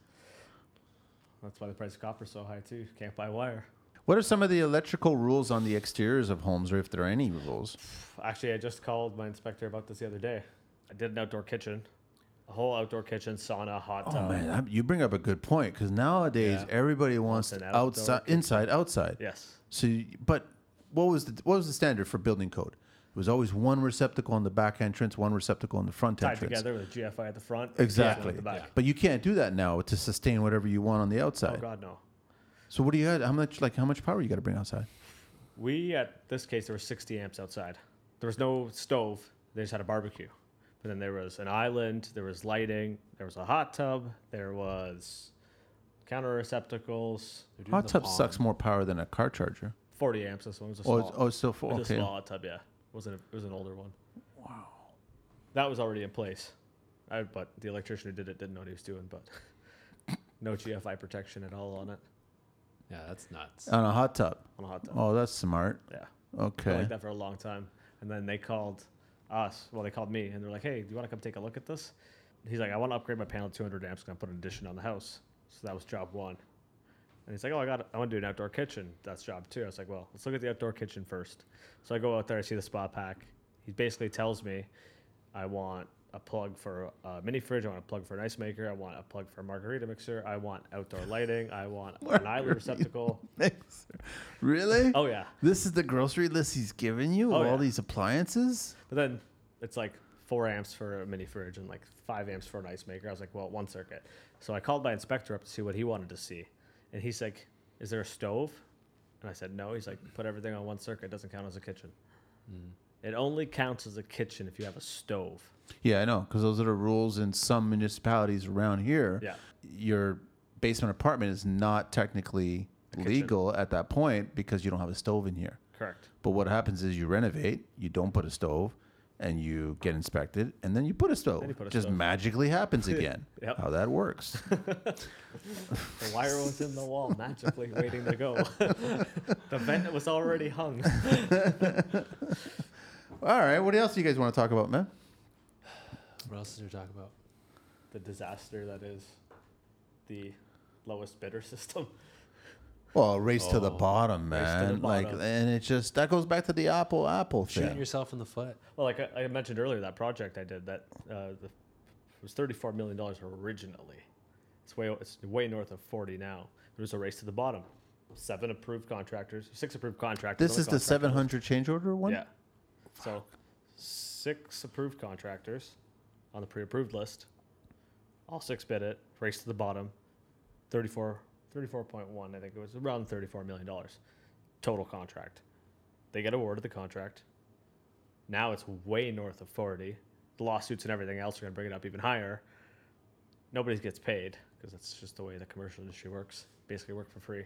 S4: That's why the price of copper's so high too. Can't buy wire.
S2: What are some of the electrical rules on the exteriors of homes, or if there are any rules?
S4: Actually, I just called my inspector about this the other day. I did an outdoor kitchen, a whole outdoor kitchen, sauna, hot
S2: Oh
S4: tub.
S2: man, that- you bring up a good point because nowadays
S4: Yeah.
S2: everybody wants
S4: an outdoor
S2: outside,
S4: kitchen.
S2: inside, outside.
S4: Yes.
S2: So, you- but what was the what was the standard for building code? It was always one receptacle on the back entrance, one receptacle on the front
S4: Tied
S2: entrance.
S4: together with a GFI at the front. and a GFI at
S2: Exactly.
S4: the back.
S2: But you can't do that now to sustain whatever you want on the
S4: Oh
S2: outside.
S4: God, no.
S2: so what do you got? How much like how much power you got to bring outside?
S4: We at this case there were 60 amps outside. There was no stove. They just had a barbecue. But then there was an island. There was lighting. There was a hot tub. There was counter receptacles.
S1: They're doing
S2: Hot
S1: the
S2: tub
S1: pond.
S2: sucks more power than a car charger.
S4: 40 amps. This one was a
S2: Oh,
S4: small.
S2: it's, oh, it's still
S4: it
S2: full.
S4: was a
S2: Okay.
S4: small hot tub. Yeah, It wasn't. A, it was an older one. Wow. That was already in place. I, but the electrician who did it didn't know what he was doing. But [LAUGHS] no GFI protection at all on it
S1: Yeah, that's nuts.
S2: On a hot tub.
S4: on a hot tub.
S2: Oh, that's smart.
S4: Yeah.
S2: Okay.
S4: like that for a long time. And then they called us. Well, they called me, and they're like, "Hey, do you want to come take a look at this?" He's like, "I want to upgrade my panel to 200 amps. Gonna put an addition on the house." So that was job one. And he's like, "Oh, I got. I want to do an outdoor kitchen. That's job two. I was like, "Well, let's look at the outdoor kitchen first. So I go out there. I see the spa pack. He basically tells me, "I want." A plug for a mini fridge. I want a plug for an ice maker. I want a plug for a margarita mixer. I want outdoor lighting. I want an
S2: Margarita [LAUGHS]
S4: island receptacle.
S2: really?
S4: Oh yeah,
S2: This is the grocery list he's given you
S4: Oh,
S2: of all
S4: yeah.
S2: these appliances?
S4: But then it's like four amps for a mini fridge and like five amps for an ice maker. I was like, well, one circuit. So I called my inspector up to see what he wanted to see. And he's like, is there a stove? And I said, no. He's like, put everything on one circuit. It doesn't count as a kitchen. It only counts as a kitchen if you have a stove.
S2: Yeah, I know, because those are the rules in some municipalities around here.
S4: Yeah.
S2: Your basement apartment is not technically
S4: kitchen.
S2: legal at that point because you don't have a stove in here.
S4: Correct.
S2: But what happens is you renovate, you don't put a stove, and you get inspected, and then you put a stove.
S4: you put a
S2: Just
S4: stove.
S2: magically happens
S4: [LAUGHS]
S2: again.
S4: Yep.
S2: How that
S4: [LAUGHS]
S2: works.
S4: The wire was in the wall, magically waiting to go. [LAUGHS] the vent was already hung.
S2: All right, what else do you guys want to talk about, man?
S1: What else did we talk about?
S4: The disaster that is the lowest bidder [LAUGHS] system.
S2: Well, race to the
S1: Oh,
S2: bottom,
S4: race to the
S2: man. Like,
S4: bottom.
S2: and it just that goes back to the Apple Apple
S1: Shooting
S2: thing.
S1: yourself in the foot.
S4: Well, like I, I mentioned earlier, that project I did that uh, the, it was thirty-four million dollars originally. It's way it's way north of forty now. There was a race to the bottom. Seven approved contractors, six approved contractors.
S2: This
S4: only
S2: is the
S4: contractor-
S2: 700 change order one.
S4: Yeah. So, six approved contractors on the pre-approved list. All six bid it. Race to the bottom. 34, 34.1, I think it was around $34 million total contract. They get awarded the contract. Now it's way north of 40. The lawsuits and everything else are going to bring it up even higher. Nobody gets paid because that's just the way the commercial industry works. Basically, work for free.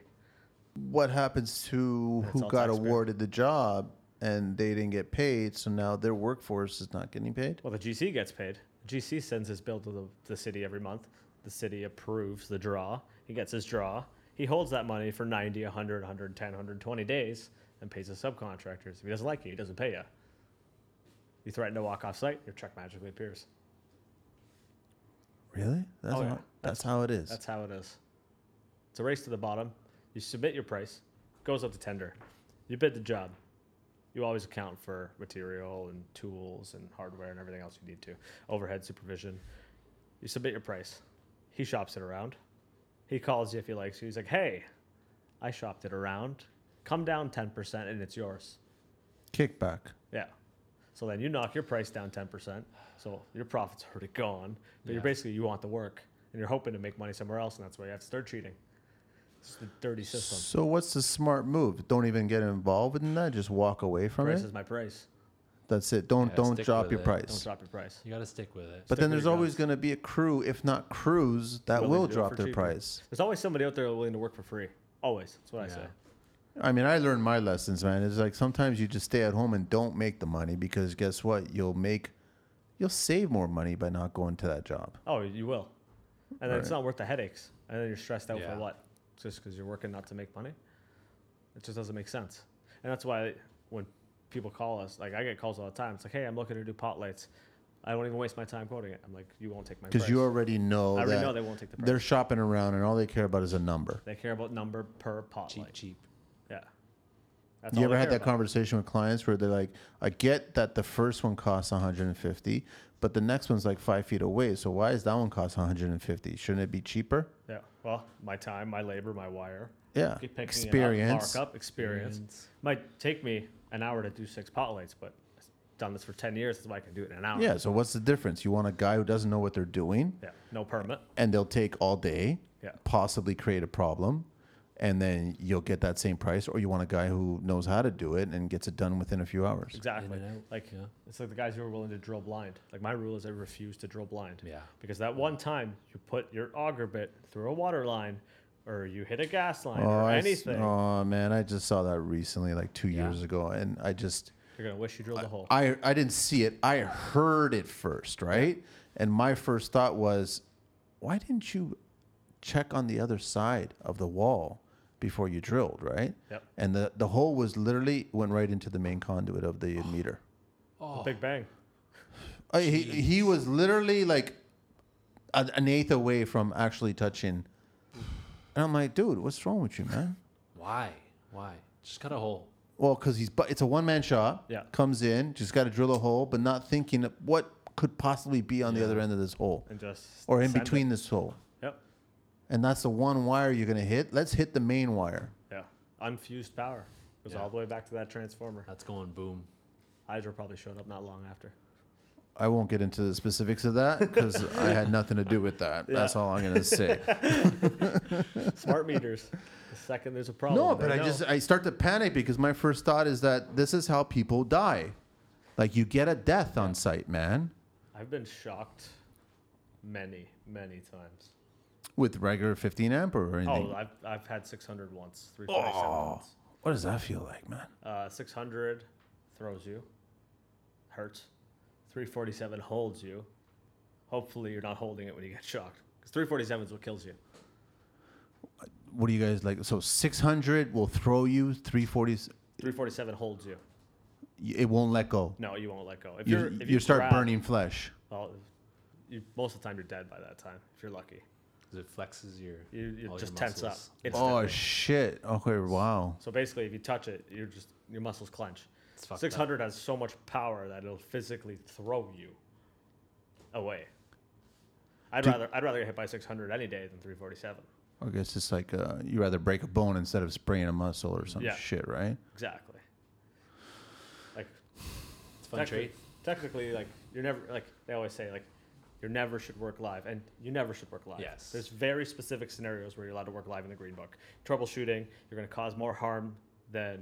S2: What happens to
S4: That's
S2: who
S4: all
S2: got
S4: taxpayer.
S2: awarded the job and they didn't get paid? So now their workforce is not getting paid.
S4: Well, the GC gets paid. GC sends his bill to the, the city every month. The city approves the draw. He gets his draw. He holds that money for 90, 100, 110, 120 days and pays his subcontractors. If he doesn't like you, he doesn't pay you. You threaten to walk off site, your check magically appears.
S2: Really? That's
S4: Oh,
S2: how,
S4: yeah.
S2: that's, how it is.
S4: That's how it is. It's a race to the bottom. You submit your price, goes up to tender. You bid the job. You always account for material and tools and hardware and everything else you need to, overhead supervision. You submit your price. He shops it around. He calls you if he likes you. He's like, hey, I shopped it around. Come down 10% and it's yours.
S2: Kickback.
S4: Yeah. So then you knock your price down 10%. So your profit's already gone. But you're
S1: Yeah.
S4: basically, you want the work and you're hoping to make money somewhere else. And that's why you have to start cheating. It's the dirty system.
S2: So what's the smart move? Don't even get involved in that. Just walk away from
S4: price
S2: it.
S4: is my price.
S2: That's it. Don't
S1: Yeah,
S2: don't
S1: stick
S2: drop
S1: with
S2: your
S1: it.
S2: price.
S4: Don't drop your price.
S1: You got to stick with it.
S2: but
S4: stick
S2: then
S4: with
S2: there's
S4: your
S2: always
S4: guns.
S2: going to be a crew, if not crews, that
S4: Willing
S2: will
S4: to do it
S2: drop
S4: for
S2: their
S4: cheaper.
S2: price.
S4: There's always somebody out there willing to work for free. Always. That's what I
S1: Yeah.
S4: say.
S2: I mean, I learned my lessons, man. It's like sometimes you just stay at home and don't make the money because guess what? You'll make, you'll save more money by not going to that job.
S4: Oh, you will. And then it's not worth the headaches. And then you're stressed out
S1: Yeah.
S4: for what? Just because you're working not to make money? It just doesn't make sense. And that's why when people call us, like I get calls all the time. It's like, hey, I'm looking to do pot lights. I don't even waste my time quoting it. I'm like, you won't take my
S2: Because
S4: price.
S2: you already know
S4: I already
S2: that
S4: know they won't take the price.
S2: they're shopping around and all they care about is a number.
S4: They care about number per pot
S1: cheap,
S4: light.
S1: cheap.
S4: Yeah. That's
S2: you
S4: all they
S2: ever had
S4: care
S2: that
S4: about.
S2: conversation with clients where they're like, I get that the first one costs 150, but the next one's like five feet away. So why is that one cost 150? Shouldn't it be cheaper?
S4: Yeah. Well, my time, my labor, my wire.
S2: Yeah.
S4: Keep picking it up,
S2: Experience.
S4: markup, experience. Might take me an hour to do six pot lights, but I've done this for 10 years. That's why I can do it in an hour.
S2: Yeah. So what's the difference? You want a guy who doesn't know what they're doing
S4: Yeah. No permit.
S2: and they'll take all day,
S4: Yeah.
S2: possibly create a problem, and then you'll get that same price, or you want a guy who knows how to do it and gets it done within a few hours.
S4: Exactly.
S1: and out,
S4: Like
S1: yeah.
S4: it's like the guys who are willing to drill blind. Like my rule is I refuse to drill blind.
S1: Yeah.
S4: Because that one time you put your auger bit through a water line or you hit a gas line
S2: Oh,
S4: or
S2: I s-
S4: anything,
S2: oh man, I just saw that recently, like two years ago, and I just
S4: you're gonna wish you drilled a hole.
S2: I I didn't see it. I heard it first, right? And my first thought was, why didn't you check on the other side of the wall before you drilled, right?
S4: Yep.
S2: And the, the hole was literally went right into the main conduit of the meter.
S1: Oh,
S4: Big bang.
S2: Uh, he, he was literally like an, an eighth away from actually touching. And I'm like, dude, what's wrong with you, man?
S1: why? Why? Just cut a hole.
S2: Well, because he's but it's a one man shop.
S4: Yeah.
S2: Comes in, just got to drill a hole, but not thinking of what could possibly be on the other end of this hole
S4: And just.
S2: or in
S4: send it.
S2: between this hole.
S4: Yep.
S2: And that's the one wire you're gonna hit. Let's hit the main wire.
S4: Yeah. Unfused power. It was
S1: Yeah.
S4: all the way back to that transformer.
S1: That's going boom.
S4: Hydra probably showed up not long after.
S2: I won't get into the specifics of that because I had
S4: [LAUGHS]
S2: nothing to do with that. That's
S4: Yeah.
S2: all I'm gonna say.
S4: [LAUGHS] Smart meters. The second there's a problem.
S2: no, but
S4: they
S2: I
S4: Oh, know.
S2: just I start to panic because my first thought is that this is how people die. Like you get a death on site, man,
S4: I've been shocked many, many times.
S2: with regular 15 amp or anything.
S4: Oh, I've, I've had 600 once, 347 once.
S2: what does that feel like, man?
S4: Uh, 600 throws you, hurts. 347 holds you. Hopefully, you're not holding it when you get shocked. Because 347 is what kills you.
S2: What do you guys like? So 600 will throw you 340s.
S4: 347 holds you.
S2: It won't let go.
S4: No, you won't let go. If
S2: You,
S4: you're,
S2: you
S4: if
S2: start
S4: grab-
S2: burning flesh.
S4: Well, you, most of the time you're dead by that time, if you're lucky.
S1: 'Cause it flexes your.
S4: You, you
S1: all
S4: just
S1: your
S4: tense up.
S1: muscles.
S2: Oh
S4: instantly.
S2: shit! Okay, wow.
S4: so basically, if you touch it, you're just your muscles clench.
S1: It's fucked up.
S4: 600 has so much power that it'll physically throw you away. I'd rather I'd rather get hit by 600 any day than 347.
S2: I guess it's like uh, you rather break a bone instead of spraying a muscle or some
S4: Yeah.
S2: shit, right?
S4: Exactly. Like
S1: It's a fun
S4: techni-
S1: trait.
S4: Technically, like you're never like they always say like you never should work live, and you never should work live.
S1: Yes.
S4: There's very specific scenarios where you're allowed to work live in the green book. Troubleshooting, you're going to cause more harm than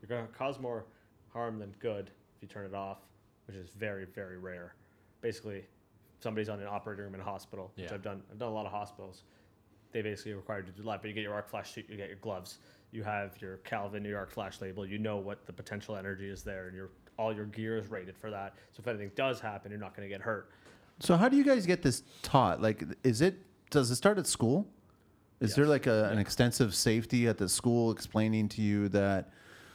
S4: you're going to cause more harm than good if you turn it off, which is very very rare. Basically, somebody's on an operating room in a hospital, which
S1: Yeah.
S4: I've done. I've done a lot of hospitals. They basically require you to do live, but you get your arc flash suit, you get your gloves, you have your Calvin New York flash label. You know what the potential energy is there, and your all your gear is rated for that. So if anything does happen, you're not going to get hurt.
S2: So how do you guys get this taught? Like, is it does it start at school? Is there
S4: Yes.
S2: like a, an extensive safety at the school explaining to you that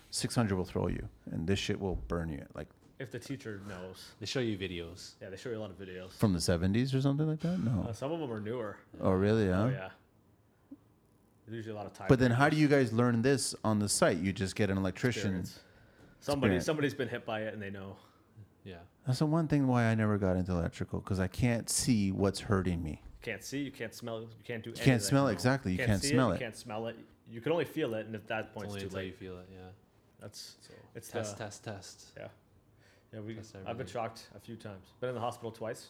S2: 600 will throw you and this shit will burn you? Like
S4: If the teacher knows,
S1: They show you videos.
S4: yeah, they show you a lot of videos.
S2: from the 70s or something like that? No.
S4: Uh, some of them are newer.
S2: oh really? Huh?
S4: Oh yeah. There's usually a lot of time.
S2: But then how do you guys learn this on the site? You just get an electrician.
S4: experience. Somebody
S2: experience.
S4: somebody's been hit by it and they know.
S1: Yeah.
S2: That's the one thing why I never got into electrical because I can't see what's hurting me.
S4: You can't see, you can't smell, you can't do. You
S2: can't smell it, exactly, you can't smell
S4: it,
S2: it.
S4: You can't smell it. You can only feel it, and at that
S1: It's
S4: point,
S1: only
S4: it's too
S1: until you
S4: late.
S1: feel it. Yeah.
S4: That's
S1: So
S4: It's
S1: test,
S4: the-
S1: test, test.
S4: yeah, yeah. We,
S1: That's
S4: I've been
S1: everything.
S4: shocked a few times. Been in the hospital twice.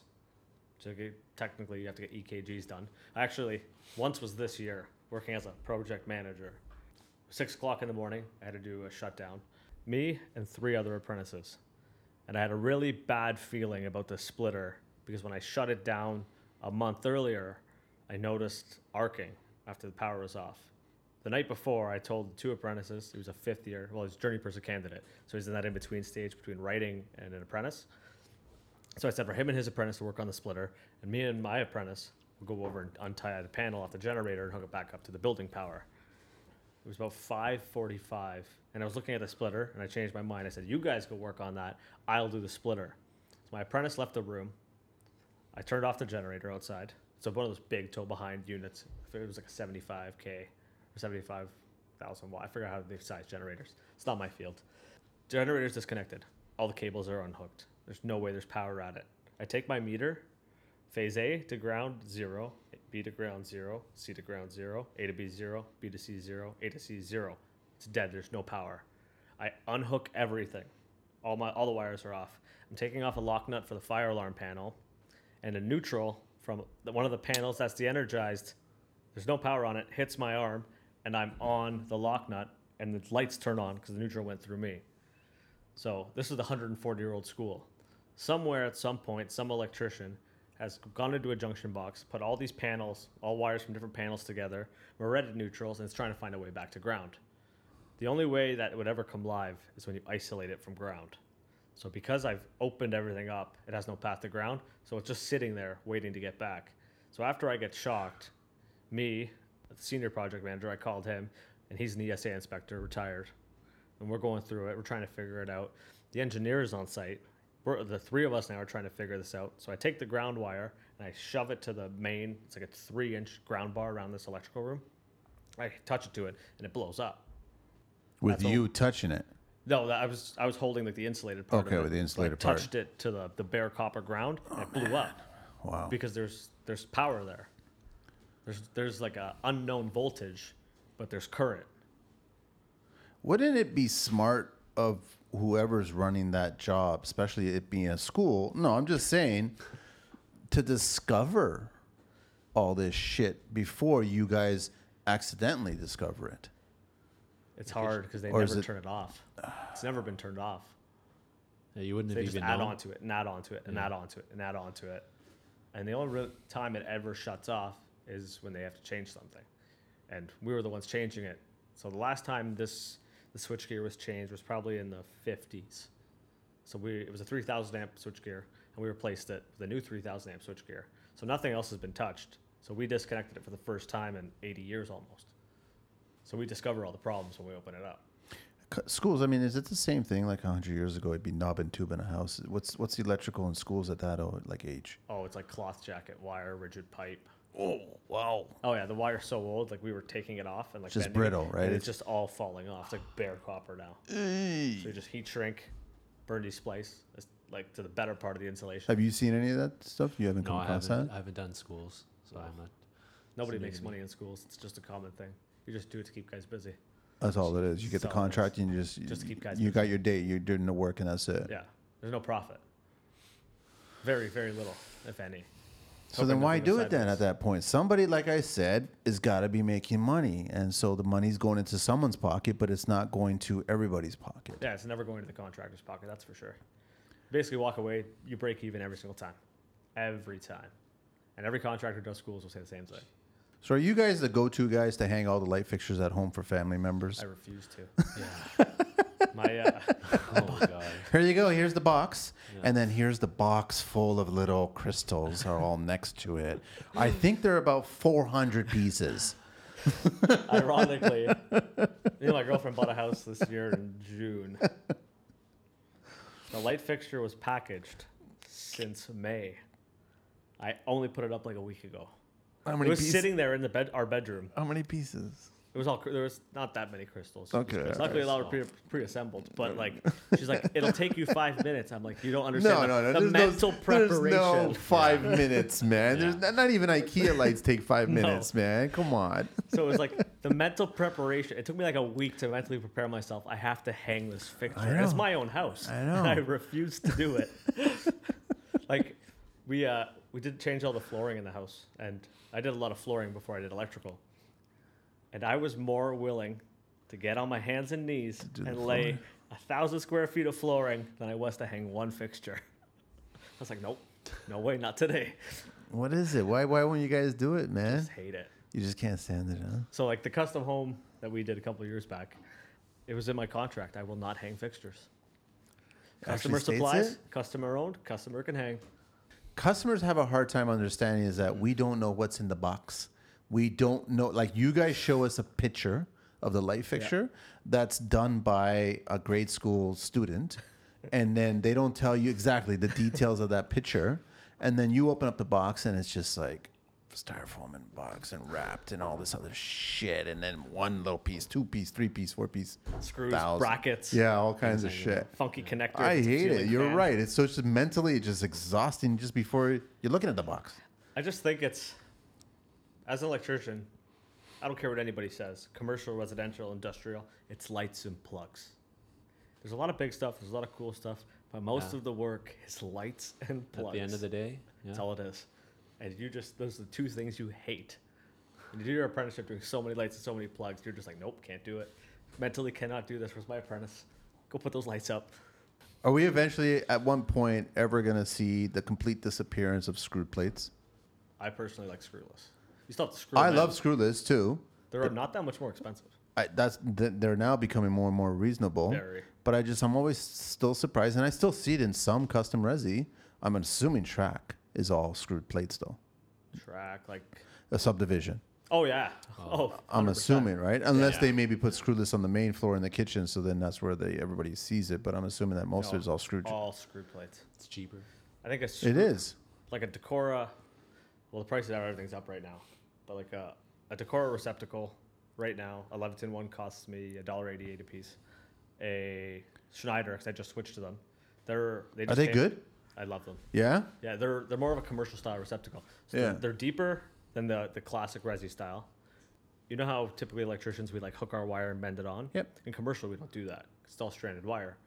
S4: So get, technically, you have to get EKGs done. Actually, once was this year, working as a project manager. Six o'clock in the morning, I had to do a shutdown. Me and three other apprentices, and I had a really bad feeling about the splitter because when I shut it down a month earlier, I noticed arcing after the power was off. The night before, I told two apprentices, he was a fifth year, well, he's a journey person candidate. So he's in that in between stage between writing and an apprentice. So I said for him and his apprentice to work on the splitter, and me and my apprentice would go over and untie the panel off the generator and hook it back up to the building power. It was about 5:45, and I was looking at the splitter, and I changed my mind. I said, "You guys go work on that. I'll do the splitter." So my apprentice left the room. I turned off the generator outside. So one of those big tow behind units. I think It was like a 75k or 75,000 watt. I forgot how they size generators. It's not my field. Generator's disconnected. All the cables are unhooked. There's no way there's power at it. I take my meter, phase A to ground zero, B to ground zero, C to ground zero, A to B zero, B to C zero, A to C zero. It's dead. There's no power. I unhook everything. All my all the wires are off. I'm taking off a lock nut for the fire alarm panel, and a neutral from the, one of the panels that's de-energized. There's no power on it. Hits my arm, and I'm on the lock nut, and the lights turn on because the neutral went through me. So this is the 140 year old school. Somewhere at some point, some electrician has gone into a junction box, put all these panels, all wires from different panels together, moretted neutrals, and is trying to find a way back to ground. The only way that it would ever come live is when you isolate it from ground. So because I've opened everything up, it has no path to ground, so it's just sitting there waiting to get back. So after I get shocked, me senior project manager. I called him, and he's an ESA inspector, retired. And we're going through it. We're trying to figure it out. The engineer is on site. We're, the three of us now are trying to figure this out. So I take the ground wire and I shove it to the main. It's like a three-inch ground bar around this electrical room. I touch it to it, and it blows up.
S2: with you touching it.
S4: No, that- I was I was holding like the insulated part.
S2: Okay,
S4: of it.
S2: with the insulated
S4: I
S2: part.
S4: Touched it to the, the bare copper ground and it blew up.
S2: Wow.
S4: Because there's there's power there. There's there's like a unknown voltage, but there's current.
S2: Wouldn't it be smart of whoever's running that job, especially it being a school? No, I'm just saying to discover all this shit before you guys accidentally discover it.
S4: It's hard because they
S2: Or is
S4: never
S2: it-
S4: turn it off. It's never been turned off.
S1: Yeah, you wouldn't
S4: They
S1: have
S4: just
S1: even
S4: add
S1: known.
S4: on to it and add on to it and add on to it and add on to it. And the only real time it ever shuts off is when they have to change something. And we were the ones changing it. So the last time this the switchgear was changed was probably in the 50s. So we it was a 3000 amp switchgear and we replaced it with a new 3000 amp switchgear. So nothing else has been touched. So we disconnected it for the first time in 80 years almost. So we discover all the problems when we open it up.
S2: C- Schools, I mean, is it the same thing? Like hundred years ago, it'd be knob and tube in a house. What's what's the electrical in schools at that old, like age?
S4: Oh, it's like cloth jacket wire, rigid pipe.
S2: Oh wow!
S4: Oh yeah, the wire's so old, like we were taking it off and like
S2: Just
S4: bending it,
S2: brittle, right?
S4: And it's,
S2: It's-
S4: just all falling off. It's like bare copper now. So you just heat shrink, burn displace, it's like to the better part of the insulation.
S2: Have you seen any of that stuff? You haven't
S1: No,
S2: come
S1: I
S2: across
S1: haven't.
S2: that.
S1: I haven't done schools, so I'm not.
S2: [LAUGHS]
S4: Nobody
S1: It's
S4: makes
S1: amazing.
S4: money in schools. It's just a common thing. You just do it to keep guys busy.
S2: That's all it is. You get the
S4: Solid.
S2: contract and you just
S4: Just to keep guys
S2: You got your date. You're doing the work and that's it.
S4: Yeah, there's no profit. Very very little, if any.
S2: So
S4: Hoping
S2: then
S4: to
S2: why
S4: think
S2: do
S4: of
S2: it then
S4: sideways.
S2: at that point? Somebody, like I said, has got to be making money. And so the money's going into someone's pocket, but it's not going to everybody's pocket.
S4: Yeah, it's never going to the contractor's pocket. That's for sure. Basically, walk away. You break even every single time, every time, and every contractor who does schools will say the same thing.
S2: So are you guys the go to guys to hang all the light fixtures at home for family members?
S4: I refuse
S2: [LAUGHS]
S4: to.
S1: Yeah.
S4: My uh,
S1: oh my god.
S2: Here you go. Here's the box. And then here's the box full of little crystals are all next to it. I think there are about 400 pieces.
S4: Ironically,
S2: [LAUGHS]
S4: me and my girlfriend bought a house this year in June. The light fixture was packaged since May. I only put it up like a week ago.
S2: How
S4: It
S2: many
S4: was
S2: pieces?
S4: sitting there in the bed, our bedroom.
S2: How many pieces?
S4: It was all cr- there was not that many crystals.
S2: Okay,
S4: It was
S2: okay.
S4: Luckily, a lot were pre- pre-assembled. But like, she's like, it'll take you five minutes. I'm like, you don't understand
S2: [LAUGHS] No,
S4: the,
S2: no, no.
S4: the
S2: there's
S4: mental
S2: no, [LAUGHS]
S4: preparation.
S2: There's no five minutes, man.
S1: Yeah.
S2: There's not, not even IKEA lights take [LAUGHS] five minutes, man. Come on.
S4: So it was like the mental preparation. It took me like a week to mentally prepare myself. I have to hang this
S2: I
S4: fixture.
S2: know.
S4: It's my own house.
S2: I
S4: And [LAUGHS] I
S2: know.
S4: refuse to do it. [LAUGHS] like we uh, we did change all the flooring in the house, and I did a lot of flooring before I did electrical. And I was more willing to get on my hands and knees
S2: do the
S4: and lay a thousand square feet of flooring than I was to hang one fixture. [LAUGHS] I was like, nope, no way, not today. [LAUGHS]
S2: What is it? Why why won't you guys do it,
S4: I
S2: man?
S4: just hate it.
S2: You just can't stand it, huh?
S4: So like the custom home that we did a couple of years back, it was in my contract. I will not hang fixtures. Customer
S2: Actually states
S4: supplies,
S2: it?
S4: customer owned, customer can hang.
S2: Customers have a hard time understanding is that we don't know what's in the box. We don't know like you guys show us a picture of the light fixture that's done by a grade school student and then they don't tell you exactly the details of that picture and then you open up the box and it's just like styrofoam and box and wrapped and all this other shit and then one little piece, two piece, three piece, four piece,
S4: Screws,
S2: thousand.
S4: brackets,
S2: Yeah, all kinds of shit.
S4: funky connectors.
S2: I
S4: it's a
S2: hate it.
S4: ceiling
S2: You're
S4: fan.
S2: right. It's so it's just mentally just exhausting just before you're looking at the box.
S4: I just think it's as an electrician, I don't care what anybody says. Commercial, residential, industrial, it's lights and plugs. There's a lot of big stuff, there's a lot of cool stuff, but most
S1: Yeah.
S4: of the work is lights and plugs.
S1: At the end of the day, yeah.
S4: That's all it is. And you just those are the two things you hate. When you do your apprenticeship doing so many lights and so many plugs, you're just like, nope, can't do it. Mentally cannot do this. Where's my apprentice? Go put those lights up.
S2: Are we eventually at one point ever gonna see the complete disappearance of screw plates?
S4: I personally like screwless. You still have to screw.
S2: I
S4: them in.
S2: love screwless too.
S4: They're not that much more expensive.
S2: I, that's th- they're now becoming more and more reasonable.
S4: Very.
S2: But I just I'm always still surprised, and I still see it in some custom resi. I'm assuming track is all screwed plates though.
S4: Track like
S2: A subdivision.
S4: Oh yeah. Oh,
S2: I'm
S4: 100%.
S2: assuming, right? Unless
S4: Yeah.
S2: they maybe put screwless on the main floor in the kitchen, so then that's where they everybody sees it. But I'm assuming that most of it's all screw.
S4: all screw plates.
S1: It's cheaper.
S4: I think a screw,
S2: It is.
S4: like a Decora. Well, the prices of everything's up right now, but like a a Decora receptacle right now, a Leviton one costs me a dollar eighty eight a piece. A Schneider, because I just switched to them. They're they just
S2: they
S4: came-
S2: good?
S4: I love them.
S2: Yeah.
S4: Yeah, they're they're more of a commercial style receptacle. So
S2: Yeah.
S4: they're, they're deeper than the the classic resi style. You know how typically electricians we like hook our wire and bend it on.
S2: Yep.
S4: In commercial, we don't do that. It's all stranded wire.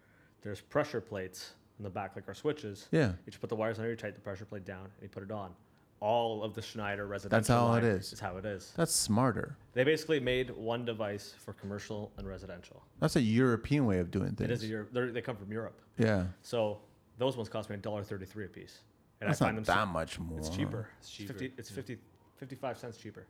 S4: There's pressure plates in the back, like our switches.
S2: Yeah.
S4: You just put the wires under, you tighten the pressure plate down, and you put it on. All of the Schneider residential.
S2: how it
S4: line
S2: is.
S4: Is how it is.
S2: That's smarter.
S4: They basically made one device for commercial and residential.
S2: That's a European way of doing
S4: It
S2: things.
S4: is a Europe. they're- They come from Europe,
S2: yeah.
S4: so those ones cost me a dollar thirty-three a piece, and
S2: That's
S4: I find
S2: not
S4: them so-
S2: that much more.
S4: it's cheaper.
S1: It's
S4: It's
S1: cheaper,
S4: 50, it's 50, 55 cents cheaper.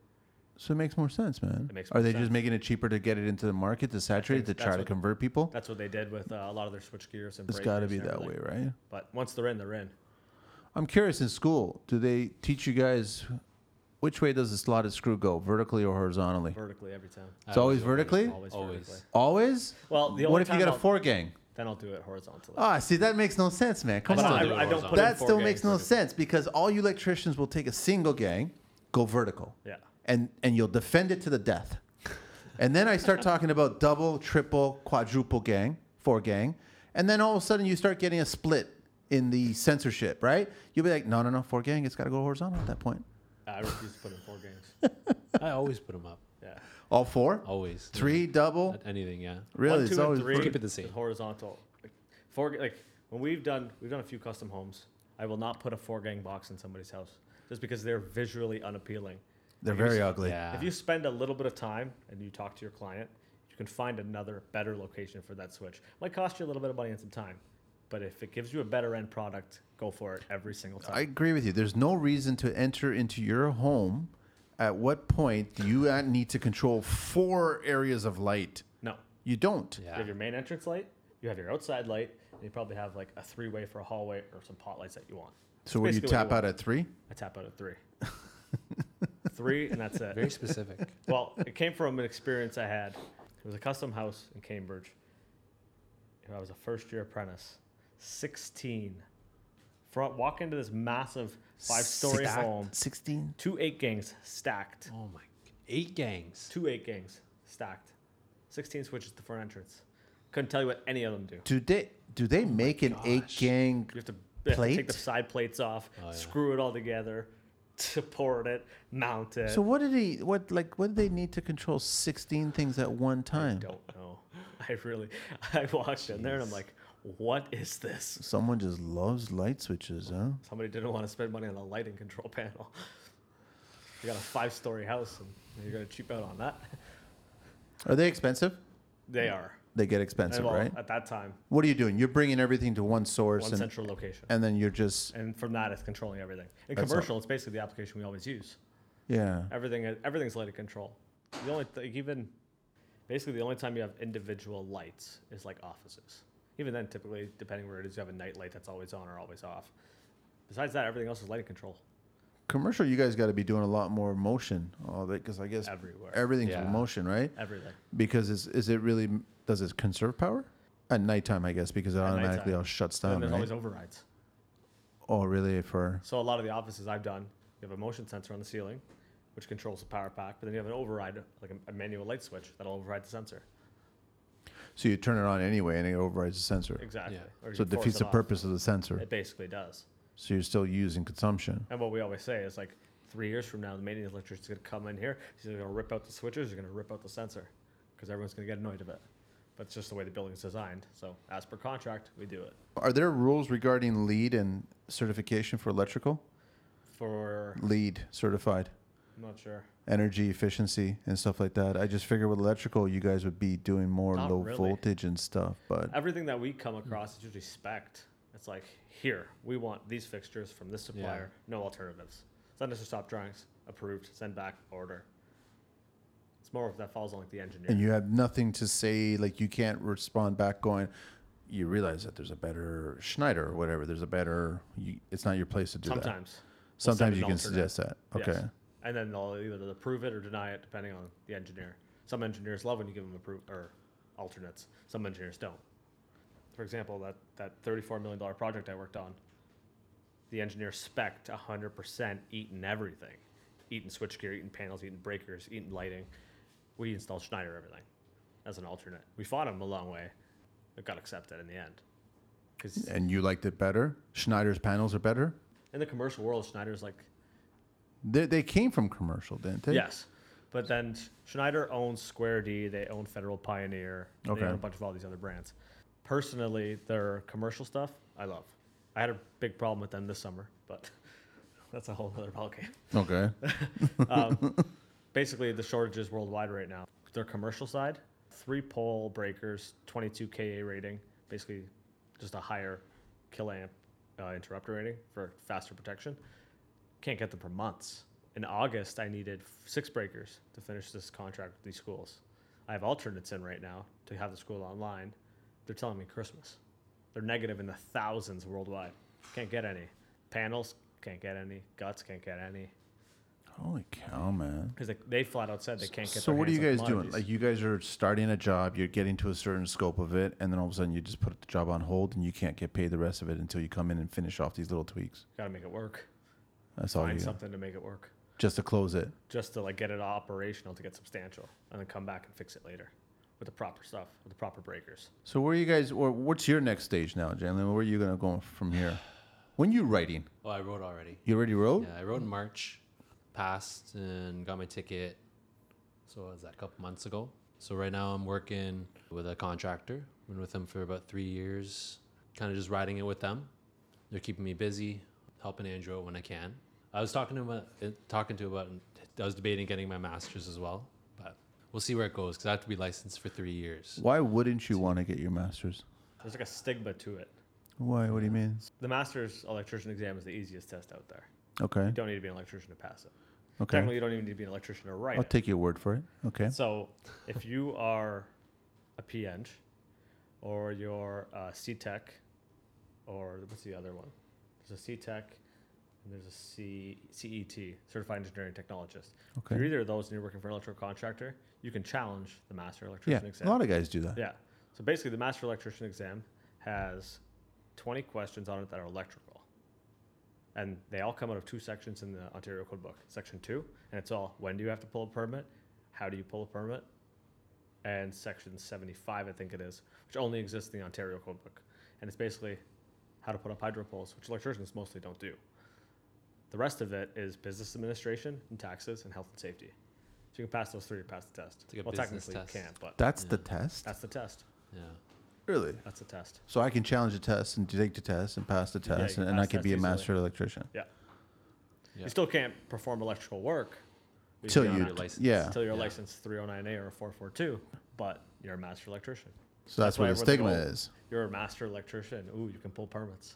S2: So it makes more sense, man.
S4: It makes
S2: Are
S4: more
S2: they just
S4: sense.
S2: making it cheaper to get it into the market to saturate to
S4: that's
S2: try to
S4: what-
S2: convert people?
S4: That's what they did with uh, a lot of their switch gears and.
S2: It's
S4: breakers
S2: got to
S4: and
S2: be that way,
S4: everything.
S2: right?
S4: But once they're in, they're in.
S2: I'm curious. In school, do they teach you guys which way does the slotted screw go, vertically or horizontally?
S4: Vertically every time.
S2: It's always vertically.
S4: Always.
S1: Always.
S4: Vertically.
S2: Always.
S4: Well, the
S2: what
S4: only
S2: if you
S4: time
S2: got a
S4: I'll-
S2: four gang?
S4: Then I'll do it horizontally.
S2: Ah, see, that makes no sense, man. Come
S1: I
S4: But
S1: still
S2: on.
S1: do it
S4: I, I don't put
S1: horizontally.
S4: in
S2: that
S4: four
S2: still
S4: gangs
S2: makes no
S4: vertically.
S2: sense because all you electricians will take a single gang, go vertical,
S4: Yeah.
S2: and and you'll defend it to the death. and then I start talking about double, triple, quadruple gang, four gang, and then all of a sudden you start getting a split in the censorship, right? You'll be like, no, no, no, four gang, it's got to go horizontal at that point.
S4: I refuse to put in
S1: [LAUGHS]
S4: four gangs.
S1: I always put them up.
S4: Yeah.
S2: All four,
S1: Always.
S2: three, double,
S1: Not anything, yeah.
S2: really,
S4: One,
S2: it's
S4: two, and
S2: always
S4: three.
S1: Keep it the same.
S4: is Horizontal. Like, four. Like when we've done, we've done a few custom homes. I will not put a four gang box in somebody's house just because they're visually unappealing.
S2: they're
S4: If you
S2: very
S4: s-
S2: ugly.
S1: Yeah.
S4: If you spend a little bit of time and you talk to your client, you can find another better location for that switch. Might cost you a little bit of money and some time, but if it gives you a better end product, go for it every single time.
S2: I agree with you. There's no reason to enter into your home. At what point do you uh, need to control four areas of light?
S4: no,
S2: You don't.
S1: Yeah.
S4: you have your main entrance light, you have your outside light, and you probably have like a three-way for a hallway or some pot lights that you want.
S2: So will you
S4: basically what
S2: tap
S4: you
S2: out at three?
S4: I tap out at three, [LAUGHS] three, and that's it. [LAUGHS]
S1: Very specific.
S4: well, it came from an experience I had. It was a custom house in Cambridge. I was a first year apprentice. 16. Front, walk into this massive five story
S2: Stacked?
S4: home.
S2: Sixteen.
S4: Two eight gangs stacked.
S1: oh my. Eight gangs.
S4: Two eight gangs stacked. 16 switches to front entrance. Couldn't tell you what any of them do.
S2: Do they do
S4: Oh
S2: they make an eight
S1: gosh.
S2: gang?
S4: You have to, you have to take
S2: Plate?
S4: the side plates off,
S1: yeah.
S4: screw it all together, [LAUGHS] support it, mount it.
S2: So what did he? What like what did they need to control sixteen things at one
S4: I
S2: time?
S4: don't know. [LAUGHS] I really, I walked in there and I'm like, what is this?
S2: Someone just loves light switches, huh?
S4: Somebody didn't want to spend money on a lighting control [LAUGHS] panel. You got a five story house and you're going to cheap out on that.
S2: Are they expensive?
S4: They are.
S2: They get
S4: And
S2: expensive,
S4: well,
S2: right?
S4: At that time,
S2: What are you doing? You're bringing everything to one source,
S4: one
S2: and,
S4: central location.
S2: and then you're just
S4: And from that, it's controlling everything. In
S2: That's all.
S4: commercial, it's basically the application we always use.
S2: yeah.
S4: Everything, everything's lighted control. The only, like even, basically the only time you have individual lights is like offices. Even then, typically, depending where it is, you have a night light that's always on or always off. Besides that, everything else is lighting control
S2: commercial you guys got to be doing a lot more motion all that because i guess
S4: everywhere.
S2: everything's
S1: Yeah.
S2: motion right
S4: everything.
S2: because is, is it really does it conserve power at nighttime i guess because it automatically
S4: nighttime.
S2: all shuts
S4: And
S2: down
S4: there's
S2: right?
S4: always overrides.
S2: oh really for
S4: So a lot of the offices I've done, you have a motion sensor on the ceiling, which controls the power pack, but then you have an override, like a, a manual light switch that'll override the sensor.
S2: so you turn it on anyway and it overrides the sensor
S4: Exactly.
S1: Yeah.
S4: Or you
S2: so
S4: can
S2: it
S4: force
S2: defeats the
S4: off.
S2: purpose of the sensor
S4: It basically does.
S2: so you're still using consumption
S4: And what we always say is like three years from now, the maintenance electrician's gonna come in here. He's either gonna rip out the switches, he's gonna rip out the sensor, because everyone's gonna get annoyed of it. But it's just the way the building's designed. So as per contract, we do it.
S2: are there rules regarding lead and certification for electrical
S4: For
S2: lead certified
S4: I'm not sure.
S2: energy efficiency and stuff like that i just figure with electrical you guys would be doing more
S4: Not
S2: low
S4: really.
S2: voltage and stuff but
S4: Everything that we come across is usually spec'd. It's like, here, we want these fixtures from this supplier, no alternatives. Send us your stop drawings, approved, send back, order. It's more of that falls on like the engineer.
S2: and you have nothing to say like you can't respond back going you realize that there's a better schneider or whatever there's a better you, it's not your place to do that
S4: Sometimes. We'll send
S2: sometimes
S4: an
S2: you can
S4: alternate.
S2: suggest that okay
S4: Yes. and then they'll either approve it or deny it depending on the engineer. Some engineers love when you give them approve or alternates. Some engineers don't. For example, that that thirty-four million dollar project I worked on, the engineer spec'd hundred percent eating everything, eating switchgear, eating panels, eating breakers, eating lighting. We installed Schneider everything as an alternate. We fought him a long way. It got accepted in the end. 'Cause
S2: And you liked it better? Schneider's panels are better?
S4: in the commercial world, Schneider's like
S2: They, they came from commercial, didn't they?
S4: Yes. But then Schneider owns Square D, they own Federal Pioneer,
S2: Okay.
S4: they own a bunch of all these other brands. Personally, their commercial stuff, I love. I had a big problem with them this summer, but [LAUGHS] that's a whole other ballgame.
S2: Okay.
S4: Basically, the shortages worldwide right now. Their commercial side, three pole breakers, 22 KA rating, basically just a higher kill amp uh, interrupter rating for faster protection. Can't get them for months. In August, I needed f- six breakers to finish this contract with these schools. I have alternates in right now to have the school online. They're telling me Christmas. They're negative in the thousands worldwide. Can't get any. Panels, can't get any. Guts, can't get any.
S2: [LAUGHS] Holy cow, man.
S4: Because they, they flat out said they can't get.
S2: So
S4: their
S2: what are you
S4: hands on
S2: guys doing?
S4: commodities.
S2: Like you guys are starting a job, you're getting to a certain scope of it, and then all of a sudden you just put the job on hold and you can't get paid the rest of it until you come in and finish off these little tweaks.
S4: gotta make it work.
S2: That's all you
S4: Find
S2: got.
S4: something to make it work,
S2: Just to close it.
S4: just to like get it operational to get substantial, and then come back and fix it later with the proper stuff, with the proper breakers.
S2: So where are you guys or what's your next stage now, Jalen? Where are you gonna go from here? When you writing?
S1: Oh, I wrote already.
S2: You already wrote?
S1: Yeah, I wrote in March, passed and got my ticket. So what was that a couple months ago? So right now I'm working with a contractor. Been with them for about three years. Kind of just riding it with them. They're keeping me busy, helping Andrew out when I can. I was talking to him about, uh, talking to him about. I was debating getting my master's as well, but we'll see where it goes because I have to be licensed for three years.
S2: Why wouldn't you want to get your master's?
S4: There's like a stigma to it.
S2: Why? What do you mean?
S4: The master's electrician exam is the easiest test out there.
S2: Okay.
S4: You don't need to be an electrician to pass it. Technically,
S2: Okay.
S4: you don't even need to be an electrician to write
S2: I'll
S4: it.
S2: take your word for it. Okay.
S4: So, if you are a PNG or you're a CTech, or what's the other one? There's a CTech and there's a C, CET, Certified Engineering Technologist. If you're
S2: Okay.
S4: either of those and you're working for an electrical contractor, you can challenge the Master
S2: Yeah.
S4: Electrician
S2: A
S4: exam.
S2: lot of guys do that.
S4: yeah. So, basically, the Master Electrician exam has 20 questions on it that are electrical. And they all come out of two sections in the Ontario Code Book. Section two, and it's all when do you have to pull a permit? How do you pull a permit? And section 75, I think it is, which only exists in the Ontario Code Book. And it's basically how to put up hydro poles, which electricians mostly don't do. The rest of it is business administration and taxes and health and safety. So you can pass those three to pass the test.
S1: It's like a
S4: well,
S1: business
S4: technically
S1: test.
S4: you can't, but
S2: That's the test.
S4: that's the test.
S1: Yeah.
S2: Really?
S4: That's the test.
S2: So I can challenge the test and take the test and pass the
S4: you
S2: test,
S4: can
S2: and, and I
S4: pass the
S2: can be a
S4: test easily.
S2: master electrician.
S4: Yeah.
S1: Yeah.
S4: You still can't perform electrical work but
S2: Till
S4: can
S2: you,
S1: on your license.
S2: yeah.
S4: until you're
S1: Yeah.
S4: licensed 309A or 442, but you're a master electrician.
S2: so that's,
S4: why
S2: what
S4: I
S2: the
S4: wrote the
S2: stigma
S4: goal.
S2: is.
S4: You're a master electrician. Ooh, you can pull permits.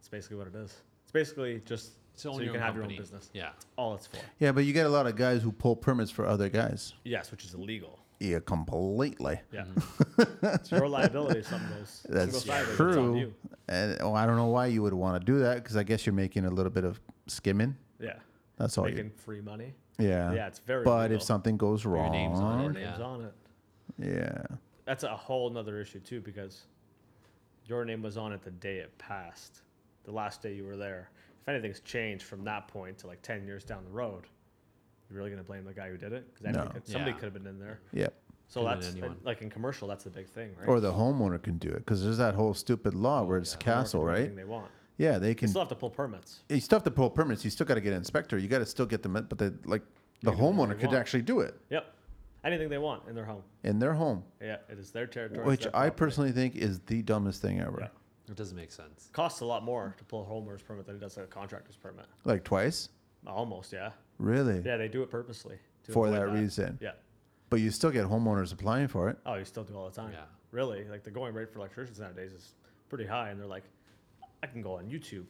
S4: It's basically what it is. It's basically just
S1: To own
S4: so you
S1: your
S4: can
S1: own
S4: have your own
S1: company.
S4: business.
S1: Yeah.
S4: All it's for.
S2: Yeah, but you get a lot of guys who pull permits for other guys.
S4: Yes, which is illegal.
S2: Yeah, completely.
S4: Yeah.
S1: Mm-hmm.
S2: [LAUGHS]
S4: it's your liability if something goes, something
S2: That's
S4: goes sideways. It's on
S2: true.
S4: you.
S2: And oh, I don't know why you would want to do that because I guess you're making a little bit of skimming.
S4: Yeah.
S2: That's all
S4: Making free money.
S2: you. Yeah.
S4: Yeah, it's very
S2: But
S4: illegal.
S2: if something goes
S1: your
S2: wrong,
S1: name's on
S4: Your
S1: Yeah.
S4: name's on it.
S2: yeah,
S4: That's a whole nother issue too, because your name was on it the day it passed, the last day you were there. If anything's changed from that point to like ten years down the road, you're really gonna blame the guy who did it because
S2: No.
S4: could, somebody
S1: Yeah.
S4: could have been in there.
S2: yeah.
S4: So
S1: Could have been
S4: that's
S1: anyone.
S4: and, like in commercial, that's the big thing, right?
S2: Or the homeowner can do it because there's that whole stupid law where it's
S4: They can work
S2: castle,
S4: with
S2: right?
S4: anything They want.
S2: Yeah, they
S4: They
S2: can
S4: still have to pull permits.
S2: you still have to pull permits. You still got to get an inspector. You got to still get them, but the like the homeowner could
S4: want.
S2: actually do it
S4: Yep, anything they want in their home.
S2: in their home,
S4: Yeah, it is their territory. it's
S2: which
S4: their
S2: I
S4: property.
S2: personally think is the dumbest thing ever.
S4: Yeah.
S1: It doesn't make sense.
S4: costs a lot more to pull a homeowner's permit than it does a contractor's permit.
S2: Like twice,
S4: Almost, yeah.
S2: really,
S4: Yeah, they do it purposely to
S2: for
S4: avoid
S2: that, reason.
S4: Yeah.
S2: But you still get homeowners applying for it.
S4: Oh, you still do all the time.
S1: Yeah.
S4: Really, like the going rate for electricians nowadays is pretty high, and they're like, I can go on YouTube,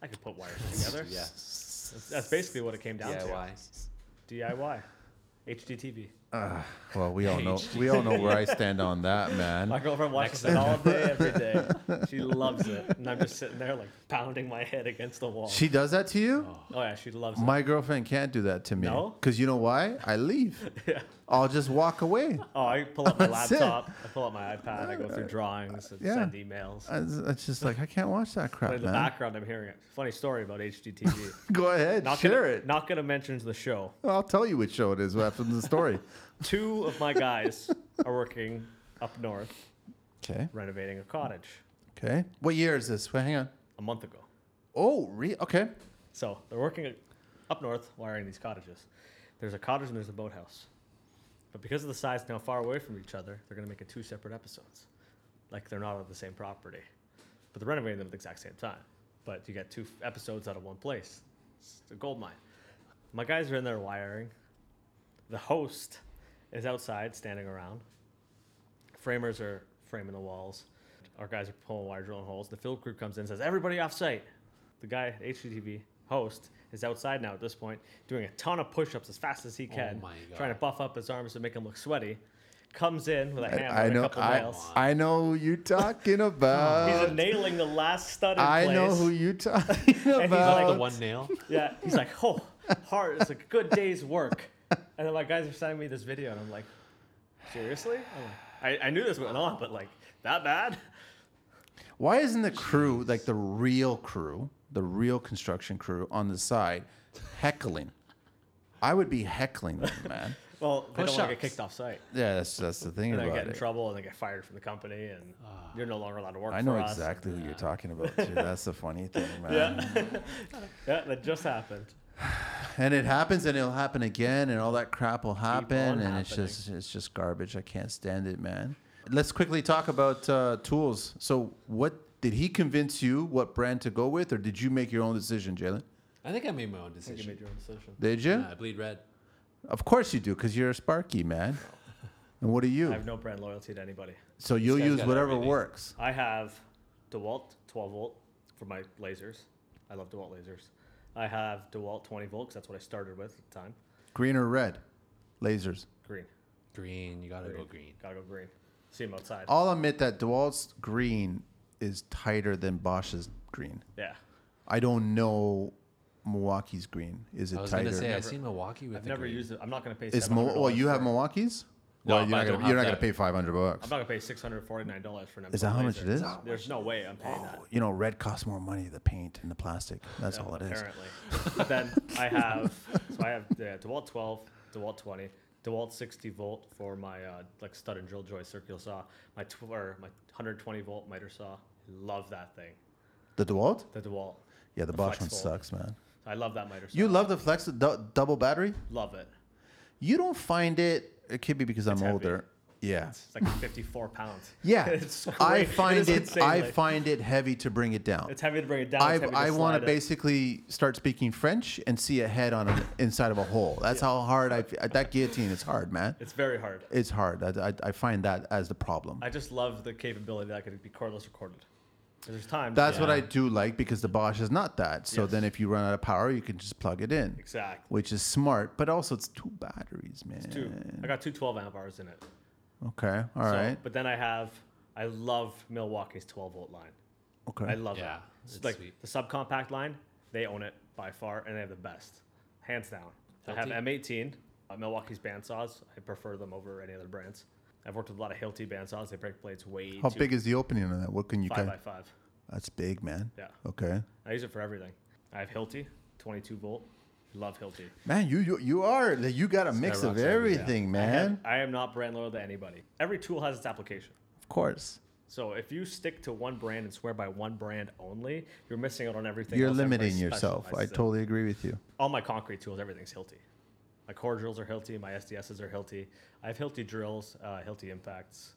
S4: I can
S2: [LAUGHS]
S4: put wires together.
S1: Yeah.
S4: That's, that's basically what it came down
S1: DIY.
S4: to. DIY, HDTV.
S2: Well, we all know we all know where I stand on
S4: [LAUGHS]
S2: that,
S4: My
S2: man.
S4: girlfriend watches it all day, every day. [LAUGHS] She loves it, and I'm just sitting there like pounding my head against the wall.
S2: She does that to you?
S4: oh yeah, she loves it.
S2: My girlfriend can't do that to me.
S4: No?
S2: Cuz you know why? I leave.
S4: [LAUGHS] Yeah.
S2: I'll just walk away.
S4: Oh, I pull up
S2: [LAUGHS]
S4: my
S2: That's it. Uh,
S4: laptop, I pull up my iPad, I go through drawings, and
S2: Yeah.
S4: send emails.
S2: I- It's just like I can't watch that
S4: But
S2: crap,
S4: in the
S2: man.
S4: background, I'm hearing it. Funny story
S2: [LAUGHS]
S4: about HGTV.
S2: Go ahead,
S4: Not
S2: share
S4: gonna,
S2: it.
S4: Not gonna mention the show.
S2: I'll tell you which show it is after the
S4: [LAUGHS]
S2: story.
S4: Two of my guys are working up north
S2: Okay.
S4: renovating a cottage
S2: Okay. What year is this? Wait, hang on.
S4: a month ago.
S2: Oh, re- okay.
S4: So they're working up north wiring these cottages. There's a cottage and there's a boathouse. But because of the size and how far away from each other, they're gonna make it two separate episodes. Like they're not on the same property. But they're renovating them at the exact same time. But you get two f- episodes out of one place. It's a gold mine. My guys are in there wiring. The host is outside standing around. Framers are framing the walls. Our guys are pulling wire drilling holes. The field crew comes in and says, Everybody off site. The guy, HGTV host, is outside now at this point, doing a ton of push ups as fast as he can,
S1: Oh my God.
S4: trying to buff up his arms to make him look sweaty. Comes in with a hammer
S2: I, I
S4: and a
S2: know.
S4: couple
S2: I,
S4: nails.
S2: I know who you're
S4: [LAUGHS]
S2: talking
S4: He's
S2: about.
S4: nailing the last stud in
S2: Uh, I
S4: place.
S2: know who
S4: [LAUGHS]
S2: you're talking about.
S4: he's
S1: Is that like
S4: like
S1: the one nail?
S4: Yeah, he's like, oh, hard. It's like a good day's work. And then my guys are sending me this video, and I'm like, seriously? I'm like, I, I knew this went on, but like that bad?
S2: Why isn't the crew like the real crew, the real construction crew on the side, heckling? I would be heckling
S4: [LAUGHS]
S2: them, man.
S4: Well, they don't want to
S1: Push-ups.
S4: get kicked off site,
S2: yeah, that's that's the thing
S4: and then I
S2: about
S4: get in
S2: it.
S4: trouble, and they get fired from the company, and you're no longer allowed to work.
S2: I know
S4: for us.
S2: exactly who you're talking about too. That's the funny
S4: [LAUGHS]
S2: thing, man.
S4: Yeah, [LAUGHS] yeah, that just happened.
S2: And it happens, and it'll happen again, and all that crap will happen, and
S4: on
S2: it's
S4: happening.
S2: just it's just garbage. I can't stand it, man. Let's quickly talk about uh, tools. So, what did he convince you what brand to go with, or did you make your own decision, Jalen?
S1: I think I made my own
S4: I think you
S1: decision.
S4: made your own decision.
S2: Did you?
S1: Yeah, I bleed red.
S2: Of course you do, because you're a Sparky, man. And what are
S4: I
S2: you?
S4: have no brand loyalty to anybody.
S2: so you'll
S1: This guy's
S2: use
S1: got
S2: whatever
S1: everything.
S2: works.
S4: I have DeWalt 12 volt for my lasers. I love DeWalt lasers. I have DeWalt 20 volt 'cause that's what I started with at the time.
S2: Green or red? Lasers.
S4: Green.
S1: Green. You gotta go green.
S4: Gotta go green. See him outside.
S2: I'll admit that DeWalt's green is tighter than Bosch's green.
S4: Yeah.
S2: I don't know Milwaukee's green. Is it
S1: I was
S2: tighter?
S1: gonna say I've seen Milwaukee with
S4: I've
S1: the
S4: never
S1: green.
S4: used it. I'm not gonna pay.
S2: Is Mo-
S4: $700
S2: well, you
S4: for
S2: have
S4: it.
S2: Milwaukee's?
S1: No,
S2: well, you're
S1: but I
S2: not
S1: don't
S2: gonna you're not
S1: have
S2: gonna
S1: that.
S2: pay five hundred bucks.
S4: I'm not gonna pay six hundred forty nine dollars for an.
S2: Is that how much it is?
S4: There's no way I'm paying that.
S2: You know, red costs more money. The paint and the plastic. That's all it is.
S4: Apparently. but then I have so I have yeah, DeWalt 12, DeWalt 20, DeWalt 60 volt for my uh, like stud and drill joy circular saw, my tw- or my 120 volt miter saw. Love that thing.
S2: The DeWalt?
S4: The DeWalt.
S2: Yeah, the
S4: The
S2: Bosch one
S4: Flex Volt.
S2: sucks, man.
S4: I love that miter saw.
S2: You love the Flex du- double battery?
S4: love it.
S2: You don't find it. It could be because I'm
S4: heavy.
S2: older. Yeah.
S4: It's
S2: [LAUGHS]
S4: like 54 pounds.
S2: Yeah,
S4: [LAUGHS] It's
S2: I
S4: great. It
S2: find
S4: is
S2: it. I
S4: insanely-
S2: find it heavy to bring it down.
S4: It's heavy to bring it down.
S2: I
S4: it's heavy
S2: I want
S4: slide
S2: to
S4: it.
S2: basically start speaking French and see a head on a, inside of a hole. That's how hard I fe- that guillotine is hard, man.
S4: It's very hard.
S2: It's hard. I, I, I find that as the problem.
S4: I just love the capability that could be cordless recorded. 'Cause There's times.
S2: That's what
S1: Yeah.
S2: I do like because the Bosch is not that. So
S4: Yes.
S2: then if you run out of power, you can just plug it in,
S4: exactly.
S2: which is smart. But also, it's two batteries, man.
S4: Two. I got two 12 amp hours in it.
S2: Okay. all right.
S4: So- But then I have, I love Milwaukee's 12 volt line.
S2: Okay.
S4: I love it.
S1: Yeah,
S4: It's
S1: it's
S4: like
S1: sweet.
S4: the subcompact line, they own it by far, and they have the best, hands down. I have
S1: Hilti?
S4: M18, uh, Milwaukee's bandsaws. I prefer them over any other brands. I've worked with a lot of Hilti bandsaws. They break blades way
S2: how
S4: too
S2: big is the opening on that? What can you?
S4: five
S2: Kind
S4: by five.
S2: that's big, man.
S4: Yeah.
S2: Okay.
S4: I use it for everything. I have Hilti, 22 volt. Love Hilti.
S2: Man, you you, you are like, you got a mix of
S1: rocks everything, yeah.
S2: everything,
S4: I have-
S2: man.
S4: I am not brand loyal to anybody. Every tool has its application.
S2: Of course.
S4: So if you stick to one brand and swear by one brand only, you're missing out on everything.
S2: You're
S4: else everybody
S2: limiting yourself. I
S4: specializes in.
S2: totally agree with you.
S4: all my concrete tools, everything's Hilti. My core drills are Hilti. My SDSs are Hilti. I have Hilti drills, uh, Hilti impacts.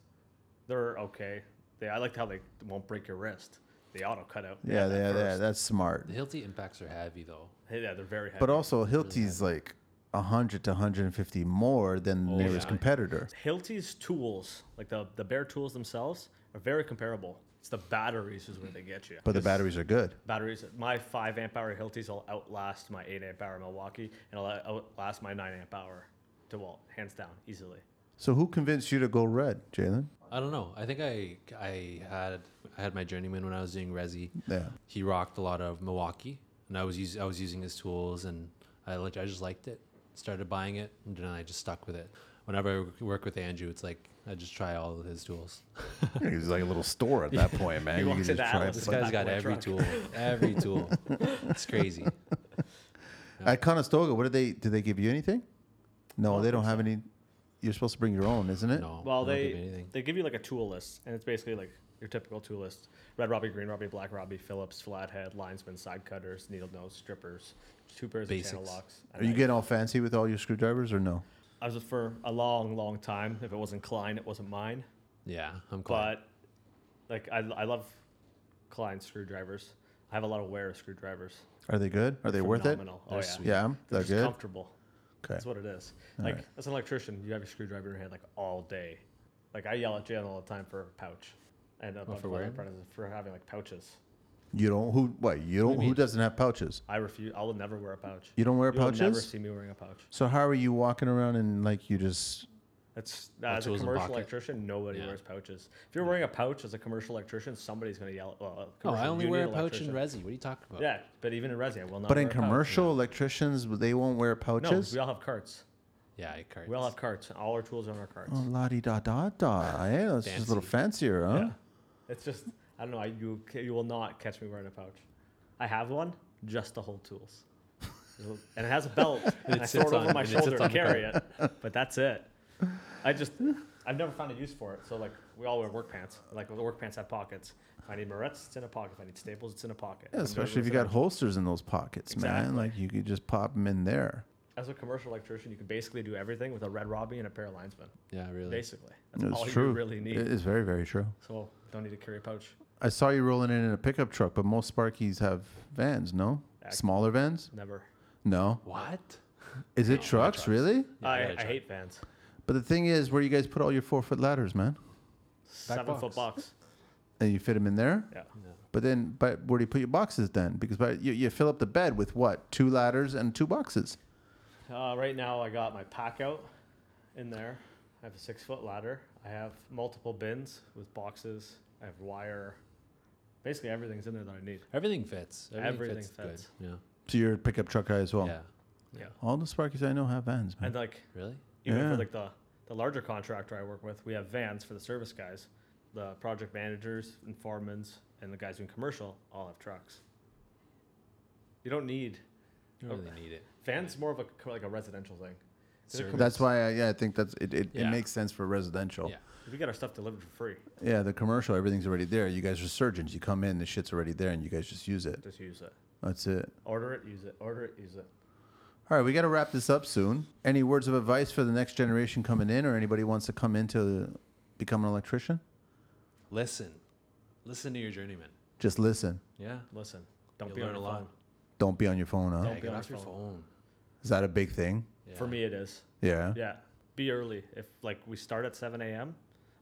S4: They're okay. They, I liked how they won't break your wrist. They auto cut out.
S2: Yeah,
S4: that
S2: yeah, yeah.
S4: first.
S2: That's smart.
S1: The Hilti impacts are heavy though.
S4: Yeah, they're very heavy.
S2: But also, Hilti's like 100 to 150 more than
S4: Oh,
S2: the nearest
S1: yeah.
S2: competitor.
S4: Hilti's tools, like the the bare tools themselves, are very comparable. It's the batteries is where they get you.
S2: But the batteries are good.
S4: batteries. My five amp hour Hiltis will outlast my eight amp hour Milwaukee, and it'll outlast my nine amp hour DeWalt, hands down, easily.
S2: So who convinced you to go red, Jalen?
S1: I don't know. I think I I had I had my journeyman when I was doing resi.
S2: [LAUGHS] Yeah.
S1: He rocked a lot of Milwaukee, and I was us- I was using his tools, and I like I just liked it. Started buying it, and then I just stuck with it. Whenever I work with Andrew, it's like I just try all of his tools.
S2: It was like a little store at that point, man.
S4: You walked
S2: could
S4: into
S2: try
S4: Atlas.
S1: This
S2: fucking-
S1: guy's got every tool, every
S4: [LAUGHS]
S1: tool. It's crazy.
S2: At Conestoga, what did they? Did they give you anything? No,
S4: Oh,
S2: they don't have any. You're supposed to bring your own, isn't it?
S1: No, I
S4: Well,
S1: don't
S4: they
S1: give him anything.
S4: they give you like a tool list, and it's basically like your typical tool list: red Robbie, green Robbie, black Robbie, Phillips, flathead, linesman, side cutters, needle nose, strippers, two pairs of channel
S1: Basics.
S4: locks.
S2: Are you
S4: get?
S2: getting all fancy with all your screwdrivers or no?
S4: I was for a long, long time. If it wasn't Klein, it wasn't mine.
S1: Yeah, I'm glad.
S4: But like, I, I love Klein screwdrivers. I have a lot of wear screwdrivers.
S2: Are they good? Are they worth it?
S4: Phenomenal. Oh, yeah.
S2: Yeah,
S4: They're
S2: they're
S4: just
S2: good.
S4: comfortable.
S2: Okay.
S4: That's what it is. Like
S2: right.
S4: as an electrician, you have your screwdriver in your hand like all day. Like I yell at Jan all the time for a pouch, and a bunch
S1: for
S4: of other
S1: wearing?
S4: apprentices for having like pouches.
S2: You don't who what? You don't
S1: mean?
S2: who doesn't have pouches?
S4: I refuse. I will never wear a pouch.
S2: You don't wear
S4: You'll never
S2: pouches?
S4: see me wearing a pouch.
S2: So how are you walking around and like you just
S4: That's as a
S1: tools in
S4: commercial
S1: pocket.
S4: electrician, nobody
S1: Yeah.
S4: wears pouches. If you're wearing a pouch as a commercial electrician, somebody's gonna yell. Well, a
S1: No, Oh, I
S4: commercial
S1: only
S4: union
S1: wear a pouch in
S4: electrician.
S1: resi. What are you talking about?
S4: Yeah, but even in resi, I will not.
S2: But
S4: wear
S2: in
S4: a pouch.
S2: commercial electricians they won't wear
S4: no,
S2: pouches?
S4: we all have carts.
S1: yeah, I cards.
S4: We all have carts. and All our tools are on our carts.
S2: Oh, la di da da da. Eh? That's just a little fancier, huh?
S4: Yeah. It's just I don't know. I, you ca- you will not catch me wearing a pouch. I have one just to hold tools, [LAUGHS] and it has a belt. and I throw
S1: sits
S4: it over
S1: on-
S4: my
S1: and it
S4: shoulder
S1: sits
S4: to
S1: on the
S4: carry it, but that's it. I just I've never found a use for it. So like we all wear work pants. Like the work pants have pockets. If I need Moretz, it's in a pocket. If I need Staples, it's in a pocket.
S2: Yeah,
S4: I'm doing
S2: especially if
S4: this
S2: you
S4: in a-
S2: got holsters in those pockets, man.
S4: Exactly.
S2: Like you could just pop them in there.
S4: As a commercial electrician, you can basically do everything with a red Robbie and a pair of linesmen.
S1: Yeah, really.
S4: Basically, that's
S2: It's
S4: all
S2: true.
S4: you really need.
S2: It is very, very true.
S4: so don't need to carry a pouch.
S2: I saw you rolling in in a pickup truck, but most Sparkies have vans, no?
S4: Ac-
S2: Smaller vans?
S4: Never.
S2: No.
S1: What?
S2: Is it trucks, really?
S1: Yeah, I
S4: I,
S1: gotta
S4: I
S1: try.
S4: hate fans.
S2: But the thing is, where you guys put all your four foot ladders, man,
S1: Back
S4: Seven foot
S1: box.
S4: box.
S2: and you fit them in there.
S4: Yeah.
S2: But then, but where do you put your boxes then? Because by, you, you fill up the bed with what? Two ladders and two boxes.
S4: Uh, right now, I got my pack out in there. I have a six foot ladder. I have multiple bins with boxes. I have wire. Basically, everything's in there that I need.
S1: Everything fits. Everything,
S4: Everything
S1: fits,
S4: fits.
S1: good. Yeah.
S2: So you're a pickup truck guy as well.
S1: Yeah.
S2: All the Sparkies I know have vans, man.
S4: And like,
S1: Really?
S4: even
S2: Yeah.
S4: for like the, the larger contractor I work with, we have vans for the service guys, the project managers and foremans, and the guys doing commercial all have trucks. You don't need
S1: You don't really need it.
S4: vans. More of a co- like a residential thing. Is it
S1: Service.
S2: That's why, I, yeah, I think that's it. It, it
S1: Yeah.
S2: makes sense for residential.
S1: Yeah.
S4: We get our stuff delivered for free.
S2: Yeah, the commercial, everything's already there. You guys are surgeons. You come in, the shit's already there, and you guys just use it.
S4: Just use it.
S2: That's it.
S4: Order it. Use it. Order it. Use it.
S2: All right, we got to wrap this up soon. Any words of advice for the next generation coming in, or anybody wants to come in to become an electrician?
S1: Listen. Listen to your journeyman.
S2: Just listen.
S1: Yeah.
S4: Listen, don't
S1: You'll
S4: be on
S1: learn
S4: your
S1: a lot.
S4: phone.
S2: Don't be on your phone, huh?
S1: yeah
S4: be
S1: get
S4: on
S1: off
S4: your
S1: your phone.
S2: Is that a big thing?
S4: For
S1: Yeah.
S4: me, it is.
S2: Yeah.
S4: Yeah, be early. If like we start at 7 a.m.,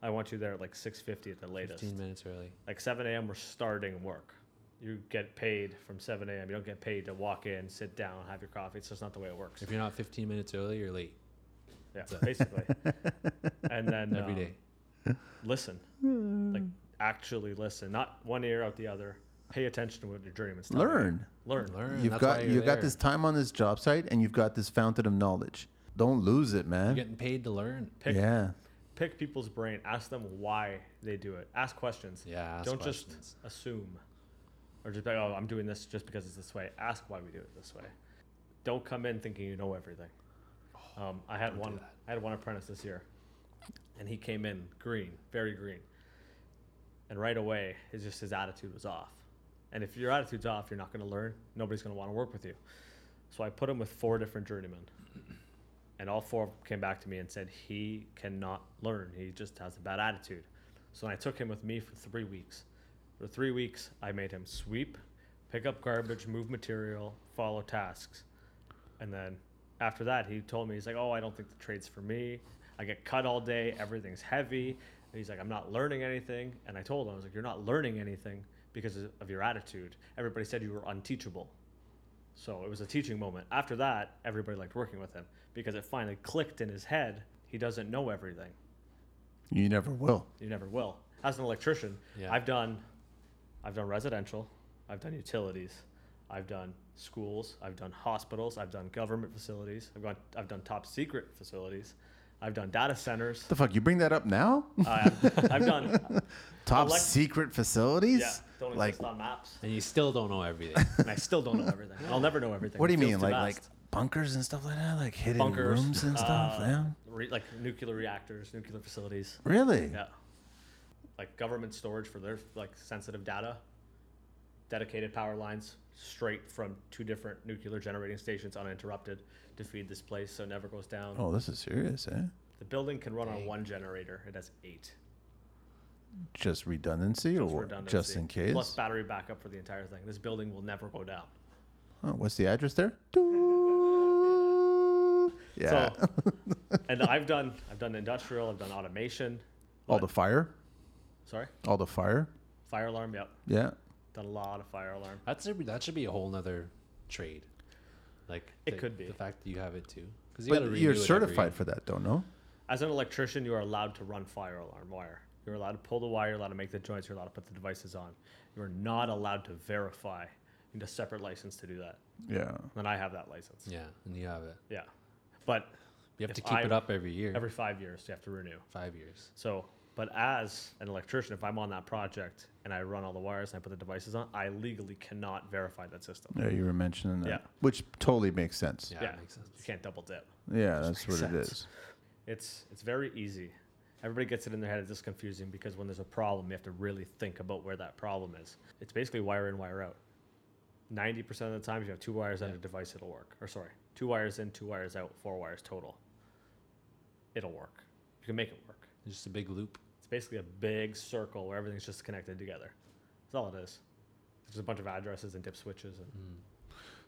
S4: I want you there at like 6:50 at the latest.
S1: 15 minutes early.
S4: Like 7 a.m., we're starting work. You get paid from 7 a.m. You don't get paid to walk in, sit down, have your coffee. It's just not the way it works.
S1: If you're not 15 minutes early, you're late
S4: Yeah,
S1: [LAUGHS]
S4: basically. and then
S1: every
S4: um,
S1: day.
S4: listen, like actually listen, not one ear out the other. Pay attention to what your journeyman's telling you.
S2: Learn.
S4: Learn.
S1: Learn.
S2: You've
S1: That's why
S2: got
S1: you're
S2: you've got
S1: there.
S2: this time on this job site, and you've got this fountain of knowledge. Don't lose it,
S1: You're
S2: man.
S1: getting paid to learn.
S4: Pick
S2: yeah.
S4: pick people's brain. Ask them why they do it. Ask questions.
S1: Yeah, ask
S4: Don't
S1: questions.
S4: just assume or just be like, oh, I'm doing this just because it's this way. Ask why we do it this way. Don't come in thinking you know everything. Um, I had one.
S1: Oh, that.
S4: I had one apprentice this year, and he came in green, very green, and right away, it's just his attitude was off. And if your attitude's off, you're not going to learn. Nobody's going to want to work with you. So I put him with four different journeymen, and all four came back to me and said he cannot learn. He just has a bad attitude. So I took him with me for three weeks. For three weeks, I made him sweep, pick up garbage, move material, follow tasks. And then after that, he told me, he's like, oh, I don't think the trade's for me. I get cut all day. Everything's heavy. And he's like, I'm not learning anything. And I told him, I was like, you're not learning anything because of your attitude. Everybody said you were unteachable. So it was a teaching moment. After that, everybody liked working with him because it finally clicked in his head. He doesn't know everything.
S2: You never will.
S4: You never will. As an electrician,
S1: Yeah.
S4: I've done, I've done residential, I've done utilities, I've done schools, I've done hospitals, I've done government facilities, I've gone, I've done top secret facilities, I've done data centers.
S2: The fuck you bring that up now?
S4: I-
S2: [LAUGHS]
S4: I've done,
S2: Top
S4: Elect-
S2: secret facilities?
S4: yeah, don't
S2: like
S4: exist on maps,
S1: And you still don't know
S2: [LAUGHS]
S1: everything.
S4: and I still don't know everything. I'll never know everything.
S2: what do you
S4: It feels
S2: mean?
S4: too
S2: Like
S4: vast.
S2: like bunkers and stuff like that? Like hidden
S4: bunkers,
S2: rooms and stuff?
S4: uh,
S2: yeah.
S4: re- like nuclear reactors, nuclear facilities.
S2: Really?
S4: Yeah. Like government storage for their like sensitive data, dedicated power lines straight from two different nuclear generating stations uninterrupted to feed this place so it never goes down.
S2: Oh, this is serious, eh?
S4: The building can run on one generator. It has eight.
S2: Just redundancy
S4: Just
S2: or
S4: redundancy.
S2: just in case?
S4: Plus battery backup for the entire thing. This building will never go down.
S2: Oh, what's the address
S4: [LAUGHS]
S2: there? Doo. Yeah. [LAUGHS]
S4: So and I've done I've done industrial, I've done automation.
S2: all the fire.
S4: Sorry?
S2: All the fire.
S4: Fire alarm, yep.
S2: Yeah.
S4: Done a lot of fire alarm.
S1: That's a, that should be a whole nother trade. Like
S4: It
S1: the-
S4: could be.
S1: the fact that you have it too, because you
S2: But you're certified for that, don't know?
S4: As an electrician, you are allowed to run fire alarm wire. You're allowed to pull the wire, you're allowed to make the joints, you're allowed to put the devices on. You're not allowed to verify. You need a separate license to do that.
S2: Yeah.
S4: And I have that license.
S1: Yeah, and you have it.
S4: Yeah. But
S1: You have to
S4: If
S1: keep it
S4: I'm-
S1: up every year,
S4: every five years, you have to renew.
S1: five years.
S4: So, but as an electrician, if I'm on that project and I run all the wires and I put the devices on, I legally cannot verify that system.
S2: Yeah, you were mentioning that.
S4: Yeah.
S2: Which totally makes sense.
S1: Yeah,
S4: Yeah.
S1: That makes sense.
S4: You can't double dip.
S2: Yeah, that's what
S4: makes
S2: it
S4: sense.
S2: is.
S4: It's it's very easy. Everybody gets it in their head. It's just confusing because when there's a problem, you have to really think about where that problem is. It's basically wire in, wire out. Ninety percent of the time, if you have two wires on a device, it'll work. Or sorry, two wires in, two wires out, four wires total. It'll work. You can make it work.
S1: It's just a big loop.
S4: It's basically a big circle where everything's just connected together. That's all it is. There's a bunch of addresses and dip switches. And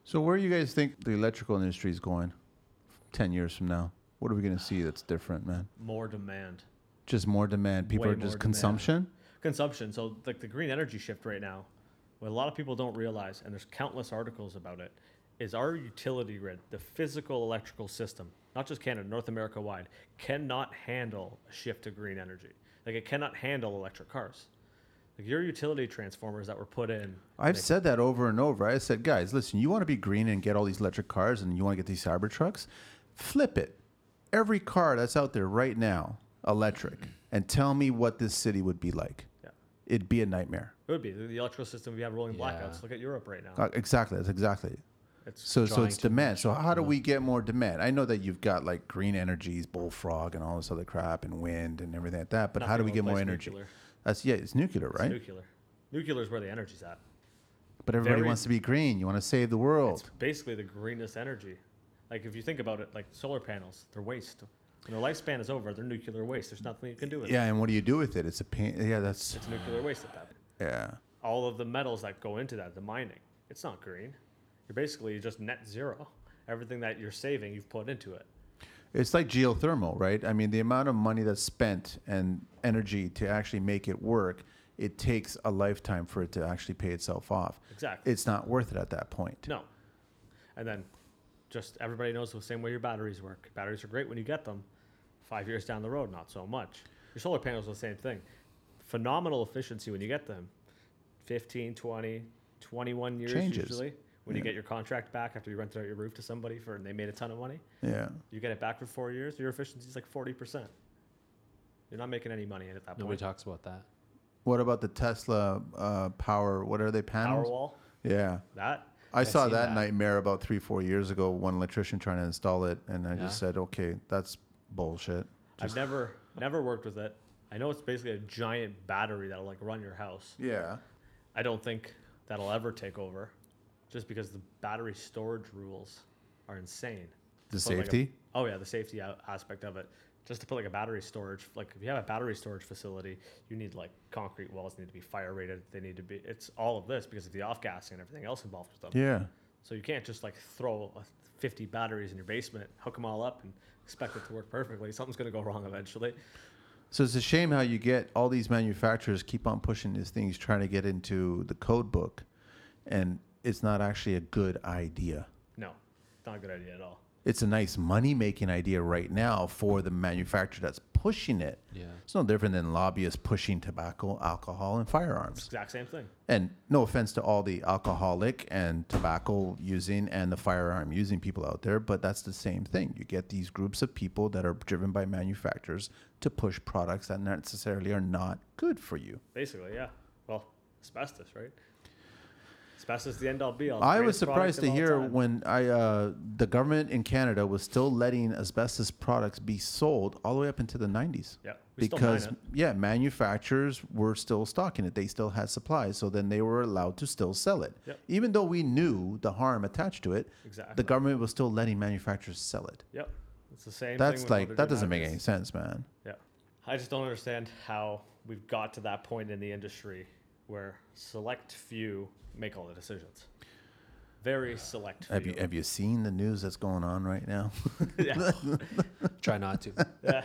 S2: So where you guys think the electrical industry is going 10 years from now? What are we going to see that's different, man?
S4: more demand.
S2: Just more demand. People
S4: Way
S2: are just
S4: more demand.
S2: consumption.
S4: consumption. So like the green energy shift right now, what a lot of people don't realize, and there's countless articles about it, is our utility grid, the physical electrical system, not just Canada, North America wide, cannot handle a shift to green energy. Like it cannot handle electric cars. Like your utility transformers that were put in.
S2: I've
S4: they-
S2: said that over and over. I said, guys, listen, you want to be green and get all these electric cars and you want to get these cyber trucks? Flip it. Every car that's out there right now, electric, and tell me what this city would be like.
S4: Yeah.
S2: It'd be a nightmare.
S4: it would be the electrical system we have rolling
S1: Yeah.
S4: blackouts. Look at Europe right now.
S2: Uh, exactly. That's exactly.
S4: It's
S2: So, so
S1: drawing
S2: it's
S1: too
S2: demand. So how do we get more demand? I know that you've got like green energies, bullfrog, and all this other crap, and wind and everything like that. But how do
S4: Nothing
S2: we
S4: will
S2: get more
S4: replace
S2: energy?
S4: nuclear.
S2: That's yeah, it's nuclear,
S4: It's
S2: right?
S4: nuclear. Nuclear is where the energy's at.
S2: but everybody
S4: very-
S2: wants to be green. You want to save the world.
S4: It's basically the greenest energy. Like if you think about it, like solar panels, they're waste. When their lifespan is over, they're nuclear waste. There's nothing you can do with it.
S2: Yeah, and what do you do with it? It's a pain. Yeah, that's
S4: It's nuclear waste at that. point.
S2: yeah.
S4: All of the metals that go into that, the mining, it's not green. You're basically just net zero. Everything that you're saving, you've put into it.
S2: It's like geothermal, right? I mean, the amount of money that's spent and energy to actually make it work, it takes a lifetime for it to actually pay itself off.
S4: Exactly.
S2: It's not worth it at that point.
S4: No. And then just everybody knows the same way your batteries work. Batteries are great when you get them. Five years down the road, not so much. Your solar panels are the same thing. Phenomenal efficiency when you get them. 15, 20, 21 years
S2: Changes.
S4: usually. When you
S2: Yeah.
S4: get your contract back after you rented out your roof to somebody for and they made a ton of money,
S2: Yeah.
S4: you get it back for four years, your efficiency is like 40%. You're not making any money at that
S1: Nobody
S4: point.
S1: talks about that.
S2: What about the Tesla uh, power? What are they panels?
S4: Powerwall,
S2: Yeah.
S4: that.
S2: I,
S1: I've
S2: saw
S1: seen
S2: that,
S1: that.
S2: nightmare about three, four years ago. One electrician trying to install it, and I
S1: Yeah.
S2: just said, "Okay, that's bullshit."
S4: I've never never worked with it. I know it's basically a giant battery that'll like run your house.
S2: Yeah.
S4: I don't think that'll ever take over, just because the battery storage rules are insane.
S2: The
S4: Put, like, a-
S2: safety?
S4: oh yeah, the safety a- aspect of it. Just to put like a battery storage, like if you have a battery storage facility, you need like concrete walls need to be fire rated. They need to be. It's all of this because of the off gassing and everything else involved with them.
S2: Yeah.
S4: So you can't just like throw uh, 50 batteries in your basement, hook them all up, and expect it to work perfectly. Something's gonna go wrong eventually.
S2: So it's a shame how you get all these manufacturers keep on pushing these things, trying to get into the code book, and it's not actually a good idea.
S4: No, not a good idea at all.
S2: It's a nice money making idea right now for the manufacturer that's pushing it.
S1: Yeah.
S2: It's no different than lobbyists pushing tobacco, alcohol, and firearms.
S4: Exact same thing.
S2: And no offense to all the alcoholic and tobacco using and the firearm using people out there, but that's the same thing. You get these groups of people that are driven by manufacturers to push products that necessarily are not good for you.
S4: Basically, yeah. Well, asbestos, right? Asbestos, the end all be all.
S2: I was
S4: Greatest product
S2: surprised
S4: of
S2: to
S4: all
S2: hear
S4: time.
S2: when I uh, the government in Canada was still letting asbestos products be sold all the way up into the 90s.
S4: Yeah, we still mine
S2: because
S4: it.
S2: yeah, manufacturers were still stocking it. They still had supplies, so then they were allowed to still sell it.
S4: Yep.
S2: Even though we knew the harm attached to it,
S4: Exactly.
S2: the government was still letting manufacturers sell it.
S4: Yep. It's the same. thing
S2: That's
S4: with what
S2: like
S4: they're
S2: that
S4: doing
S2: doesn't make
S4: nowadays.
S2: any sense, man.
S4: Yeah. I just don't understand how we've got to that point in the industry where select few make all the decisions. Very select few.
S2: Have you have you seen the news that's going on right now? [LAUGHS]
S4: [LAUGHS] yeah.
S1: Try not to.
S4: yeah.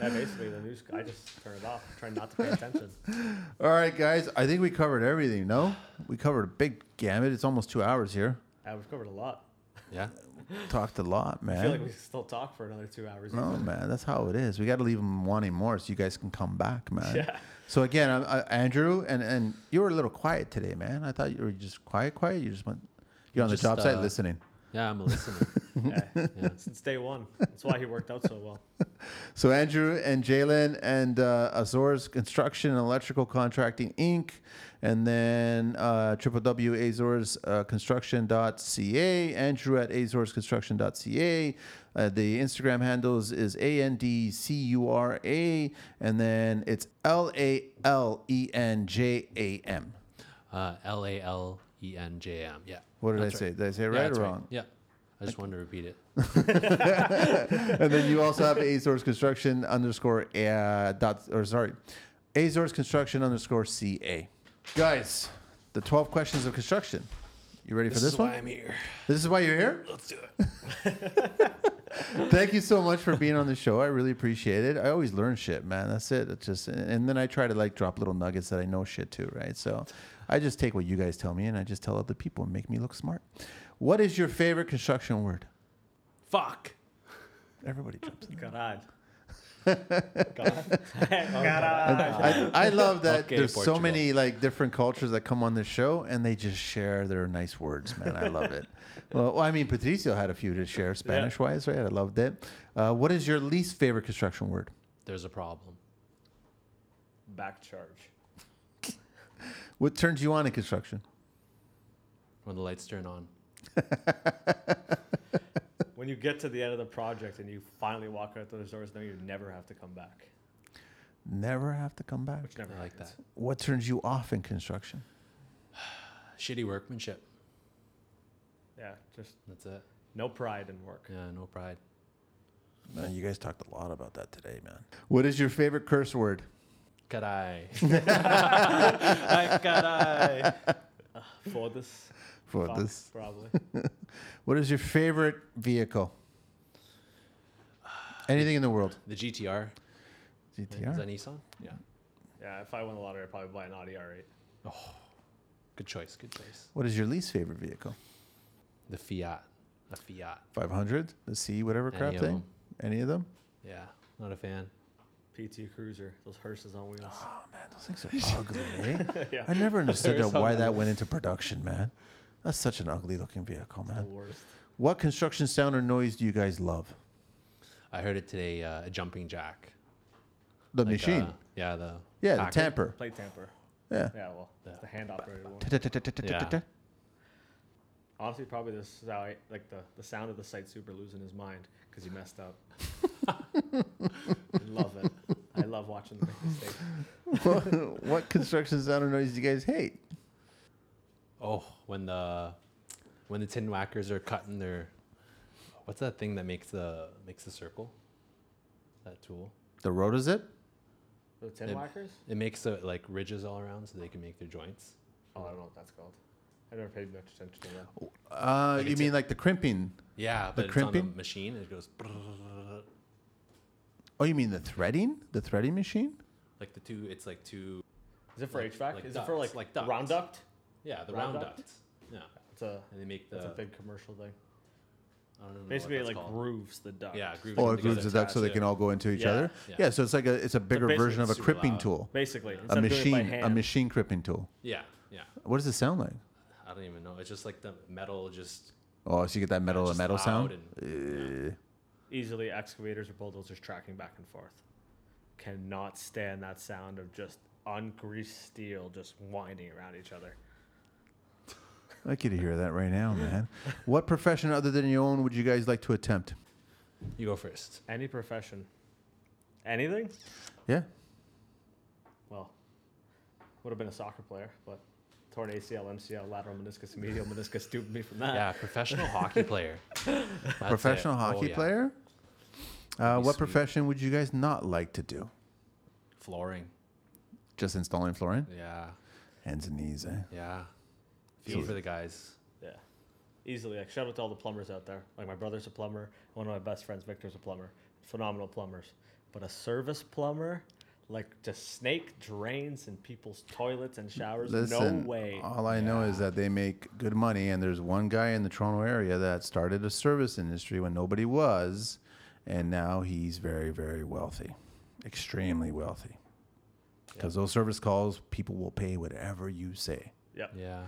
S4: Yeah, basically the news I just turn it off, try not to pay attention.
S2: [LAUGHS] all right, guys, I think we covered everything. No, we covered a big gamut. It's almost two hours here.
S4: Yeah, we've covered a lot.
S1: Yeah.
S2: Talked a lot, man.
S4: [LAUGHS] I feel like we could still talk for another two hours.
S2: No, man, that's how it is. We got to leave them wanting more, so you guys can come back, man.
S4: Yeah.
S2: So again, I, I, Andrew, and and you were a little quiet today, man. I thought you were just quiet, quiet. You just went. You're on
S1: Just,
S2: the job site
S1: uh,
S2: listening.
S1: Yeah, I'm a
S2: [LAUGHS]
S1: listener.
S4: Yeah.
S1: Yeah.
S4: Since day one. That's why he worked out so well.
S2: So Andrew and Jalen and uh, Azores Construction and Electrical Contracting Inc. And then uh, www.azoresconstruction.ca. Andrew at azoresconstruction.ca. Uh, the Instagram handles is A N D C U R A. And then it's L A L E N J A M.
S1: Uh, L A L E N J M. Yeah.
S2: What did
S1: That's
S2: I say?
S1: right.
S2: Did I say it
S1: Yeah,
S2: right
S1: that's
S2: or wrong?
S1: Yeah. I just wanted to repeat
S2: [LAUGHS]
S1: it.
S2: and then you also have Azores Construction underscore uh, dot or sorry, Azores Construction underscore ca. Guys, the twelve questions of construction. You ready for this one?
S1: I'm here.
S2: This is why you're here.
S1: Let's do it.
S2: [LAUGHS] Thank you so much for being on the show. I really appreciate it. I always learn shit, man. That's it. It's just and then I try to like drop little nuggets that I know shit too, right? So I just take what you guys tell me and I just tell other people and make me look smart. What is your favorite construction word?
S1: Fuck.
S2: Everybody jumps. in.
S4: God. God. God.
S2: I,
S1: [LAUGHS]
S2: I love that
S1: Okay,
S2: there's so
S1: Portugal.
S2: many like different cultures that come on this show and they just share their nice words, man. I
S1: [LAUGHS]
S2: love it. well, well, I mean, Patricio had a few to share Spanish wise, right? I loved it. Uh, what is your least favorite construction word?
S1: There's a problem.
S4: Back charge.
S2: What turns you on in construction?
S1: When the lights turn on.
S4: When you get to the end of the project and you finally walk out those doors, knowing you never have to come back,
S2: Never have to come back.
S4: which never
S1: I like that.
S2: What turns you off in construction?
S1: Shitty workmanship.
S4: Yeah, just
S1: That's it.
S4: no pride in work.
S1: Yeah, no pride.
S2: Man, you guys talked a lot about that today, man. What is your favorite curse word?
S1: Caray.
S2: [LAUGHS]
S4: [LAUGHS] I caray. Uh, for this.
S2: For
S4: Fuck,
S2: this,
S4: Probably.
S2: what is your favorite
S1: [SIGHS]
S2: vehicle? Anything in the world?
S1: the GTR. Is that
S2: GTR.
S1: Nissan? Yeah.
S4: Yeah, if I won the lottery, I'd probably buy an Audi R8.
S1: Good choice. Good choice.
S2: What is your least favorite vehicle?
S1: The Fiat. A Fiat.
S2: 500, the C, whatever
S1: Any
S2: crap
S1: of
S2: thing.
S1: 'em.
S2: Any of them?
S1: Yeah. Not a fan.
S4: PT Cruiser, those hearses on wheels.
S2: Oh man, those
S4: [LAUGHS]
S2: things are ugly. eh?
S4: Yeah.
S2: I never understood
S4: They're
S2: that
S4: so
S2: why that went into production, man. That's such an ugly looking vehicle,
S4: the
S2: man.
S4: worst.
S2: What construction sound or noise do you guys love?
S1: I heard it today. Uh, a jumping jack.
S2: The
S1: Like,
S2: machine.
S1: uh, yeah. The
S2: yeah, the
S1: packer.
S2: tamper.
S4: Plate tamper.
S2: Yeah.
S4: Yeah, well, it's the hand operated one.
S2: Ta-ta-ta-ta-ta-ta-ta.
S4: Honestly, probably this is how I like the, the sound of the site super losing his mind because he messed
S1: [LAUGHS]
S4: up. I love it. I love watching them make mistakes.
S2: [LAUGHS] what construction sound or noise do you guys hate?
S1: Oh, when the when the tin whackers are cutting their what's that thing that makes the makes the circle? That tool.
S2: The rotozip?
S4: The tin
S1: It-
S4: whackers?
S1: It makes the like ridges all around so they can make their joints.
S4: Oh, I don't know what that's called. I never paid much attention to that.
S1: Oh,
S2: Uh,
S1: Like
S2: you
S1: it's
S2: mean
S1: a-
S2: like the crimping?
S1: Yeah, but it's on
S2: crimping?
S1: the machine. It goes brrrr,
S2: Oh, you mean the threading? The threading machine?
S1: like the two. It's like two.
S4: Is it for
S1: Like-
S4: HVAC?
S1: like
S4: Is it for
S1: ducts,
S4: like,
S1: like ducts.
S4: round duct?
S1: Yeah, the
S4: Round
S1: round
S4: duct?
S1: ducts. Yeah.
S4: It's a
S1: And they make the.
S4: it's a big commercial thing.
S1: I don't know what
S4: Basically, it,
S1: that's
S4: like
S1: called.
S4: grooves the duck.
S1: Yeah, grooves
S2: Or
S1: them
S2: it grooves
S1: together.
S2: the duck so they can all go into each
S4: Yeah.
S2: other.
S1: Yeah.
S2: Yeah. so it's like a it's a bigger
S4: basically
S2: version of a
S1: it's super
S2: cripping
S1: loud.
S2: tool,
S4: Basically, instead
S2: a
S4: of doing it by
S2: machine, a
S4: hand.
S2: machine cripping tool.
S1: Yeah, yeah.
S2: What does it sound like?
S1: I don't even know. It's just like the metal just.
S2: Oh, so you get that metal
S1: just
S2: and metal
S1: loud
S2: sound.
S1: and-
S2: Eh.
S4: Easily, excavators or bulldozers tracking back and forth cannot stand that sound of just ungreased steel just winding around each other.
S2: I could hear that
S1: [LAUGHS]
S2: right now, man. What profession other than your own would you guys like to attempt?
S1: You go first.
S4: Any profession, anything?
S2: Yeah.
S4: Well, would have been a soccer player, but torn ACL, MCL, lateral meniscus, and medial meniscus stooped me from that.
S1: Yeah, professional [LAUGHS] hockey player. Uh, That's it.
S2: [LAUGHS] professional
S1: Oh,
S2: hockey
S1: yeah.
S2: player? Uh,
S1: That'd be
S2: what
S1: sweet.
S2: profession would you guys not like to do?
S1: Flooring.
S2: Just installing flooring?
S1: Yeah,
S2: Hands and knees, eh?
S1: yeah. Feel
S2: Easy.
S1: for the guys.
S4: Yeah. Easily. Like, shout out to all the plumbers out there. Like, my brother's a plumber. One of my best friends, Victor's a plumber. Phenomenal plumbers. But a service plumber, like, just snake drains in people's toilets and showers.
S2: Listen, uh,
S4: no way.
S2: all I know is that they make good money, and there's one guy in the Toronto area that started a service industry when nobody was, and now he's very, very wealthy, extremely wealthy. Because those service calls, people will pay whatever you say.
S4: yeah.
S1: Yeah.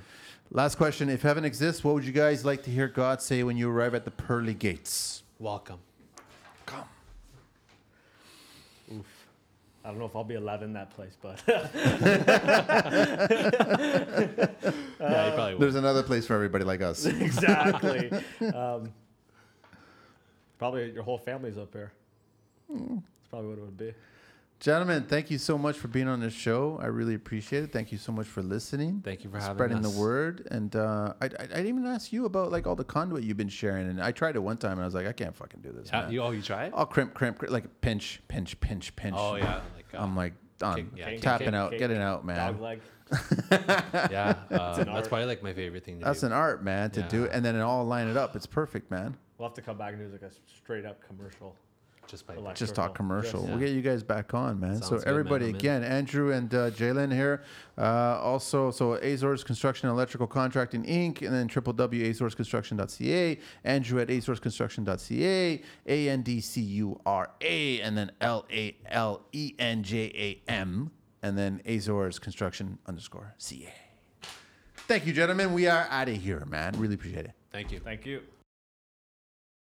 S2: Last question: If heaven exists, what would you guys like to hear God say when you arrive at the pearly gates?
S1: Welcome.
S2: Come.
S4: Oof. I don't know if I'll be allowed in that place, but
S1: yeah, you probably
S2: There's another place for everybody like us.
S4: [LAUGHS] exactly. um, probably your whole family's up here. That's probably what it would be.
S2: Gentlemen, thank you so much for being on the show. I really appreciate it. Thank you so much for listening.
S1: Thank you for having
S2: spreading
S1: us.
S2: the word. And uh, I, I, I didn't even ask you about like all the conduit you've been sharing. And I tried it one time, and I was like, I can't fucking do this.
S1: Yeah,
S2: man.
S1: you, oh, you tried?
S2: I'll crimp, crimp, crimp, like pinch, pinch, pinch, pinch.
S1: Oh, yeah. Like, uh,
S2: I'm like done.
S1: Kick- yeah, kick,
S2: tapping
S1: kick,
S2: out,
S4: kick,
S2: getting out, man.
S4: Dog leg.
S1: yeah.
S2: [LAUGHS]
S1: Uh,
S4: an
S1: that's
S4: art.
S1: probably like my favorite thing to
S2: That's
S1: do.
S2: an art, man, to do
S1: Yeah.
S2: it, and then it all line it up. It's perfect, man.
S4: We'll have to come back and do like a straight up commercial.
S1: Just by
S4: Relax.
S2: just talk commercial.
S4: Commercial.
S2: We'll
S1: Yeah.
S2: get you guys back on, man.
S1: Sounds
S2: so
S1: good, man.
S2: everybody,
S1: I'm in.
S2: again, Andrew and uh, Jalen here. Uh, also, so Azores Construction and Electrical Contracting Inc. and then www.azoresconstruction.ca. Andrew at azoresconstruction.ca. A N D C U R A and then L A L E N J A M and then Azores E Construction underscore C A. Thank you, gentlemen. We are out of here, man. Really appreciate it.
S1: Thank you.
S4: Thank you.